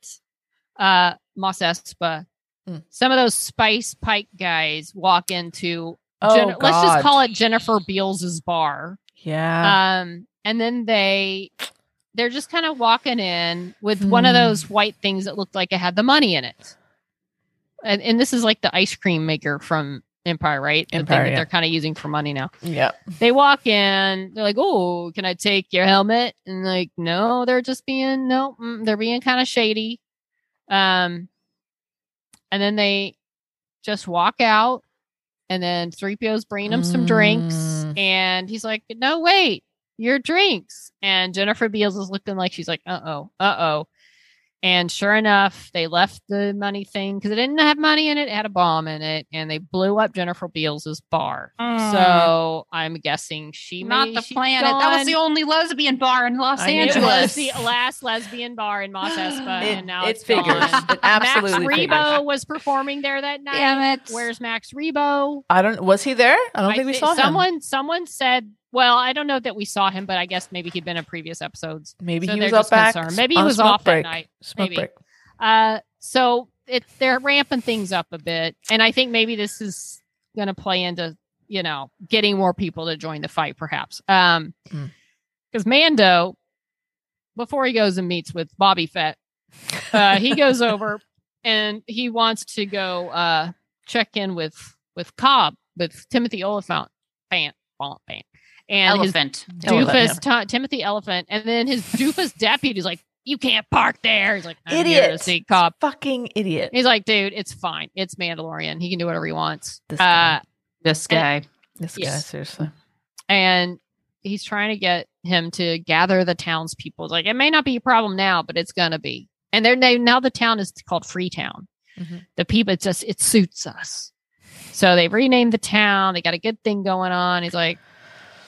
[SPEAKER 3] uh Mos Espa,
[SPEAKER 2] Mm.
[SPEAKER 3] some of those Spice Pike guys walk into.
[SPEAKER 2] Oh,
[SPEAKER 3] Jen- let's just
[SPEAKER 2] God.
[SPEAKER 3] call it Jennifer Beals' bar.
[SPEAKER 2] Yeah.
[SPEAKER 3] Um, and then they they're just kind of walking in with one of
[SPEAKER 2] Hmm.
[SPEAKER 3] those white things that looked like it had the money in it. And and this is like the ice cream maker from Empire, right? the thing
[SPEAKER 2] Empire,
[SPEAKER 3] that
[SPEAKER 2] yeah.
[SPEAKER 3] they're kind of using for money now.
[SPEAKER 2] yeah.
[SPEAKER 3] They walk in, they're like, "Oh, can I take your helmet?" And like, "No, they're just being no, mm, they're being kind of shady." Um and then they just walk out and then 3PO's bringing him some drinks.
[SPEAKER 2] Mm.
[SPEAKER 3] And he's like, no, wait, your drinks. And Jennifer Beals is looking like she's like, uh oh, uh oh. And sure enough, they left the money thing because it didn't have money in it, it had a bomb in it. And they blew up Jennifer Beals' bar.
[SPEAKER 4] Mm.
[SPEAKER 3] So I'm guessing she
[SPEAKER 4] Not
[SPEAKER 3] may-
[SPEAKER 4] the
[SPEAKER 3] she's
[SPEAKER 4] planet. That was
[SPEAKER 3] gone.
[SPEAKER 4] the only lesbian bar in Los
[SPEAKER 2] I knew
[SPEAKER 3] It was
[SPEAKER 4] Angeles.
[SPEAKER 3] the last lesbian bar in Mos Espa,
[SPEAKER 2] It,
[SPEAKER 3] uh, and now
[SPEAKER 2] it
[SPEAKER 3] it's
[SPEAKER 2] figures.
[SPEAKER 3] gone.
[SPEAKER 2] It absolutely
[SPEAKER 3] Max
[SPEAKER 2] figures.
[SPEAKER 3] Rebo was performing there that night.
[SPEAKER 4] Damn it.
[SPEAKER 3] Where's Max Rebo?
[SPEAKER 2] I don't. Was he there? I don't think we
[SPEAKER 3] thi-
[SPEAKER 2] saw him.
[SPEAKER 3] someone. Someone said, "Well, I don't know that we saw him, but I guess maybe he'd been in previous episodes."
[SPEAKER 2] Maybe
[SPEAKER 3] so
[SPEAKER 2] he
[SPEAKER 3] they're
[SPEAKER 2] was up
[SPEAKER 3] just
[SPEAKER 2] back.
[SPEAKER 3] concerned. Maybe he
[SPEAKER 2] on
[SPEAKER 3] was
[SPEAKER 2] smoke
[SPEAKER 3] off that
[SPEAKER 2] break.
[SPEAKER 3] night.
[SPEAKER 2] Smoke
[SPEAKER 3] Maybe.
[SPEAKER 2] break.
[SPEAKER 3] Uh, so it they're ramping things up a bit, and I think maybe this is going to play into you know getting more people to join the fight, perhaps. Um,
[SPEAKER 2] Hmm.
[SPEAKER 3] because Mando, before he goes and meets with Bobby Fett, uh, he goes over and he wants to go uh check in with with Cobb with Timothy Oliphant. Fant. Womp bam. And his
[SPEAKER 4] Elephant.
[SPEAKER 3] doofus Ti- Timothy Elephant, and then his doofus deputy's like, "You can't park there." He's like, "I'm here to
[SPEAKER 2] Idiot.
[SPEAKER 3] see cop."
[SPEAKER 2] Fucking idiot.
[SPEAKER 3] He's like, "Dude, it's fine. It's Mandalorian. He can do whatever he wants."
[SPEAKER 2] This guy.
[SPEAKER 3] Uh,
[SPEAKER 4] This guy.
[SPEAKER 2] this guy,
[SPEAKER 3] yes.
[SPEAKER 2] seriously.
[SPEAKER 3] and he's trying to get him to gather the townspeople. It's like, "It may not be a problem now, but it's gonna be." And their name now the town is called Freetown.
[SPEAKER 2] Mhm.
[SPEAKER 3] The people, it just it suits us. So they've renamed the town. They got a good thing going on. He's like,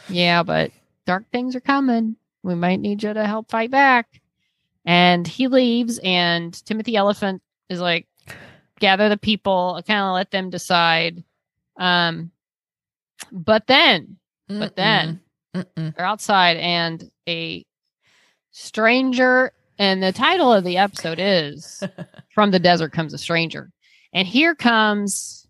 [SPEAKER 3] "Yeah, but dark things are coming. We might need you to help fight back." And he leaves, and Timothy Elephant is like, gather the people, kind of let them decide. Um, but then, but then
[SPEAKER 2] Mm-mm.
[SPEAKER 3] they're outside, and a stranger, and the title of the episode is "From the Desert Comes a Stranger," and here comes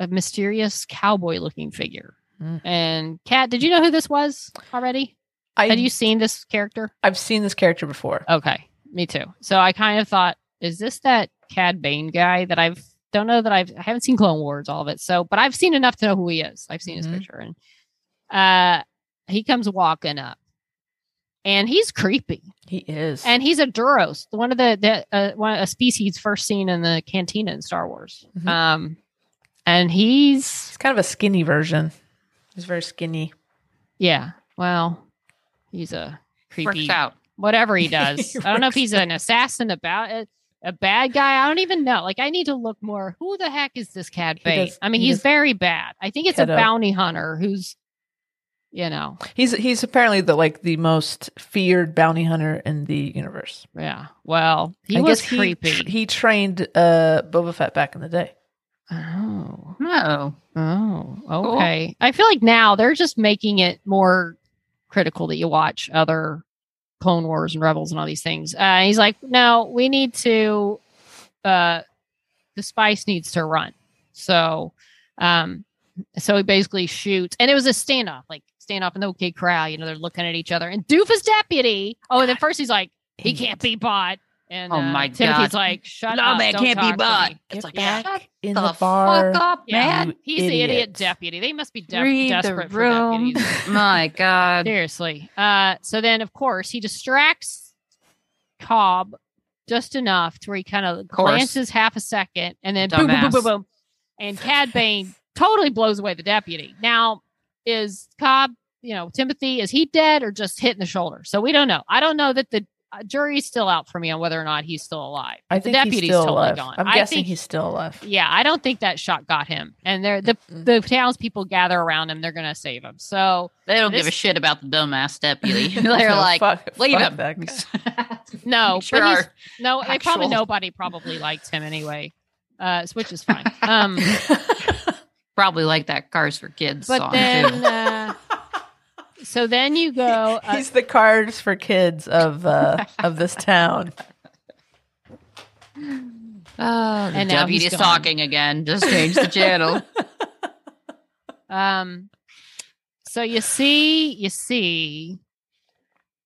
[SPEAKER 3] a mysterious cowboy-looking figure.
[SPEAKER 2] Mm.
[SPEAKER 3] And Kat, did you know who this was already?
[SPEAKER 2] I,
[SPEAKER 3] Had you seen this character?
[SPEAKER 2] I've seen this character before.
[SPEAKER 3] Okay, me too. So I kind of thought, is this that Cad Bane guy that I've don't know that I've I haven't seen Clone Wars all of it. So, but I've seen enough to know who he is. I've seen
[SPEAKER 2] Mhm.
[SPEAKER 3] his picture, and uh, he comes walking up, and he's creepy,
[SPEAKER 2] He is.
[SPEAKER 3] and he's a Duros, one of the, the uh, one a species first seen in the cantina in Star Wars.
[SPEAKER 2] Mhm.
[SPEAKER 3] Um, and he's
[SPEAKER 2] it's kind of a skinny version. He's very skinny.
[SPEAKER 3] yeah, well, he's a creepy
[SPEAKER 4] Works out.
[SPEAKER 3] whatever he does.
[SPEAKER 2] He
[SPEAKER 3] I don't know if
[SPEAKER 2] works
[SPEAKER 3] he's an assassin about it. A bad guy. I don't even know. Like, I need to look more. Who the heck is this Cad
[SPEAKER 2] He
[SPEAKER 3] Bane?
[SPEAKER 2] does-
[SPEAKER 3] I mean,
[SPEAKER 2] he
[SPEAKER 3] he's
[SPEAKER 2] does-
[SPEAKER 3] very bad. I think it's
[SPEAKER 2] Kiddo.
[SPEAKER 3] a bounty hunter who's, you know,
[SPEAKER 2] He's he's apparently the like the most feared bounty hunter in the universe.
[SPEAKER 3] yeah. Well, he
[SPEAKER 2] I
[SPEAKER 3] was
[SPEAKER 2] guess he-
[SPEAKER 3] creepy.
[SPEAKER 2] He trained uh Boba Fett back in the day.
[SPEAKER 3] oh,
[SPEAKER 4] No.
[SPEAKER 3] oh, okay. I feel like now they're just making it more critical that you watch other Clone Wars and Rebels and all these things. Uh, he's like, no, we need to. Uh, the spice needs to run. So, um, so he basically shoots, and it was a standoff, like standoff in the OK crowd. You know, they're looking at each other, and Doofus deputy. Oh, and then first he's like, he can't be bought. And
[SPEAKER 4] Oh
[SPEAKER 3] uh,
[SPEAKER 4] my
[SPEAKER 3] Timothy's
[SPEAKER 4] God.
[SPEAKER 3] like, shut
[SPEAKER 4] No,
[SPEAKER 3] up,
[SPEAKER 4] man,
[SPEAKER 3] don't
[SPEAKER 4] can't be
[SPEAKER 3] talk to
[SPEAKER 4] bought.
[SPEAKER 3] me."
[SPEAKER 4] Get
[SPEAKER 3] It's
[SPEAKER 4] the
[SPEAKER 3] like, yeah,
[SPEAKER 4] fuck
[SPEAKER 2] in
[SPEAKER 4] the,
[SPEAKER 2] the, bar.
[SPEAKER 4] fuck up,
[SPEAKER 3] Yeah.
[SPEAKER 4] man.
[SPEAKER 2] You
[SPEAKER 3] he's the idiot
[SPEAKER 2] idiots.
[SPEAKER 3] deputy. They must be de-
[SPEAKER 4] Read the
[SPEAKER 3] desperate for
[SPEAKER 4] room.
[SPEAKER 3] deputies.
[SPEAKER 4] My God.
[SPEAKER 3] Seriously. Uh, so then, of course, he distracts Cobb just enough to where he kind of
[SPEAKER 4] course.
[SPEAKER 3] glances half a second, and then boom, boom, boom, boom,
[SPEAKER 4] Dumbass.
[SPEAKER 3] boom, and Cad Bane totally blows away the deputy. Now, is Cobb, you know, Timothy, is he dead or just hit in the shoulder? So we don't know. I don't know that the uh, jury's still out for me on whether or not he's still alive.
[SPEAKER 2] I
[SPEAKER 3] The
[SPEAKER 2] think he's
[SPEAKER 3] deputy's
[SPEAKER 2] still
[SPEAKER 3] totally
[SPEAKER 2] alive.
[SPEAKER 3] gone.
[SPEAKER 2] I'm
[SPEAKER 3] I
[SPEAKER 2] guessing
[SPEAKER 3] think-
[SPEAKER 2] he's still alive.
[SPEAKER 3] Yeah, I don't think that shot got him. And they're the the townspeople gather around him. They're gonna save him. So
[SPEAKER 4] They don't give a
[SPEAKER 3] This-
[SPEAKER 4] shit about the dumbass deputy. They're
[SPEAKER 2] So
[SPEAKER 4] like,
[SPEAKER 2] fuck,
[SPEAKER 4] leave
[SPEAKER 2] fuck
[SPEAKER 4] him.
[SPEAKER 2] that guy.
[SPEAKER 3] No,
[SPEAKER 4] Make sure
[SPEAKER 3] but he's-
[SPEAKER 4] our-
[SPEAKER 3] no, they probably
[SPEAKER 4] actual-
[SPEAKER 3] nobody probably liked him anyway, uh, s- which is fine. Um,
[SPEAKER 4] probably like that Cars for Kids
[SPEAKER 3] but
[SPEAKER 4] song
[SPEAKER 3] then,
[SPEAKER 4] too.
[SPEAKER 3] uh, so then you go. Uh,
[SPEAKER 2] he's the cards for kids of uh of this town.
[SPEAKER 4] Oh, the
[SPEAKER 3] And now he's
[SPEAKER 4] deputy's
[SPEAKER 3] gone.
[SPEAKER 4] talking again. Just change the channel.
[SPEAKER 3] um, so you see, you see,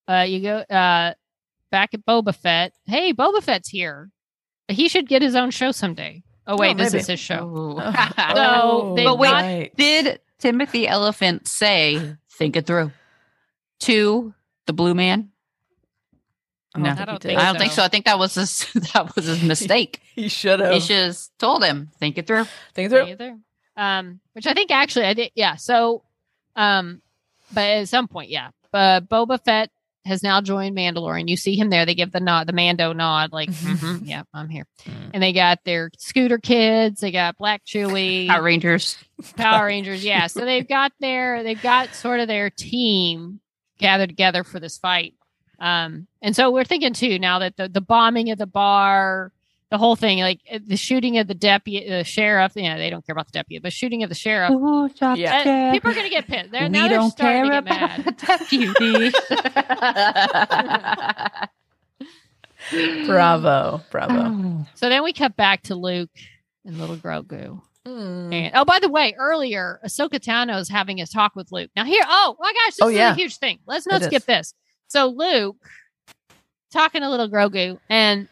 [SPEAKER 3] uh, you go uh, back at Boba Fett. Hey, Boba Fett's here. He should get his own show someday. Oh wait, this
[SPEAKER 2] maybe.
[SPEAKER 3] is his show.
[SPEAKER 4] Ooh.
[SPEAKER 3] So they
[SPEAKER 2] Oh, but
[SPEAKER 4] But wait,
[SPEAKER 3] got-
[SPEAKER 2] wait,
[SPEAKER 4] Did Timothy Elephant say, think it through, to the blue man? No.
[SPEAKER 3] I don't
[SPEAKER 4] I don't think so. I think that was his, that was his mistake.
[SPEAKER 2] He should
[SPEAKER 4] He
[SPEAKER 2] have.
[SPEAKER 4] should have told him, think it through.
[SPEAKER 2] Think
[SPEAKER 3] Me
[SPEAKER 2] through.
[SPEAKER 3] either. Um, which I think actually I did. Yeah. So, um, but at some point, yeah. But Boba Fett has now joined Mandalorian. You see him there. They give the nod, the Mando nod, like, "Mhm, yeah, I'm here.
[SPEAKER 2] Mm.
[SPEAKER 3] And they got their scooter kids. They got Black Chewie,
[SPEAKER 4] Power Rangers.
[SPEAKER 3] Power Rangers. Yeah. So they've got their, they've got sort of their team gathered together for this fight. Um, and so we're thinking too now that the, the bombing of the bar, the whole thing, like uh, the shooting of the deputy, the sheriff, you know, they don't care about the deputy, but shooting of the sheriff.
[SPEAKER 4] Ooh, shot
[SPEAKER 2] Yeah.
[SPEAKER 3] Uh,
[SPEAKER 4] the
[SPEAKER 3] people are going to get pissed. They're,
[SPEAKER 4] We
[SPEAKER 3] now they're
[SPEAKER 4] don't
[SPEAKER 3] starting
[SPEAKER 4] care
[SPEAKER 3] to get mad.
[SPEAKER 4] deputy.
[SPEAKER 2] Bravo, bravo.
[SPEAKER 3] So then we cut back to Luke and little Grogu.
[SPEAKER 2] Mm.
[SPEAKER 3] And, oh, by the way, earlier Ahsoka Tano is having a talk with Luke. Now here, oh my gosh, this
[SPEAKER 2] Oh,
[SPEAKER 3] is
[SPEAKER 2] yeah.
[SPEAKER 3] a huge thing. Let's not
[SPEAKER 2] It
[SPEAKER 3] skip
[SPEAKER 2] is.
[SPEAKER 3] this. So Luke talking to little Grogu, and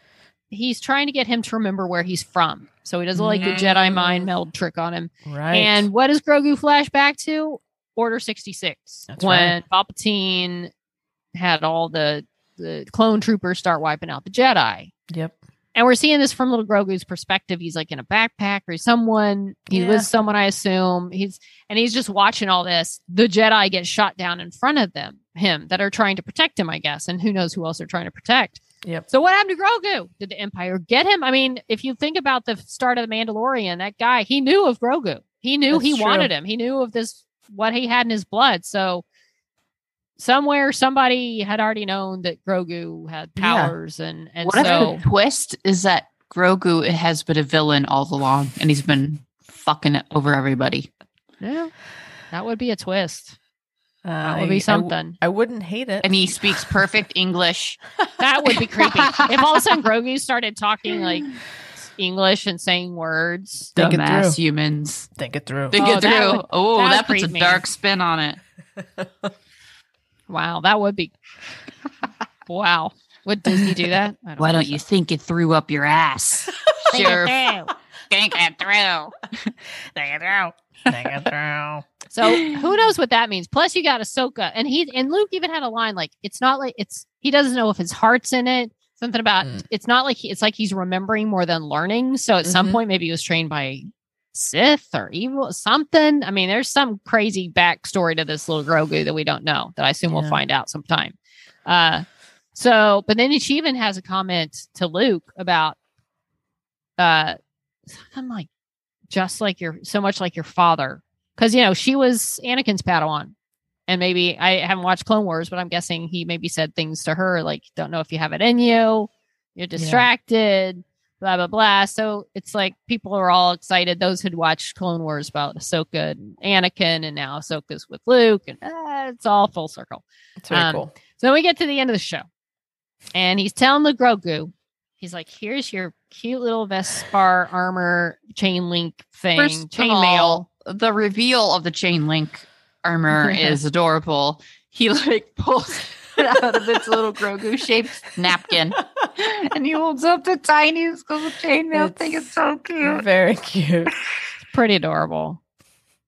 [SPEAKER 3] he's trying to get him to remember where he's from, so he doesn't like the Jedi mind meld trick on him.
[SPEAKER 2] Mm. Right.
[SPEAKER 3] And what does Grogu flash back to? Order 66
[SPEAKER 2] That's
[SPEAKER 3] when Palpatine had all the the clone troopers start wiping out the Jedi.
[SPEAKER 2] Yep.
[SPEAKER 3] And we're seeing this from little Grogu's perspective. He's like in a backpack or someone. He's
[SPEAKER 2] Yeah.
[SPEAKER 3] with someone, I assume. He's and he's just watching all this. The Jedi get shot down in front of them, him that are trying to protect him, I guess. And who knows who else they're trying to protect.
[SPEAKER 2] Yep.
[SPEAKER 3] So what happened to Grogu? Did the Empire get him? I mean, if you think about the start of the Mandalorian, that guy, he knew of Grogu. He knew
[SPEAKER 2] That's
[SPEAKER 3] he
[SPEAKER 2] true.
[SPEAKER 3] wanted him. He knew of this what he had in his blood. So somewhere somebody had already known that Grogu had
[SPEAKER 2] Yeah.
[SPEAKER 3] powers and and
[SPEAKER 4] what
[SPEAKER 3] so
[SPEAKER 4] if the twist is that Grogu has been a villain all along and he's been fucking over everybody?
[SPEAKER 3] Yeah. That would be a twist.
[SPEAKER 2] Uh,
[SPEAKER 3] That
[SPEAKER 2] I-
[SPEAKER 3] would be
[SPEAKER 2] I w-
[SPEAKER 3] something.
[SPEAKER 2] I, wouldn't hate it.
[SPEAKER 4] And he speaks perfect English.
[SPEAKER 3] that would be creepy. If all of a sudden Grogu started talking like English and saying words.
[SPEAKER 2] Think it
[SPEAKER 4] Dumbass
[SPEAKER 2] through.
[SPEAKER 4] humans.
[SPEAKER 2] think it through.
[SPEAKER 4] Think
[SPEAKER 3] Oh,
[SPEAKER 4] it
[SPEAKER 3] that
[SPEAKER 4] through.
[SPEAKER 3] would-
[SPEAKER 4] oh,
[SPEAKER 3] that
[SPEAKER 4] that,
[SPEAKER 3] would
[SPEAKER 4] puts a
[SPEAKER 3] creep me.
[SPEAKER 4] dark spin on it.
[SPEAKER 3] Wow, that would be Wow. Would Disney do that? I
[SPEAKER 4] Why don't
[SPEAKER 3] think
[SPEAKER 4] you think it through up your ass?
[SPEAKER 3] so.
[SPEAKER 4] sure. Think it through.
[SPEAKER 2] think it through. think it through.
[SPEAKER 3] So who knows what that means? Plus, you got Ahsoka, and he and Luke even had a line like, "It's not like it's he doesn't know if his heart's in it." Something about
[SPEAKER 2] Mm.
[SPEAKER 3] it's not like he, it's like he's remembering more than learning. So at some
[SPEAKER 2] Mhm.
[SPEAKER 3] point, maybe he was trained by Sith or evil something. I mean, there's some crazy backstory to this little Grogu that we don't know. That I assume
[SPEAKER 2] Yeah.
[SPEAKER 3] we'll find out sometime. Uh, so, but then she even has a comment to Luke about uh, something like just like your so much like your father because you know she was Anakin's Padawan, and maybe I haven't watched Clone Wars, but I'm guessing he maybe said things to her like, "Don't know if you have it in you, you're distracted." Blah blah blah. So it's like people are all excited. Those who'd watched Clone Wars about Ahsoka and Anakin, and now Ahsoka's with Luke, and ah, it's all full circle.
[SPEAKER 2] It's very
[SPEAKER 3] Um,
[SPEAKER 2] cool.
[SPEAKER 3] So then we get to the end of the show, and he's telling the Grogu, he's like, "Here's your cute little Vespar armor chain link thing,
[SPEAKER 4] First of
[SPEAKER 3] chain
[SPEAKER 4] all,
[SPEAKER 3] mail."
[SPEAKER 4] The reveal of the chain link armor is adorable. He like pulls it out of its little Grogu shaped napkin and he holds up the tiniest little chainmail thing.
[SPEAKER 2] It's
[SPEAKER 4] It's so cute.
[SPEAKER 2] Very cute.
[SPEAKER 3] It's pretty adorable,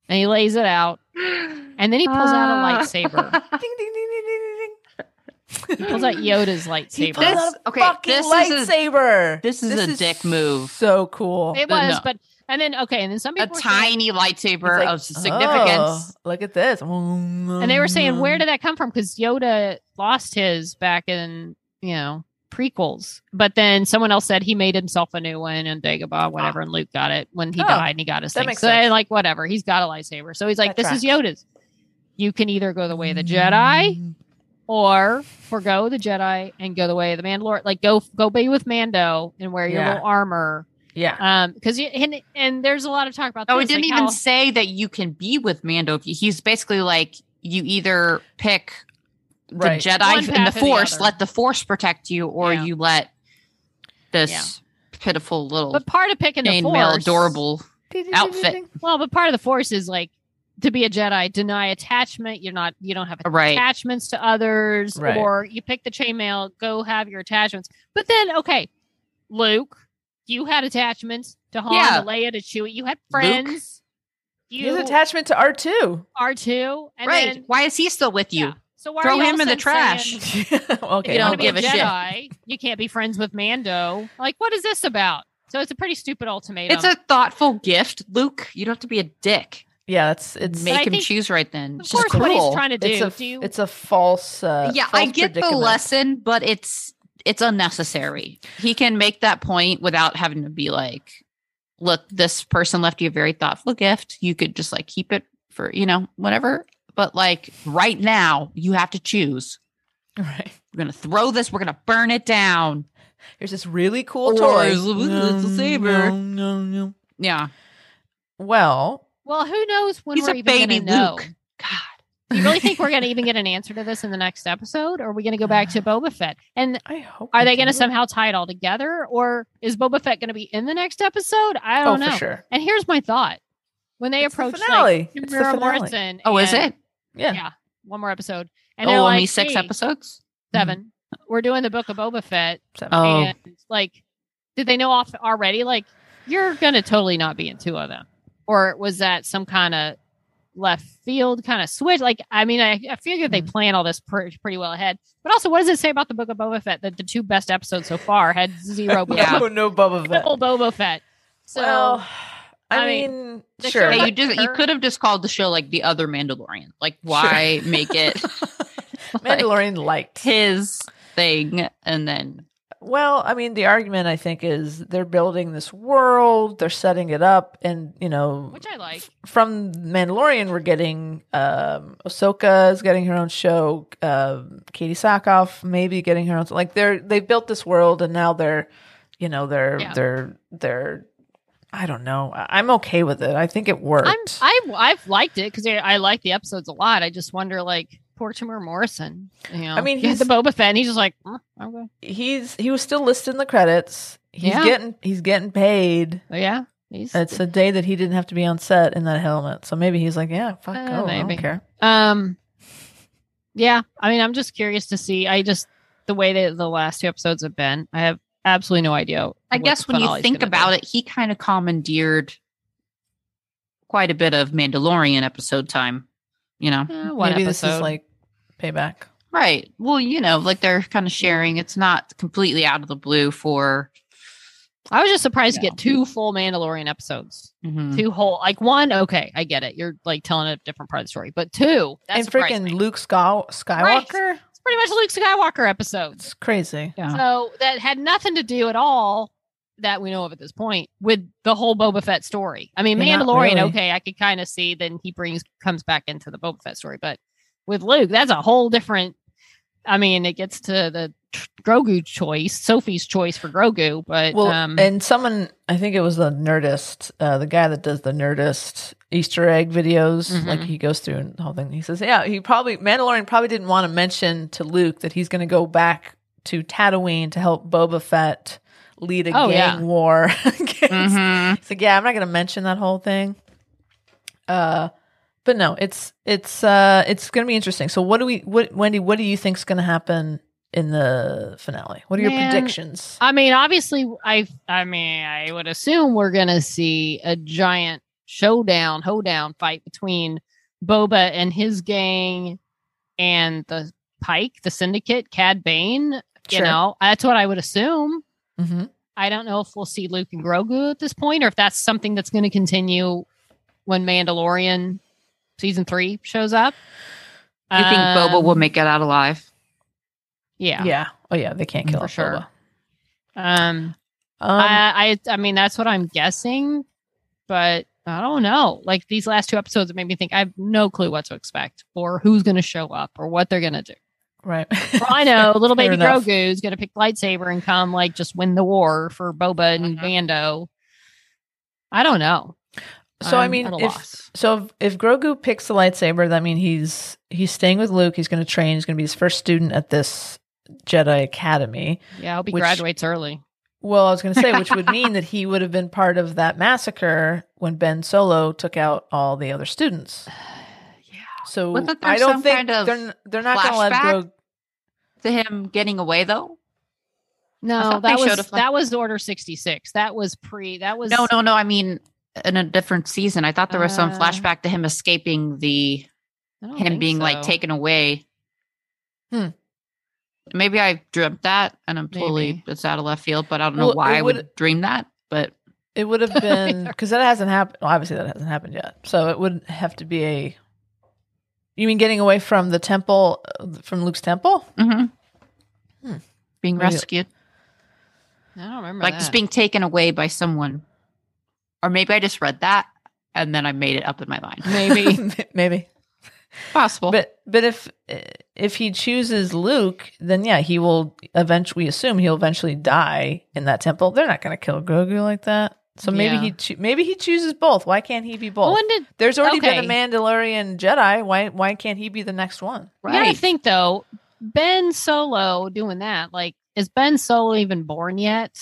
[SPEAKER 3] and he lays it out, and then he pulls out a lightsaber.
[SPEAKER 2] ding, ding, ding, ding, ding, ding, ding.
[SPEAKER 3] He pulls out Yoda's
[SPEAKER 2] He
[SPEAKER 3] lightsaber.
[SPEAKER 2] pulls
[SPEAKER 4] This-
[SPEAKER 2] out a
[SPEAKER 4] okay,
[SPEAKER 2] fucking
[SPEAKER 4] this is a-
[SPEAKER 2] lightsaber.
[SPEAKER 4] this is a dick move.
[SPEAKER 2] So cool.
[SPEAKER 3] it was,
[SPEAKER 4] no.
[SPEAKER 3] but and then okay, and then some
[SPEAKER 4] A
[SPEAKER 3] people were saying-
[SPEAKER 4] tiny lightsaber
[SPEAKER 2] It's like,
[SPEAKER 4] of
[SPEAKER 2] Oh,
[SPEAKER 4] significance.
[SPEAKER 2] look at this.
[SPEAKER 3] and they were
[SPEAKER 2] Mm-hmm.
[SPEAKER 3] saying, "Where did that come from?" Because Yoda lost his back in you know prequels, but then someone else said he made himself a new one and Dagobah, whatever, and Luke got it when he
[SPEAKER 2] Ah. Oh,
[SPEAKER 3] died and he got his
[SPEAKER 2] that
[SPEAKER 3] thing.
[SPEAKER 2] makes
[SPEAKER 3] So they're
[SPEAKER 2] sense.
[SPEAKER 3] like, whatever, he's got a lightsaber. So he's like,
[SPEAKER 2] That
[SPEAKER 3] "This is Yoda's. You can either go the way of the
[SPEAKER 2] Mm-hmm.
[SPEAKER 3] Jedi or forgo the Jedi and go the way of the Mandalorian. Like go go be with Mando and wear your
[SPEAKER 2] Yeah.
[SPEAKER 3] little armor."
[SPEAKER 2] Yeah.
[SPEAKER 3] Um, because and and there's a lot of talk about.
[SPEAKER 4] Oh,
[SPEAKER 3] this,
[SPEAKER 4] he didn't
[SPEAKER 3] like
[SPEAKER 4] even
[SPEAKER 3] how-
[SPEAKER 4] say that you can be with Mando. He's basically like, you either pick the
[SPEAKER 2] Right.
[SPEAKER 3] One
[SPEAKER 4] Jedi and the
[SPEAKER 3] path or the
[SPEAKER 4] Force.
[SPEAKER 3] other.
[SPEAKER 4] let the Force protect you, or
[SPEAKER 3] Yeah.
[SPEAKER 4] you let this pitiful little
[SPEAKER 3] But part of picking the
[SPEAKER 4] chainmail
[SPEAKER 3] force,
[SPEAKER 4] adorable. outfit.
[SPEAKER 3] Well, but part of the force is like to be a Jedi, deny attachment. You're not you don't have
[SPEAKER 4] Right.
[SPEAKER 3] attachments to others,
[SPEAKER 2] Right.
[SPEAKER 3] or you pick the chainmail, go have your attachments. But then, okay, Luke, you had attachments to Han,
[SPEAKER 4] Yeah.
[SPEAKER 3] to Leia, to Chewie. You had friends.
[SPEAKER 2] His
[SPEAKER 3] You
[SPEAKER 2] attachment to R2.
[SPEAKER 3] are too, and
[SPEAKER 4] right?
[SPEAKER 3] Then,
[SPEAKER 4] Why is he still with you?
[SPEAKER 3] yeah. So why
[SPEAKER 4] Throw
[SPEAKER 3] are you all
[SPEAKER 4] him
[SPEAKER 3] of a
[SPEAKER 4] in the
[SPEAKER 3] sudden saying,
[SPEAKER 4] trash.
[SPEAKER 3] if
[SPEAKER 2] okay.
[SPEAKER 3] you
[SPEAKER 4] don't
[SPEAKER 3] wanna be
[SPEAKER 4] give a shit.
[SPEAKER 3] Jedi, You can't be friends with Mando. Like, what is this about? So it's a pretty stupid ultimatum.
[SPEAKER 4] It's a thoughtful gift, Luke. You don't have to be a dick.
[SPEAKER 2] Yeah, that's it's
[SPEAKER 3] But I
[SPEAKER 4] Make him
[SPEAKER 3] think-
[SPEAKER 4] choose right then.
[SPEAKER 3] of
[SPEAKER 4] It's
[SPEAKER 3] course,
[SPEAKER 4] just
[SPEAKER 3] what he's
[SPEAKER 4] cruel.
[SPEAKER 3] trying to do.
[SPEAKER 2] it's a
[SPEAKER 3] do you,
[SPEAKER 2] it's a false. Uh,
[SPEAKER 4] yeah,
[SPEAKER 2] false
[SPEAKER 4] I get the
[SPEAKER 2] predicament.
[SPEAKER 4] lesson, but it's it's unnecessary. He can make that point without having to be like, "Look, this person left you a very thoughtful gift. You could just like keep it for you know whatever." But like right now, you have to choose.
[SPEAKER 2] Right.
[SPEAKER 4] We're gonna throw this. We're gonna burn it down.
[SPEAKER 2] Here's this really cool
[SPEAKER 4] Or
[SPEAKER 2] toy.
[SPEAKER 4] it's a little saber.
[SPEAKER 2] no, no.
[SPEAKER 4] Yeah,
[SPEAKER 2] Well,
[SPEAKER 3] Well, who knows when
[SPEAKER 4] he's
[SPEAKER 3] we're
[SPEAKER 4] a
[SPEAKER 3] even going
[SPEAKER 4] baby
[SPEAKER 3] to know?
[SPEAKER 4] Luke. God,
[SPEAKER 3] Do you really think we're going to even get an answer to this in the next episode? Or are we going to go back to Boba Fett? And
[SPEAKER 2] Uh, I hope.
[SPEAKER 3] are
[SPEAKER 2] we
[SPEAKER 3] they
[SPEAKER 2] do.
[SPEAKER 3] going to somehow tie it all together? Or is Boba Fett going to be in the next episode? I
[SPEAKER 2] Oh,
[SPEAKER 3] don't know.
[SPEAKER 2] for sure.
[SPEAKER 3] And here's my thought. When they
[SPEAKER 2] It's the
[SPEAKER 3] approach like,
[SPEAKER 2] finale. It's the
[SPEAKER 3] Tamara
[SPEAKER 2] finale.
[SPEAKER 3] Morrison.
[SPEAKER 4] oh, is
[SPEAKER 3] and-
[SPEAKER 4] it?
[SPEAKER 2] Yeah.
[SPEAKER 3] Yeah. One more episode. And
[SPEAKER 4] Oh,
[SPEAKER 3] they're
[SPEAKER 4] only
[SPEAKER 3] like,
[SPEAKER 4] six
[SPEAKER 3] "Hey,
[SPEAKER 4] episodes.
[SPEAKER 3] Seven. We're doing the book of Boba Fett.
[SPEAKER 2] Seven.
[SPEAKER 4] Oh,
[SPEAKER 3] And like, did they know off already? Like, you're gonna totally not be in two of them, or was that some kind of left field kind of switch. Like, I mean, I, I figure they plan all this pr- pretty well ahead. But also, what does it say about the book of Boba Fett that the two best episodes so far had zero Boba,
[SPEAKER 4] Yeah.
[SPEAKER 2] Oh, no Boba Fett.
[SPEAKER 3] no Boba Fett? So
[SPEAKER 2] well, I,
[SPEAKER 3] I mean,
[SPEAKER 2] mean,
[SPEAKER 3] the
[SPEAKER 2] sure.
[SPEAKER 3] show-
[SPEAKER 4] Hey, you just you could have just called the show like the other Mandalorian. Like why make it
[SPEAKER 2] Mandalorian light.
[SPEAKER 4] his thing and then
[SPEAKER 2] Well, I mean, the argument I think is they're building this world, they're setting it up, and you know,
[SPEAKER 3] which I like.
[SPEAKER 2] from Mandalorian, we're getting um, Ahsoka is getting her own show. Um, Katie Sackhoff maybe getting her own. Like they're they built this world, and now they're, you know, they're
[SPEAKER 3] Yeah.
[SPEAKER 2] they're they're. I don't know. I- I'm okay with it. I think it worked.
[SPEAKER 3] I'm, I've I've liked it because I, I like the episodes a lot. I just wonder, like poor Timur Morrison. You know,
[SPEAKER 2] I mean,
[SPEAKER 3] he had the
[SPEAKER 2] he's-
[SPEAKER 3] Boba Fett, and he's just like, "Mm, okay.
[SPEAKER 2] he's he was still listed in the credits. He's
[SPEAKER 3] Yeah.
[SPEAKER 2] getting he's getting paid.
[SPEAKER 3] But yeah, he's
[SPEAKER 2] It's a day that he didn't have to be on set in that helmet. So maybe he's like, yeah, fuck,
[SPEAKER 3] Uh,
[SPEAKER 2] go. I
[SPEAKER 3] maybe.
[SPEAKER 2] don't care.
[SPEAKER 3] Um, yeah, I mean, I'm just curious to see. I just the way that the last two episodes have been, I have absolutely no idea.
[SPEAKER 4] I guess when you think about it, he kind of commandeered quite a bit of Mandalorian episode time, you know.
[SPEAKER 3] Eh, one
[SPEAKER 2] maybe
[SPEAKER 3] episode.
[SPEAKER 2] this is like payback.
[SPEAKER 4] Right. Well, you know, like they're kind of sharing. It's not completely out of the blue for
[SPEAKER 3] I was just surprised to
[SPEAKER 4] Yeah.
[SPEAKER 3] get two full Mandalorian episodes,
[SPEAKER 2] Hmm.
[SPEAKER 4] Mm-hmm.
[SPEAKER 3] two whole, like one. Okay, I get it. You're like telling a different part of the story, but two. That's
[SPEAKER 2] and freaking Luke Sky- Skywalker.
[SPEAKER 3] It's pretty much Luke Skywalker episodes.
[SPEAKER 2] It's crazy.
[SPEAKER 4] Yeah.
[SPEAKER 3] So that had nothing to do at all that we know of at this point with the whole Boba Fett story. I mean,
[SPEAKER 2] Yeah, not
[SPEAKER 3] Mandalorian,
[SPEAKER 2] really.
[SPEAKER 3] okay, I could kind of see then he brings comes back into the Boba Fett story, but with Luke, that's a whole different. I mean, it gets to the tr- Grogu choice, Sophie's choice for Grogu, but
[SPEAKER 2] Well,
[SPEAKER 3] um,
[SPEAKER 2] and someone, I think it was the Nerdist, uh, the guy that does the Nerdist Easter egg videos.
[SPEAKER 3] Mhm.
[SPEAKER 2] Like he goes through and the whole thing. He says, yeah, he probably Mandalorian probably didn't want to mention to Luke that he's going to go back to Tatooine to help Boba Fett lead a
[SPEAKER 3] Oh,
[SPEAKER 2] gang
[SPEAKER 3] yeah. Mm-hmm.
[SPEAKER 2] war against
[SPEAKER 4] Mhm.
[SPEAKER 2] It's like, yeah, I'm not gonna mention that whole thing. Uh but no, it's it's uh it's gonna be interesting. So what do we what Wendy, what do you think's gonna happen in the finale? What are your
[SPEAKER 3] Man,
[SPEAKER 2] predictions?
[SPEAKER 3] I mean, obviously, I I mean, I would assume we're gonna see a giant showdown, hoedown fight between Boba and his gang and the Pike, the Syndicate, Cad Bane. You
[SPEAKER 2] Sure.
[SPEAKER 3] know, that's what I would assume.
[SPEAKER 2] Mhm.
[SPEAKER 3] I don't know if we'll see Luke and Grogu at this point, or if that's something that's going to continue when Mandalorian season three shows up.
[SPEAKER 4] You think Boba will
[SPEAKER 3] Um,
[SPEAKER 4] make it out alive?
[SPEAKER 3] Yeah.
[SPEAKER 2] Yeah. Oh yeah, they can't kill
[SPEAKER 3] For
[SPEAKER 2] off
[SPEAKER 3] sure.
[SPEAKER 2] Boba.
[SPEAKER 3] Um,
[SPEAKER 2] Um,
[SPEAKER 3] I, I I mean that's what I'm guessing, but I don't know. Like these last two episodes have made me think I have no clue what to expect or who's going to show up or what they're going to do.
[SPEAKER 2] right.
[SPEAKER 3] For all I know little
[SPEAKER 2] Fair
[SPEAKER 3] baby
[SPEAKER 2] enough.
[SPEAKER 3] Grogu is going to pick lightsaber and come like just win the war for Boba and
[SPEAKER 4] Mhm.
[SPEAKER 3] Bando. I don't know.
[SPEAKER 2] so i
[SPEAKER 3] I'm
[SPEAKER 2] mean
[SPEAKER 3] at a
[SPEAKER 2] if,
[SPEAKER 3] loss.
[SPEAKER 2] so if, if grogu picks the lightsaber that mean he's he's staying with luke he's going to train he's going to be his first student at this jedi academy
[SPEAKER 3] Yeah, I hope he
[SPEAKER 2] Which-
[SPEAKER 3] graduates early.
[SPEAKER 2] Well, I was going to say, which would mean that he would have been part of that massacre when Ben Solo took out all the other students.
[SPEAKER 3] Yeah.
[SPEAKER 2] So
[SPEAKER 4] Wasn't there
[SPEAKER 2] I don't
[SPEAKER 4] some
[SPEAKER 2] think
[SPEAKER 4] kind of
[SPEAKER 2] they're n- they're not going to let
[SPEAKER 4] flashback?
[SPEAKER 2] go.
[SPEAKER 4] To him getting away though?
[SPEAKER 3] No,
[SPEAKER 4] thought
[SPEAKER 3] that
[SPEAKER 4] they showed
[SPEAKER 3] was
[SPEAKER 4] a fl-
[SPEAKER 3] that was Order sixty six. That was pre. That was
[SPEAKER 4] No, no, no. I mean, in a different season, I thought there was some
[SPEAKER 3] Uh,
[SPEAKER 4] flashback to him escaping the
[SPEAKER 3] I don't
[SPEAKER 4] him
[SPEAKER 3] think
[SPEAKER 4] being like
[SPEAKER 3] so.
[SPEAKER 4] taken away.
[SPEAKER 2] Hmm.
[SPEAKER 4] Maybe I dreamt that, and I'm totally
[SPEAKER 3] Maybe.
[SPEAKER 4] it's out of left field, but I don't know
[SPEAKER 2] Well,
[SPEAKER 4] why
[SPEAKER 2] it
[SPEAKER 4] I would
[SPEAKER 2] would-
[SPEAKER 4] dream that. But
[SPEAKER 2] It would have been because that hasn't happened. Well, obviously, that hasn't happened yet. So it would have to be a. You mean getting away from the temple, uh, from Luke's temple?
[SPEAKER 4] mhm.
[SPEAKER 2] Hmm.
[SPEAKER 4] being
[SPEAKER 2] Maybe-
[SPEAKER 4] rescued,
[SPEAKER 3] I don't remember
[SPEAKER 4] like
[SPEAKER 3] that.
[SPEAKER 4] just being taken away by someone, or maybe I just read that and then I made it up in my mind.
[SPEAKER 3] maybe.
[SPEAKER 2] maybe.
[SPEAKER 4] Possible.
[SPEAKER 2] But but if if he chooses Luke, then yeah, he will eventually. We assume he'll eventually die in that temple. They're not going to kill Grogu like that. So maybe
[SPEAKER 3] Yeah.
[SPEAKER 2] he cho- maybe he chooses both. Why can't he be both?
[SPEAKER 3] When did
[SPEAKER 2] There's already been a
[SPEAKER 3] okay.
[SPEAKER 2] Mandalorian Jedi. Why why can't he be the next one?
[SPEAKER 3] You
[SPEAKER 4] right.
[SPEAKER 3] gotta think though, Ben Solo doing that, like, is Ben Solo even born yet?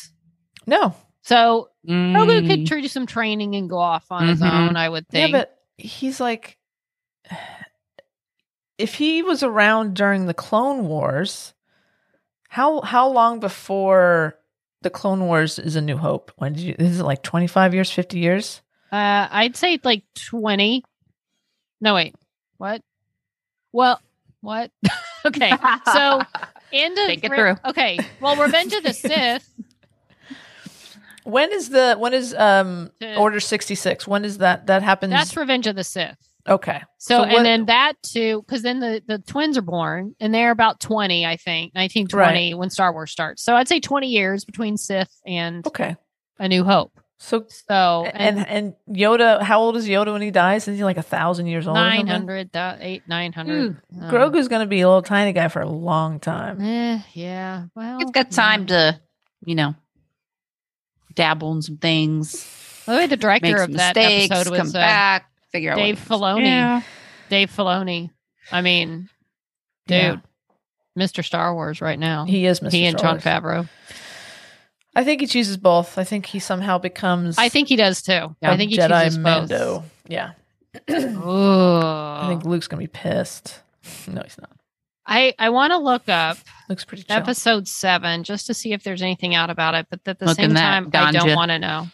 [SPEAKER 2] No,
[SPEAKER 3] So Grogu
[SPEAKER 4] Mm.
[SPEAKER 3] could tr- do some training and go off on his
[SPEAKER 4] Mhm.
[SPEAKER 3] own, I would think.
[SPEAKER 2] yeah, but he's like, if he was around during the Clone Wars, how how long before the Clone Wars is a New Hope? When did you? Is it like twenty five years, fifty years?
[SPEAKER 3] uh, I'd say like twenty. No, wait. What? Well, what? okay. So, end of.
[SPEAKER 4] Think it through.
[SPEAKER 3] Okay. Well, Revenge of the Sith.
[SPEAKER 2] When is the when is um
[SPEAKER 3] To,
[SPEAKER 2] Order sixty six? When is that that happens?
[SPEAKER 3] Uh, that's Revenge of the Sith.
[SPEAKER 2] okay.
[SPEAKER 3] So,
[SPEAKER 2] So
[SPEAKER 3] and
[SPEAKER 2] what-
[SPEAKER 3] then that too, because then the, the twins are born and they're about 20, I think, 1920 when Star Wars starts. So I'd say 20 years between Sith and
[SPEAKER 2] Okay.
[SPEAKER 3] A New Hope.
[SPEAKER 2] So
[SPEAKER 3] So,
[SPEAKER 2] and, and Yoda, how old is Yoda when he dies? Is he like a thousand years old? or something?
[SPEAKER 3] 900, that, 8, 900.
[SPEAKER 4] Ooh,
[SPEAKER 3] Um,
[SPEAKER 2] Grogu's gonna be a little tiny guy for a long time.
[SPEAKER 3] eh, yeah. Well,
[SPEAKER 4] It's got time to, you know, dabble in some things,
[SPEAKER 3] By the way, Oh, the
[SPEAKER 4] make
[SPEAKER 3] director of
[SPEAKER 4] some
[SPEAKER 3] that
[SPEAKER 4] mistakes,
[SPEAKER 3] episode
[SPEAKER 4] come
[SPEAKER 3] was uh,
[SPEAKER 4] back, figure out
[SPEAKER 3] Dave
[SPEAKER 4] what
[SPEAKER 3] Filoni. Dave Filoni. I mean, dude,
[SPEAKER 2] Yeah.
[SPEAKER 3] Mr. Star Wars right now. He,
[SPEAKER 2] He is Mr.
[SPEAKER 3] and
[SPEAKER 2] Star
[SPEAKER 3] John
[SPEAKER 2] Wars.
[SPEAKER 3] Favreau.
[SPEAKER 2] I think he chooses both. I think he somehow becomes.
[SPEAKER 3] I think he does too.
[SPEAKER 2] a
[SPEAKER 3] I think he
[SPEAKER 2] Jedi
[SPEAKER 3] chooses
[SPEAKER 2] Mando. Yeah,
[SPEAKER 3] both. Ooh.
[SPEAKER 2] I think Luke's gonna be pissed. No, he's not.
[SPEAKER 3] I, I want to look up
[SPEAKER 2] Luke's pretty chill.
[SPEAKER 3] episode seven just to see if there's anything out about it, but at the
[SPEAKER 4] Look in
[SPEAKER 3] same
[SPEAKER 4] that,
[SPEAKER 3] time, I don't
[SPEAKER 4] ganja. Hmm.
[SPEAKER 3] want to know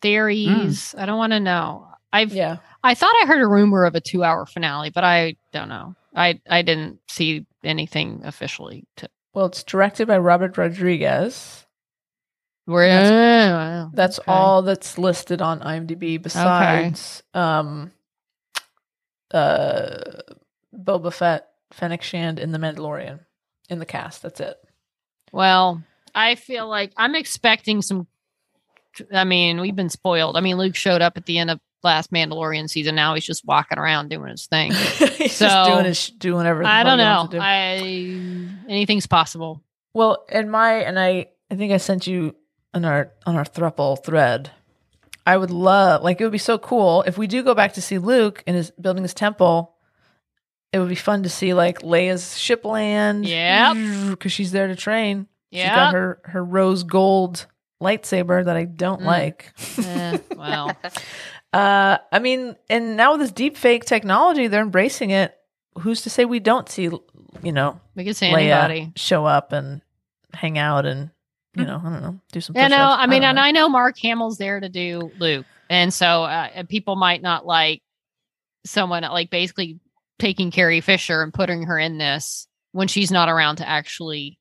[SPEAKER 3] theories. I don't want to know. I've
[SPEAKER 2] yeah,
[SPEAKER 3] I thought I heard a rumor of a two hour finale, but I don't know. I I didn't see anything officially. To,
[SPEAKER 2] well, it's directed by Robert Rodriguez.
[SPEAKER 3] where
[SPEAKER 4] Oh,
[SPEAKER 2] That's all that's listed on IMDb. Besides, um, uh, Boba Fett, Fennec Shand, and The Mandalorian in the cast. That's it.
[SPEAKER 3] Well, I feel like I'm expecting some. I mean, we've been spoiled. I mean, Luke showed up at the end of last Mandalorian season. Now he's just walking around doing his thing.
[SPEAKER 2] he's
[SPEAKER 3] So,
[SPEAKER 2] just doing his doing whatever. the
[SPEAKER 3] I
[SPEAKER 2] fuck
[SPEAKER 3] don't
[SPEAKER 2] he wants
[SPEAKER 3] know.
[SPEAKER 2] to do.
[SPEAKER 3] I anything's possible.
[SPEAKER 2] Well, and my and I I think I sent you on our on our thruple thread. I would love like it would be so cool if we do go back to see Luke in his building his temple. It would be fun to see like Leia's ship land. because she's there to train. She's
[SPEAKER 3] Yeah.
[SPEAKER 2] got her her rose gold lightsaber that I don't
[SPEAKER 3] Mm.
[SPEAKER 2] like.
[SPEAKER 3] Eh, well,
[SPEAKER 2] Uh, I mean, and now with this deep fake technology, they're embracing it. Who's to say we don't see you know
[SPEAKER 3] we could say
[SPEAKER 2] Leia
[SPEAKER 3] anybody.
[SPEAKER 2] show up and hang out and you know I don't know do some.
[SPEAKER 3] You know,
[SPEAKER 2] push-ups.
[SPEAKER 3] I mean,
[SPEAKER 2] don't
[SPEAKER 3] and
[SPEAKER 2] know.
[SPEAKER 3] I know Mark Hamill's there to do Luke, and so uh, and people might not like someone uh, like basically taking Carrie Fisher and putting her in this when she's not around to actually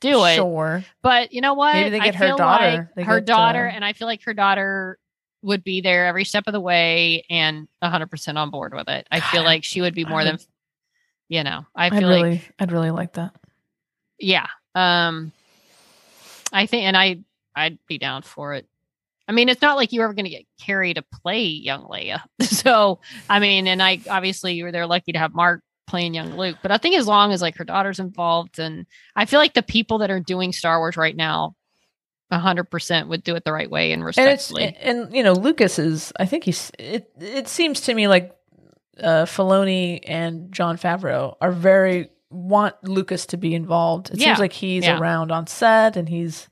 [SPEAKER 3] do it.
[SPEAKER 2] Sure,
[SPEAKER 3] But you know what?
[SPEAKER 2] Maybe they get
[SPEAKER 3] I
[SPEAKER 2] her
[SPEAKER 3] feel
[SPEAKER 2] daughter.
[SPEAKER 3] like
[SPEAKER 2] They
[SPEAKER 3] her
[SPEAKER 2] get,
[SPEAKER 3] daughter,
[SPEAKER 2] uh,
[SPEAKER 3] and I feel like her daughter would be there every step of the way and 100 percent on board with it. I feel
[SPEAKER 2] God,
[SPEAKER 3] like she would be
[SPEAKER 2] I
[SPEAKER 3] more than, you know, I
[SPEAKER 2] I'd
[SPEAKER 3] feel like
[SPEAKER 2] really, I'd really like that.
[SPEAKER 3] yeah um i think and i i'd be down for it i mean it's not like you're ever going to get carrie to play young leia so i mean and i obviously you were there lucky to have mark playing young luke but i think as long as like her daughter's involved and i feel like the people that are doing star wars right now 100% would do it the right way and
[SPEAKER 2] And it's
[SPEAKER 3] respectfully
[SPEAKER 2] and, you know Lucas is. I think he's. It it seems to me like uh Filoni and John Favreau are very want Lucas to be involved. It
[SPEAKER 3] Yeah.
[SPEAKER 2] seems like he's
[SPEAKER 3] Yeah.
[SPEAKER 2] around on set and he's.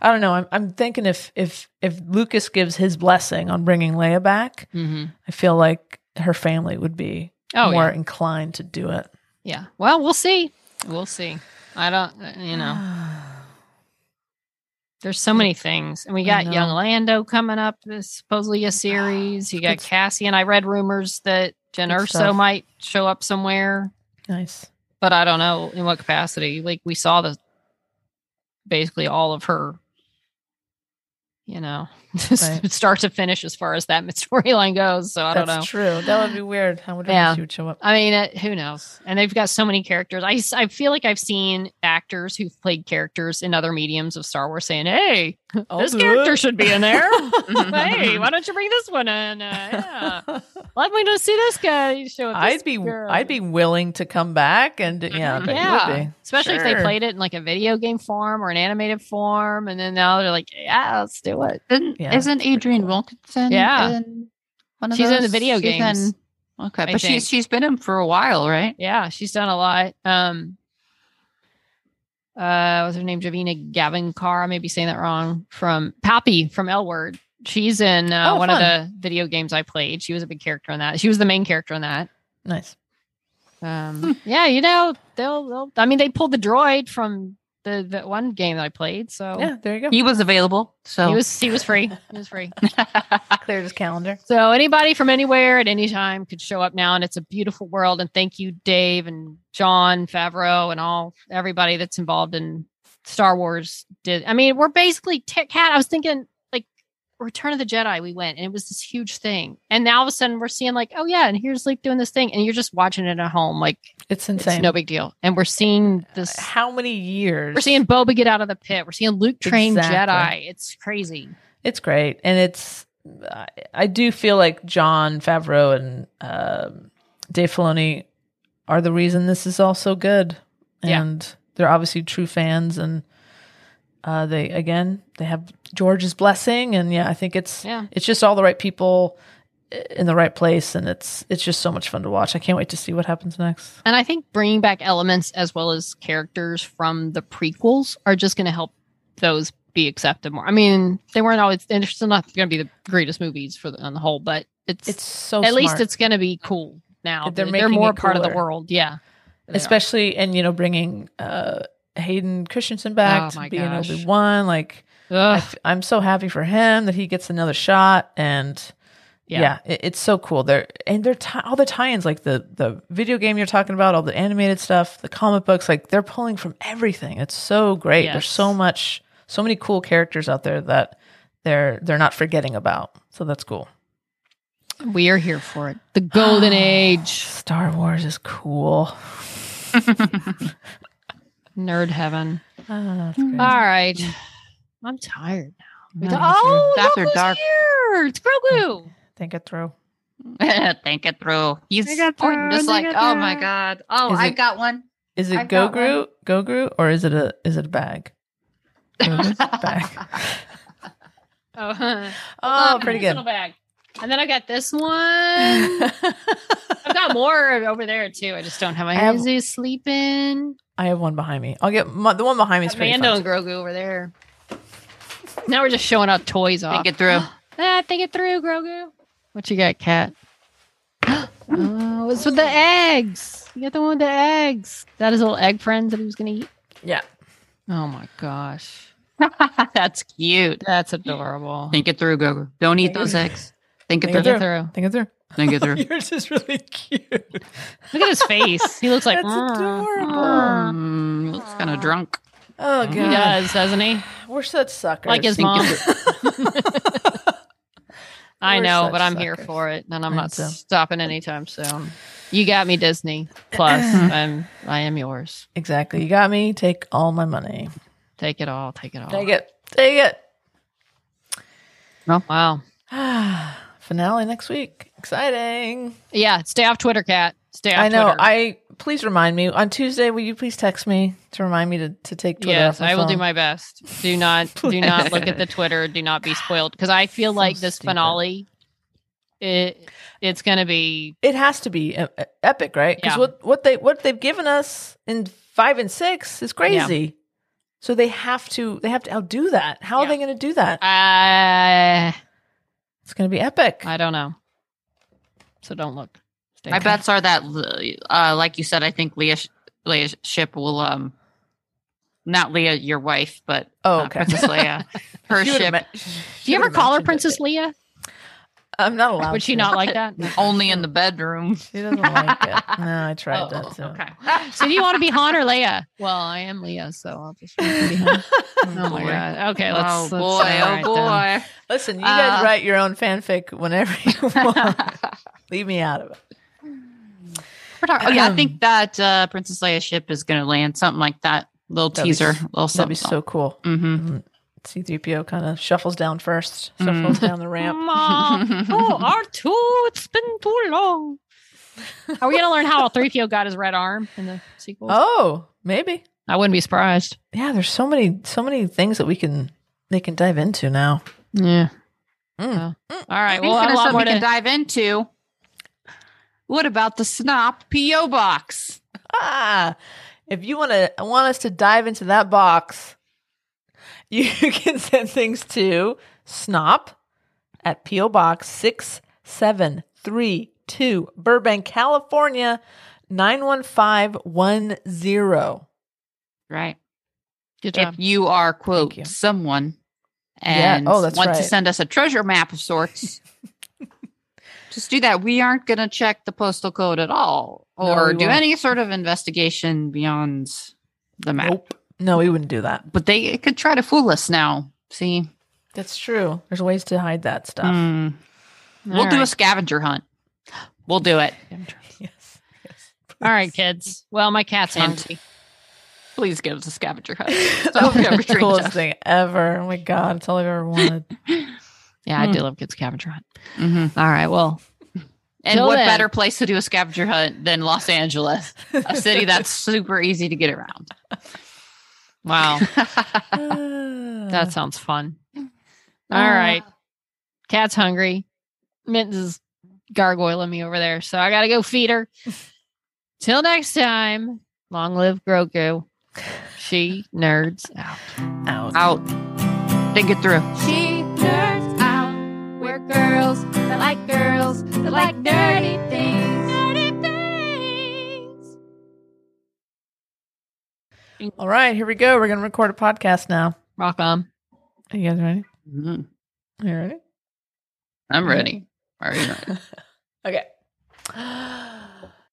[SPEAKER 2] I don't know. I'm I'm thinking if if if Lucas gives his blessing on bringing Leia back,
[SPEAKER 3] Mhm.
[SPEAKER 2] I feel like her family would be
[SPEAKER 3] oh
[SPEAKER 2] more
[SPEAKER 3] yeah.
[SPEAKER 2] inclined to do it.
[SPEAKER 3] yeah well we'll see we'll see i don't uh, you know There's so many things. And we
[SPEAKER 2] I
[SPEAKER 3] got Young
[SPEAKER 2] know. Ah,
[SPEAKER 3] Lando coming up, this supposedly a series. You got
[SPEAKER 2] Good-
[SPEAKER 3] Cassie, and I read rumors that Jen
[SPEAKER 2] Good
[SPEAKER 3] Urso
[SPEAKER 2] stuff.
[SPEAKER 3] might show up somewhere,
[SPEAKER 2] Nice.
[SPEAKER 3] but I don't know in what capacity. Like we saw the basically all of her, you know,
[SPEAKER 2] Right.
[SPEAKER 3] start to finish as far as that storyline goes. So I
[SPEAKER 2] That's
[SPEAKER 3] don't know.
[SPEAKER 2] true. That would be weird. I wonder
[SPEAKER 3] Yeah.
[SPEAKER 2] if she would show up.
[SPEAKER 3] I mean, uh, who knows? And they've got so many characters. I, s- I feel like I've seen actors who've played characters in other mediums of Star Wars saying, "Hey,
[SPEAKER 2] Oh,
[SPEAKER 3] this character should be in there. hey, why don't you bring this one in? Uh, yeah. Let me just see this guy show up.
[SPEAKER 2] I'd be I'd be willing to come back and yeah, I bet you
[SPEAKER 3] yeah,
[SPEAKER 2] would be.
[SPEAKER 3] especially if they
[SPEAKER 2] Sure.
[SPEAKER 3] played it in like a video game form or an animated form, and then now they're like, yeah, let's do it.
[SPEAKER 4] Isn't,
[SPEAKER 2] Yeah,
[SPEAKER 4] isn't Adrian
[SPEAKER 2] cool.
[SPEAKER 4] Wilkinson?
[SPEAKER 3] Yeah.
[SPEAKER 4] in one of
[SPEAKER 3] She's in the
[SPEAKER 4] those?
[SPEAKER 3] video
[SPEAKER 4] She's
[SPEAKER 3] games,
[SPEAKER 4] in- okay,
[SPEAKER 3] I
[SPEAKER 4] but she's
[SPEAKER 3] think.
[SPEAKER 4] she's been in for a while, right?
[SPEAKER 3] Yeah, she's done a lot. Um, uh, what's her name? Javina Gavin Carr. I may be saying that wrong. From Poppy from L Word. She's in uh,
[SPEAKER 2] Oh,
[SPEAKER 3] one of
[SPEAKER 2] fun.
[SPEAKER 3] the video games I played. She was a big character in that. She was the main character in that.
[SPEAKER 2] Nice.
[SPEAKER 4] Hmm.
[SPEAKER 3] Um, yeah, you know, they'll, they'll, I mean, they pulled the droid from the, the one game that I played. So
[SPEAKER 2] Yeah, there you go.
[SPEAKER 4] He was available. So
[SPEAKER 3] he was he was free. He was free.
[SPEAKER 2] cleared his calendar.
[SPEAKER 3] So anybody from anywhere at any time could show up now, and it's a beautiful world. And thank you, Dave and John Favreau, and all everybody that's involved in Star Wars. Did I mean we're basically Tit Cat? I was thinking like Return of the Jedi. We went, and it was this huge thing, and now all of a sudden we're seeing like, oh yeah, and here's Luke doing this thing, and you're just watching it at home, like it's
[SPEAKER 2] It's insane.
[SPEAKER 3] no big deal. And we're seeing this.
[SPEAKER 2] How many years?
[SPEAKER 3] We're seeing Boba get out of the pit. We're seeing Luke train
[SPEAKER 2] Exactly.
[SPEAKER 3] Jedi. It's crazy.
[SPEAKER 2] It's great, and it's I, I do feel like John Favreau and um Dave Filoni are the reason this is all so good,
[SPEAKER 3] Yeah.
[SPEAKER 2] and they're obviously true fans, and uh, they again they have George's blessing, and yeah, I think it's
[SPEAKER 3] Yeah.
[SPEAKER 2] it's just all the right people in the right place, and it's it's just so much fun to watch. I can't wait to see what happens next.
[SPEAKER 3] And I think bringing back elements as well as characters from the prequels are just going to help those be accepted more. I mean, they weren't always, and they're still not going to be the greatest movies for the, on the whole, but it's,
[SPEAKER 2] It's so
[SPEAKER 3] at least
[SPEAKER 2] smart.
[SPEAKER 3] it's going to be cool now.
[SPEAKER 2] They're
[SPEAKER 3] They're,
[SPEAKER 2] making
[SPEAKER 3] more
[SPEAKER 2] it
[SPEAKER 3] part of the
[SPEAKER 2] cooler.
[SPEAKER 3] world. Yeah. They are.
[SPEAKER 2] especially and you know bringing uh, Hayden Christensen back
[SPEAKER 3] Oh,
[SPEAKER 2] to
[SPEAKER 3] my
[SPEAKER 2] be an
[SPEAKER 3] gosh.
[SPEAKER 2] Obi Wan like. I
[SPEAKER 3] Ugh,
[SPEAKER 2] f- I'm so happy for him that he gets another shot, and yeah,
[SPEAKER 3] yeah.
[SPEAKER 2] it- it's so cool. They're and they're ti all the tie-ins, like the the video game you're talking about, all the animated stuff, the comic books, like they're pulling from everything. It's so great. There's
[SPEAKER 3] Yes.
[SPEAKER 2] so much, so many cool characters out there that they're they're not forgetting about. So that's cool.
[SPEAKER 3] We are here for it. The golden age,
[SPEAKER 2] Star Wars is cool.
[SPEAKER 3] nerd heaven.
[SPEAKER 2] Ah, that's
[SPEAKER 3] Mm. All
[SPEAKER 2] great.
[SPEAKER 3] right. I'm tired now.
[SPEAKER 2] Yeah, me
[SPEAKER 3] oh,
[SPEAKER 4] too. After
[SPEAKER 3] Grogu's
[SPEAKER 4] dark.
[SPEAKER 3] here. It's Grogu.
[SPEAKER 2] Think it through.
[SPEAKER 4] think it through. He's
[SPEAKER 3] Think it through,
[SPEAKER 4] pointing just like,
[SPEAKER 3] think it
[SPEAKER 4] oh
[SPEAKER 3] through."
[SPEAKER 4] my god. Oh,
[SPEAKER 2] Is
[SPEAKER 4] I
[SPEAKER 2] it-
[SPEAKER 4] got one.
[SPEAKER 2] Is it
[SPEAKER 4] I've got
[SPEAKER 2] Gogru? Gogru, or is it a is it a bag? Grogu's bag.
[SPEAKER 3] Oh,
[SPEAKER 2] Oh,
[SPEAKER 3] Look,
[SPEAKER 2] pretty
[SPEAKER 3] this
[SPEAKER 2] good.
[SPEAKER 3] little bag. And then I got this one. I've got more over there too. I just don't have my
[SPEAKER 2] I have-
[SPEAKER 3] hands is sleeping.
[SPEAKER 2] I have one behind me. I'll get my, the one behind me is
[SPEAKER 3] Got
[SPEAKER 2] pretty
[SPEAKER 3] Mando
[SPEAKER 2] fun.
[SPEAKER 3] and Grogu over there. Now we're just showing out toys off.
[SPEAKER 4] Think it through.
[SPEAKER 3] ah, think it through, Grogu. What you got, cat? oh, it's with the eggs. You got the one with the eggs. That is little egg friends that he was gonna eat.
[SPEAKER 2] Yeah.
[SPEAKER 3] Oh my gosh.
[SPEAKER 4] That's cute.
[SPEAKER 3] That's adorable.
[SPEAKER 4] Think it through, Gogo. Don't eat
[SPEAKER 2] Think it
[SPEAKER 4] those
[SPEAKER 2] through.
[SPEAKER 4] eggs. Think it
[SPEAKER 2] Think it
[SPEAKER 4] through.
[SPEAKER 3] Think it through.
[SPEAKER 2] Think it through.
[SPEAKER 4] Think it through.
[SPEAKER 2] Yours is really cute.
[SPEAKER 3] Look at his face. He looks like
[SPEAKER 2] That's adorable.
[SPEAKER 4] Mm, looks kind of drunk.
[SPEAKER 2] Oh god.
[SPEAKER 3] He does, doesn't he?
[SPEAKER 2] We're such suckers.
[SPEAKER 3] Like his mom. I
[SPEAKER 2] We're
[SPEAKER 3] know,
[SPEAKER 2] such
[SPEAKER 3] but I'm here
[SPEAKER 2] suckers.
[SPEAKER 3] for it, and I'm
[SPEAKER 2] I'm
[SPEAKER 3] not
[SPEAKER 2] so-
[SPEAKER 3] stopping anytime soon. You got me, Disney. Plus, I'm I am yours.
[SPEAKER 2] exactly. You got me. Take all my money.
[SPEAKER 3] Take it all. Take it all.
[SPEAKER 2] Take it. Take it.
[SPEAKER 3] Wow.
[SPEAKER 2] Finale next week. Exciting.
[SPEAKER 3] Yeah. Stay off Twitter, cat. Stay off.
[SPEAKER 2] I know.
[SPEAKER 3] Twitter.
[SPEAKER 2] I please remind me on Tuesday. Will you please text me to remind me to, to take Twitter
[SPEAKER 3] yes,
[SPEAKER 2] off my
[SPEAKER 3] I will do
[SPEAKER 2] phone?
[SPEAKER 3] my best. Do not do not look at the Twitter. Do not be spoiled because I feel like this
[SPEAKER 2] stupid.
[SPEAKER 3] finale, it it's gonna be
[SPEAKER 2] It has to be uh, uh, epic, right? Because
[SPEAKER 3] Yeah.
[SPEAKER 2] what what they what they've given us in five and six is crazy. So they have to they have to outdo that. How are
[SPEAKER 3] Yeah.
[SPEAKER 2] they going to do that?
[SPEAKER 3] uh,
[SPEAKER 2] It's going to be epic.
[SPEAKER 3] I don't know. So don't look. Stay
[SPEAKER 4] My
[SPEAKER 3] off.
[SPEAKER 4] bets are that, uh, like you said, I think Leah, Leah's ship will, um, not Leah, your wife, but
[SPEAKER 2] oh,
[SPEAKER 4] uh,
[SPEAKER 2] okay.
[SPEAKER 4] Princess Leia, her
[SPEAKER 2] She would've
[SPEAKER 4] ship,
[SPEAKER 2] men-
[SPEAKER 3] Do
[SPEAKER 2] she
[SPEAKER 3] you ever
[SPEAKER 2] would've
[SPEAKER 3] call her
[SPEAKER 2] mentioned it.
[SPEAKER 3] Princess Leia?
[SPEAKER 2] I'm not allowed.
[SPEAKER 3] Would she
[SPEAKER 2] to.
[SPEAKER 3] not like that?
[SPEAKER 4] only in the bedroom.
[SPEAKER 2] She doesn't like it. No, I tried
[SPEAKER 4] Oh,
[SPEAKER 2] that too.
[SPEAKER 4] okay.
[SPEAKER 3] So do you want to be Han or Leia? Well, I am Leia, so I'll just want to be Han. Oh my god. Okay, let's.
[SPEAKER 4] oh
[SPEAKER 3] let's-
[SPEAKER 4] boy!
[SPEAKER 3] all right
[SPEAKER 4] oh
[SPEAKER 3] then.
[SPEAKER 4] boy!
[SPEAKER 2] Listen, you guys
[SPEAKER 4] Uh,
[SPEAKER 2] write your own fanfic whenever you want. Leave me out of it.
[SPEAKER 4] Oh yeah, I think that uh, Princess Leia ship is going to land something like that. Little
[SPEAKER 2] That'd be
[SPEAKER 4] teaser,
[SPEAKER 2] s-
[SPEAKER 4] little
[SPEAKER 2] That'd be
[SPEAKER 4] something.
[SPEAKER 2] so cool.
[SPEAKER 4] Mm-hmm.
[SPEAKER 2] C3PO kind of shuffles down first,
[SPEAKER 4] Mm.
[SPEAKER 2] shuffles down the ramp.
[SPEAKER 3] Mom. Oh, R two, it's been too long. Are we gonna learn how three PO got his red arm in the sequel?
[SPEAKER 2] Oh, maybe.
[SPEAKER 3] I wouldn't be surprised.
[SPEAKER 2] Yeah, there's so many, so many things that we can they can dive into now.
[SPEAKER 3] Yeah.
[SPEAKER 2] Mm.
[SPEAKER 3] All right.
[SPEAKER 4] Speaking
[SPEAKER 3] Well, I have
[SPEAKER 4] of
[SPEAKER 3] a lot
[SPEAKER 4] something
[SPEAKER 3] more
[SPEAKER 4] we can
[SPEAKER 3] to.
[SPEAKER 4] dive into, what about the snop PO box?
[SPEAKER 2] Ah, if you want to want us to dive into that box, you can send things to snop at PO Box six seven three two Burbank, California nine one five one zero.
[SPEAKER 4] Right.
[SPEAKER 3] Good
[SPEAKER 4] if
[SPEAKER 3] job.
[SPEAKER 4] you are quote
[SPEAKER 2] you.
[SPEAKER 4] someone
[SPEAKER 2] Yeah.
[SPEAKER 4] and
[SPEAKER 2] Oh, that's
[SPEAKER 4] want to
[SPEAKER 2] right.
[SPEAKER 4] send us a treasure map of sorts just do that we aren't going to check the postal code at all
[SPEAKER 2] No,
[SPEAKER 4] or
[SPEAKER 2] we
[SPEAKER 4] do
[SPEAKER 2] won't.
[SPEAKER 4] any sort of investigation beyond the map
[SPEAKER 2] Nope. No, we wouldn't do that.
[SPEAKER 4] but they could try to fool us now see
[SPEAKER 2] That's true. There's ways to hide that stuff.
[SPEAKER 4] Hmm. we'll
[SPEAKER 3] All
[SPEAKER 4] do a
[SPEAKER 3] right.
[SPEAKER 4] scavenger hunt we'll do it
[SPEAKER 2] Yes. yes.
[SPEAKER 3] All right, kids. Hmm. Well, my cat's
[SPEAKER 4] And-
[SPEAKER 3] hungry.
[SPEAKER 4] please give us a scavenger hunt
[SPEAKER 2] That
[SPEAKER 4] Stop
[SPEAKER 2] would be
[SPEAKER 4] every
[SPEAKER 2] the
[SPEAKER 4] dream
[SPEAKER 2] coolest
[SPEAKER 4] job.
[SPEAKER 2] thing ever. Oh my god, it's all I've ever wanted.
[SPEAKER 3] Yeah, I
[SPEAKER 4] Mm.
[SPEAKER 3] do love kids scavenger hunt.
[SPEAKER 4] Mhm.
[SPEAKER 3] All right. Well,
[SPEAKER 4] and
[SPEAKER 3] Mm-hmm. Till
[SPEAKER 4] what
[SPEAKER 3] then.
[SPEAKER 4] better place to do a scavenger hunt than los angeles a city that's super easy to get around
[SPEAKER 3] wow. That
[SPEAKER 2] that's
[SPEAKER 3] sounds fun. All right. Cat's hungry. Mint is gargoyling me over there, so I gotta go feed her. Till next time, long live Grogu. She nerds out.
[SPEAKER 2] out.
[SPEAKER 4] out. Think it through.
[SPEAKER 1] She nerds out. We're girls that like girls that like nerdy things. Nerdy things.
[SPEAKER 2] All right, here we go. We're gonna record a podcast now.
[SPEAKER 3] Rock on.
[SPEAKER 2] Are you guys ready?
[SPEAKER 4] Mhm.
[SPEAKER 2] Are you ready?
[SPEAKER 4] I'm ready. Are you ready?
[SPEAKER 2] Okay.